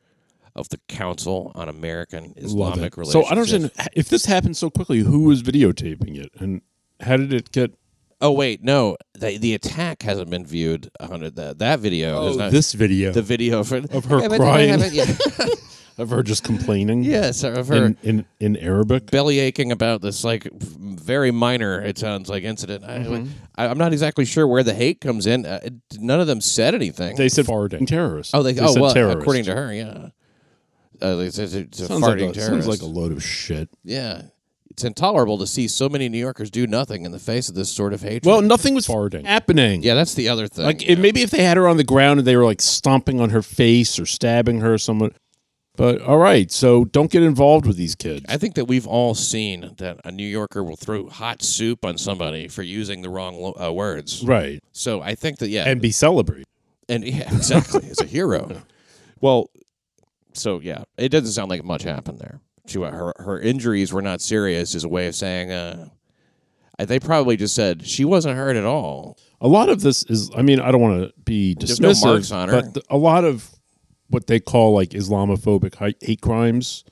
C: of the Council on American
A: Love
C: Islamic
A: it.
C: Relations.
A: So I don't understand if this happened so quickly. Who was videotaping it, and how did it get?
C: Oh, wait, no. The, the attack hasn't been viewed. 100, that, that video is not.
A: Oh, this video
C: the video for,
A: of her
C: Yeah, but-
A: crying.
C: Yeah,
A: of her just complaining.
C: yes, of her.
A: In, in in Arabic.
C: belly aching about this like very minor it sounds like incident
A: Mm-hmm.
C: I, I, i'm not exactly sure where the hate comes in uh, it, none of them said anything
A: They said farting terrorists.
C: Oh, they,
A: they
C: oh
A: said
C: well,
A: terrorist.
C: according to her, yeah. Uh, they said it's a
A: sounds
C: farting
A: like a,
C: terrorist.
A: sounds like a load of shit.
C: yeah, it's intolerable to see so many New Yorkers do nothing in the face of this sort of hatred.
A: Well, nothing was farting happening.
C: yeah, that's the other thing.
A: Like it, maybe if they had her on the ground and they were like stomping on her face or stabbing her or someone. But all right, so don't get involved with these kids.
C: I think that we've all seen that a New Yorker will throw hot soup on somebody for using the wrong lo- uh, words.
A: right.
C: So I think that yeah,
A: And be celebrated.
C: and yeah, exactly, as a hero. Well, so yeah, it doesn't sound like much happened there. She her her injuries were not serious, is a way of saying. Uh, They probably just said she wasn't hurt at all.
A: a lot of this is i mean i don't want to be dismissive
C: There's no marks on her.
A: but th- a lot of what they call like islamophobic hi- hate crimes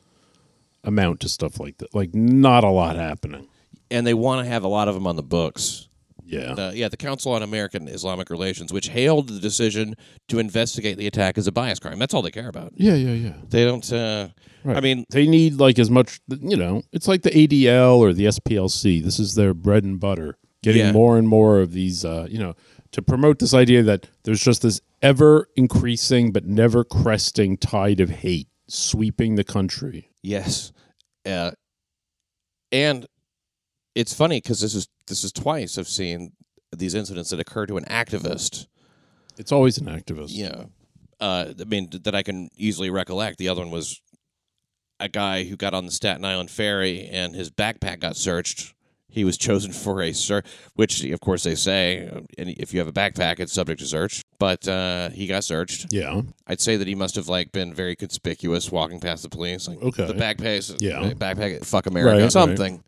A: amount to stuff like that like not a lot happening
C: And they want to have a lot of them on the books.
A: yeah
C: Uh, yeah, the Council on American Islamic Relations, which hailed the decision to investigate the attack as a bias crime. That's all they care about.
A: yeah yeah yeah
C: They don't. Uh, I mean,
A: they need like as much you know it's like the adl or the splc this is their bread and butter getting
C: Yeah.
A: more and more of these uh, you know to promote this idea that there's just this ever increasing but never cresting tide of hate sweeping the country
C: Yes. Uh, and it's funny because this is this is twice I've seen these incidents that occur to an activist.
A: it's always an activist
C: You know, uh, I mean th- that I can easily recollect. The other one was a guy who got on the Staten Island ferry and his backpack got searched. He was chosen for a search, which of course they say, uh, and if you have a backpack, it's subject to search. But uh, he got searched.
A: yeah
C: I'd say that he must have like been very conspicuous walking past the police. Like,
A: Okay.
C: The backpack,
A: Yeah.
C: yeah. Backpack, fuck America,
A: Right, right.
C: something.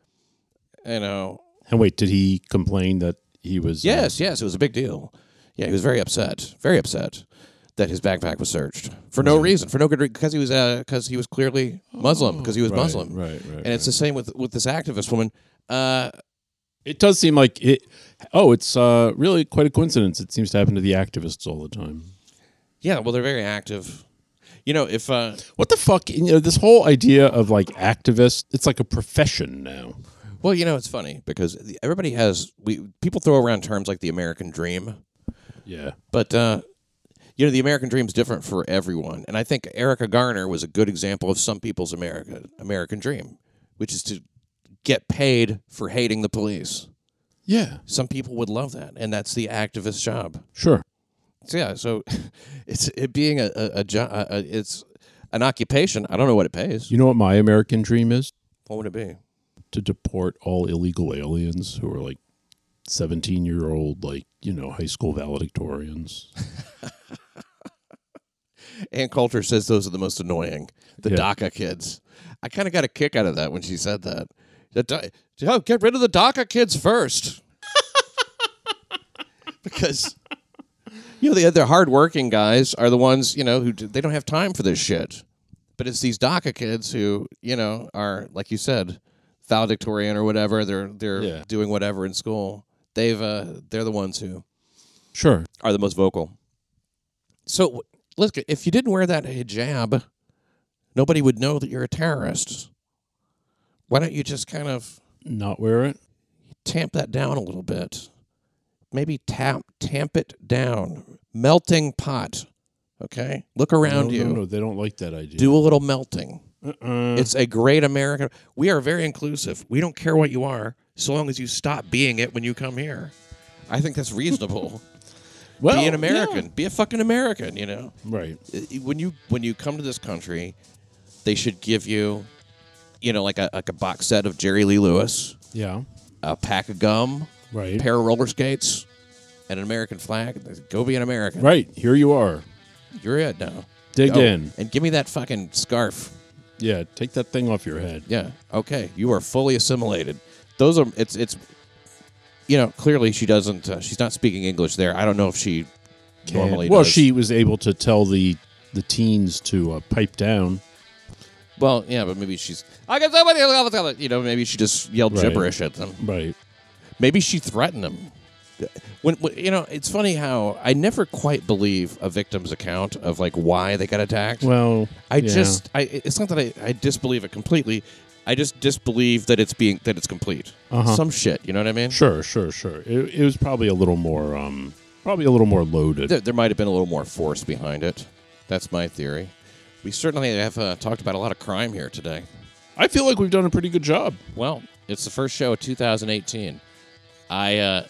C: You know.
A: And wait, did he complain that he was? uh,
C: Yes, yes, it was a big deal. Yeah, he was very upset, very upset that his backpack was searced for no reason, for no good reason, because he was because he was clearly Muslim, because he was
A: Oh, right,
C: Muslim.
A: right, right,
C: And it's the same with with this activist woman. Uh,
A: it does seem like it. Oh, it's uh, really quite a coincidence. It seems to happen to the activists all the time.
C: yeah, well, they're very active. You know, if uh,
A: What the fuck? You know, this whole idea of like activists, it's like a profession now.
C: Well, you know, it's funny because the- everybody has we people throw around terms like the American dream,
A: Yeah.
C: but uh, you know, the American dream is different for everyone. And I think Erica Garner was a good example of some people's America American dream, which is to get paid for hating the police.
A: Yeah.
C: Some people would love that, and that's the activist job.
A: Sure.
C: So, yeah, so it's it being a a, a job. It's an occupation. I don't know what it pays.
A: You know what my American dream is?
C: What would it be?
A: To deport all illegal aliens who are like 17 year old, like, you know, high school valedictorians.
C: Ann Coulter says those are the most annoying. The
A: Yeah.
C: DACA kids. I kind of got a kick out of that when she said that. The da- oh, get rid of the DACA kids first. because, you know, the other hardworking guys are the ones, you know, who d- they don't have time for this shit. But it's these DACA kids who, you know, are, like you said, valedictorian or whatever. They're they're
A: Yeah.
C: doing whatever in school. They've uh, they're the ones who
A: Sure.
C: are the most vocal. So look, if you didn't wear that hijab, nobody would know that you're a terrorist. Why don't you just kind of
A: Not wear it?
C: tamp that down a little bit? Maybe tap tamp it down. Melting pot. Okay? Look around
A: no,
C: you.
A: No, no, they don't like that idea.
C: Do a little melting.
A: Uh-uh.
C: It's a great American. We are very inclusive. We don't care what you are, so long as you stop being it when you come here. I think that's reasonable.
A: well,
C: be an
A: yeah.
C: American. Be a fucking American. You know,
A: Right.
C: Uh, when you when you come to this country, they should give you, you know, like a like a box set of Jerry Lee Lewis,
A: Yeah.
C: a pack of gum,
A: Right.
C: pair of roller skates, and an American flag. Go be an American.
A: Right. Here you are.
C: You're it now.
A: Dig
C: Go.
A: in.
C: and give me that fucking scarf.
A: Yeah, take that thing off your head.
C: Yeah. Okay. You are fully assimilated. Those are. It's. It's. You know. Clearly, she doesn't. Uh, she's not speaking English there. I don't know if she normally.
A: well,
C: does.
A: she was able to tell the the teens to uh, pipe down.
C: Well, yeah, but maybe she's. I got somebody. else, else, You know, maybe she just yelled
A: Right.
C: gibberish at them.
A: Right.
C: Maybe she threatened them. When, when you know, it's funny how I never quite believe a victim's account of like why they got attacked.
A: Well,
C: I
A: yeah.
C: just, I it's not that I, I disbelieve it completely. I just disbelieve that it's being that it's complete.
A: Uh-huh.
C: Some shit. You know what I mean?
A: sure, sure, sure. It, it was probably a little more, um, probably a little more loaded.
C: There, there might have been a little more force behind it. That's my theory. We certainly have uh, talked about a lot of crime here today.
A: I feel like we've done a pretty good job.
C: Well, it's the first show of 2018. I, uh,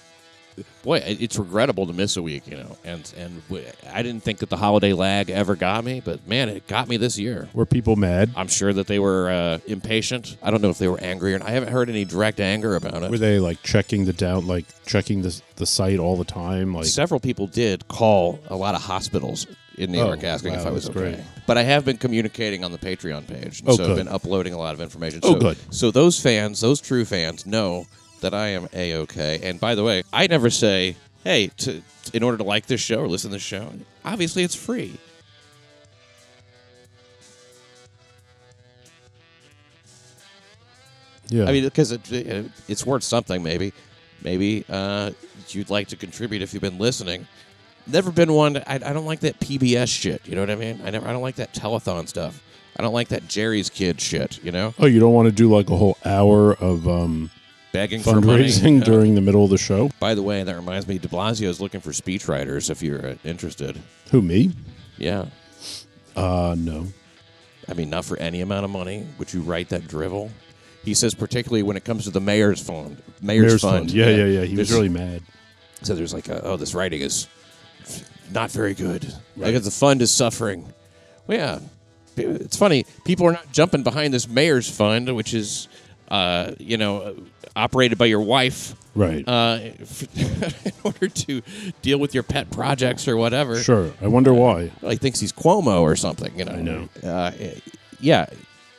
C: boy, it- it's regrettable to miss a week, you know. And and w- I didn't think that the holiday lag ever got me, but man, it got me this year.
A: Were people mad?
C: I'm sure that they were uh, impatient. I don't know if they were angry, and I haven't heard any direct anger about
A: Were
C: it.
A: they like checking the down, like checking the the site all the time? Like,
C: Several people did call a lot of hospitals in New
A: Oh,
C: York asking
A: wow,
C: if I was
A: that's
C: okay.
A: great.
C: But I have been communicating on the Patreon page, and
A: Oh,
C: so I've
A: good.
C: been uploading a lot of information.
A: Oh,
C: so,
A: good.
C: So those fans, those true fans, know that I am a okay. And by the way, I never say, hey, to, in order to like this show or listen to this show, obviously it's free.
A: Yeah.
C: I mean, because it, it, it's worth something, maybe. Maybe uh, you'd like to contribute if you've been listening. Never been one. I, I don't like that PBS shit. You know what I mean? I never. I don't like that telethon stuff. I don't like that Jerry's Kid shit. You know,
A: oh, you don't want to do like a whole hour of um,
C: begging for money.
A: fundraising
C: No.
A: during the middle of the show?
C: By the way, that reminds me. De Blasio is looking for speechwriters. If you're uh, interested,
A: Who me?
C: yeah.
A: Uh, no.
C: I mean, not for any amount of money would you write that drivel. He says, particularly when it comes to the mayor's fund. Mayor's,
A: Mayor's fund. Yeah, yeah, yeah. He was
C: There's-
A: really mad.
C: So there's like, a, oh, this writing is not very good. Like the fund is suffering. Well, yeah, it's funny. People are not jumping behind this mayor's fund, which is, uh, you know, operated by your wife,
A: Right.
C: uh, in order to deal with your pet projects or whatever.
A: sure. I wonder why.
C: Like thinks he's Cuomo or something. You know. I
A: know.
C: Uh, yeah,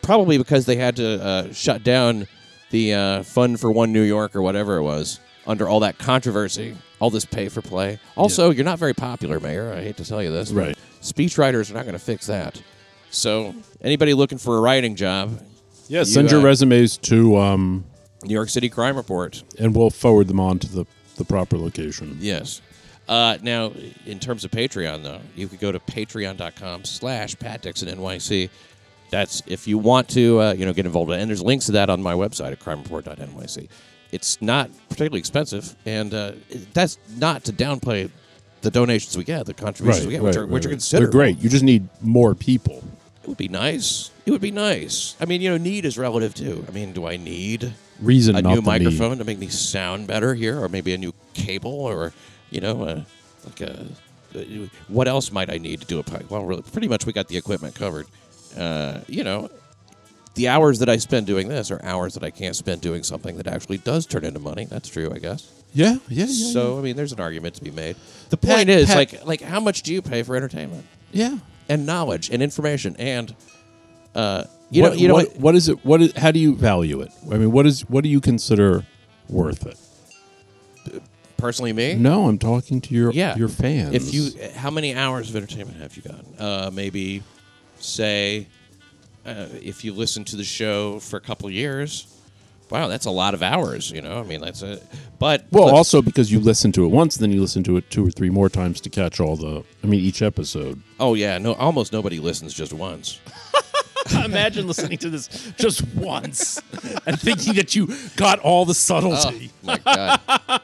C: probably because they had to uh, shut down the uh, fund for one New York or whatever it was under all that controversy, all this pay for play. Also, you're not very popular, Mayor. I hate to tell you this.
A: Right.
C: Speechwriters are not going to fix that. So, anybody looking for a writing job,
A: Yeah. Send your
C: uh,
A: resumes to, um,
C: New York City Crime Report.
A: and we'll forward them on to the, the proper location.
C: Yes. Uh, now, in terms of Patreon, though, you could go to patreon.com slash Pat Dixon NYC. That's if you want to, uh, you know, get involved. And there's links to that on my website at crimereport.nyc. It's not particularly expensive, and uh, that's not to downplay the donations we get, the contributions we get, which are, which are
A: They're
C: considerable.
A: great. You just need more people.
C: It would be nice. It would be nice. I mean, you know, need is relative too. I mean, do I need
A: Reason
C: a
A: not
C: new
A: the need.
C: microphone to make me sound better here, or maybe a new cable, or you know, uh, like a uh, what else might I need to do a podcast? Well, really, pretty much we got the equipment covered. Uh, you know, the hours that I spend doing this are hours that I can't spend doing something that actually does turn into money. That's true, I guess.
A: Yeah. Yeah. yeah
C: So, I mean, there's an argument to be made.
A: the
C: Point is, like, like how much do you pay for entertainment
A: yeah.
C: and knowledge and information and uh, you
A: what,
C: know, you know,
A: what, what is it? What is, how do you value it? I mean, what is, what do you consider worth it?
C: personally, me,
A: No, I'm talking to your,
C: yeah
A: your fans.
C: if you how many hours of entertainment have you gotten uh, maybe say uh, if you listen to the show for a couple of years wow that's a lot of hours you know i mean that's a but
A: Well,
C: let's-
A: also because you listen to it once, then you listen to it two or three more times to catch all the. I mean, each episode.
C: oh yeah no almost nobody listens just once
E: Imagine listening to this just once and thinking that you got all the subtlety.
C: Oh, my god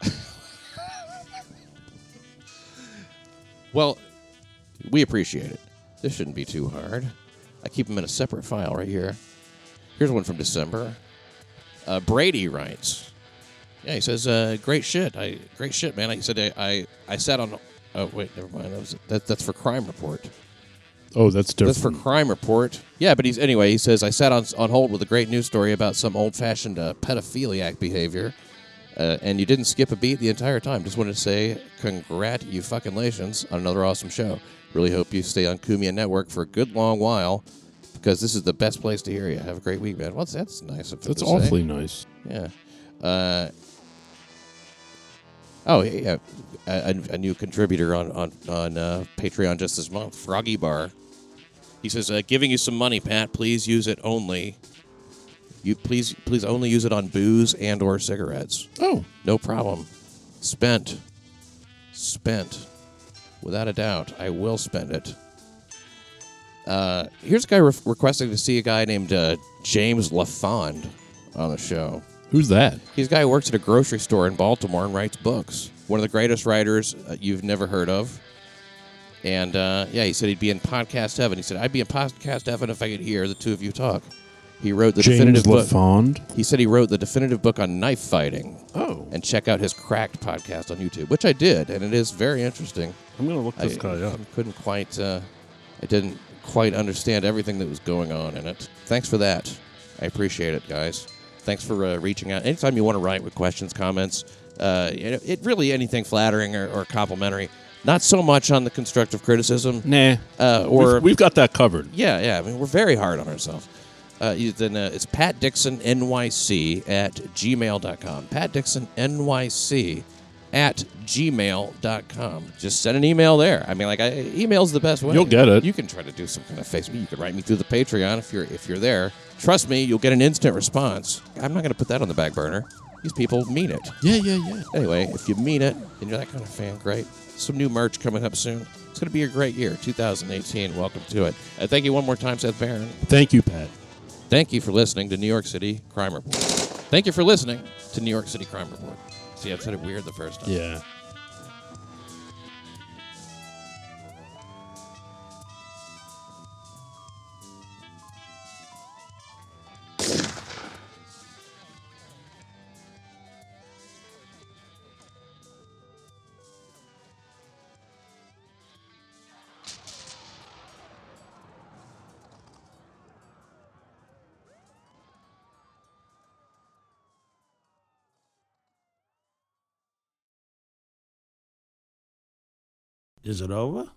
C: well we appreciate it this shouldn't be too hard i keep them in a separate file right here here's one from december uh, brady writes yeah he says uh, great shit i great shit man i said i i, I sat on oh wait never mind that was that, that's for crime report
A: Oh, that's different.
C: that's for Crime Report. Yeah, but he's anyway. He says I sat on on hold with a great news story about some old-fashioned uh, pedophiliac behavior, uh, and you didn't skip a beat the entire time. Just wanted to say congrat you fucking lations on another awesome show. Really hope you stay on Kumia Network for a good long while, because this is the best place to hear you. Have a great week, man. Well, that's nice. Of him
A: that's
C: to say.
A: awfully nice.
C: Yeah. Uh, oh yeah, a, a- a new contributor on on on uh, Patreon just this month, Froggy Bar. He says, uh, "Giving you some money, Pat. Please use it only. You please please only use it on booze and or cigarettes.
A: Oh,
C: No problem. Spent. Spent. Without a doubt, I will spend it." Uh, here's a guy re- requesting to see a guy named uh, James LaFond on the show.
A: who's that?
C: He's a guy who works at a grocery store in Baltimore and writes books. One of the greatest writers uh, you've never heard of. And uh, yeah, he said he'd be in podcast heaven. He said, I'd be in podcast heaven if I could hear the two of you talk. He wrote the
A: James
C: definitive book.
A: LaFond.
C: He said he wrote the definitive book on knife fighting.
A: Oh,
C: And check out his cracked podcast on YouTube, which I did, and it is very interesting.
A: I'm gonna look this
C: I,
A: guy up.
C: I couldn't quite, uh, I didn't quite understand everything that was going on in it. Thanks for that. I appreciate it, guys. Thanks for uh, reaching out. Anytime you want to write with questions, comments, uh, you know, it really anything flattering or, or complimentary. Not so much on the constructive criticism,
A: Nah,
C: uh,
A: or
C: or
A: we've, got that covered.
C: yeah, yeah. I mean, we're very hard on ourselves. Uh, you- then uh, it's Pat Dixon NYC at gmail.com. Pat Dixon NYC at gmail.com. Just send an email there. I mean, like, I, email's the best way.
A: You'll get it.
C: You can try to do some kind of Facebook. You can write me through the Patreon if you're if you're there. Trust me, you'll get an instant response. I'm not going to put that on the back burner. These people mean it.
B: Yeah, yeah, yeah.
C: Anyway, if you mean it and you're that kind of fan, great. Some new merch coming up soon. It's going to be a great year, 2018. Welcome to it. And thank you one more time, Seth Barron.
A: Thank you, Pat.
C: Thank you for listening to New York City Crime Report. Thank you for listening to New York City Crime Report. See, I said it weird the first time.
A: Yeah.
F: Is it over?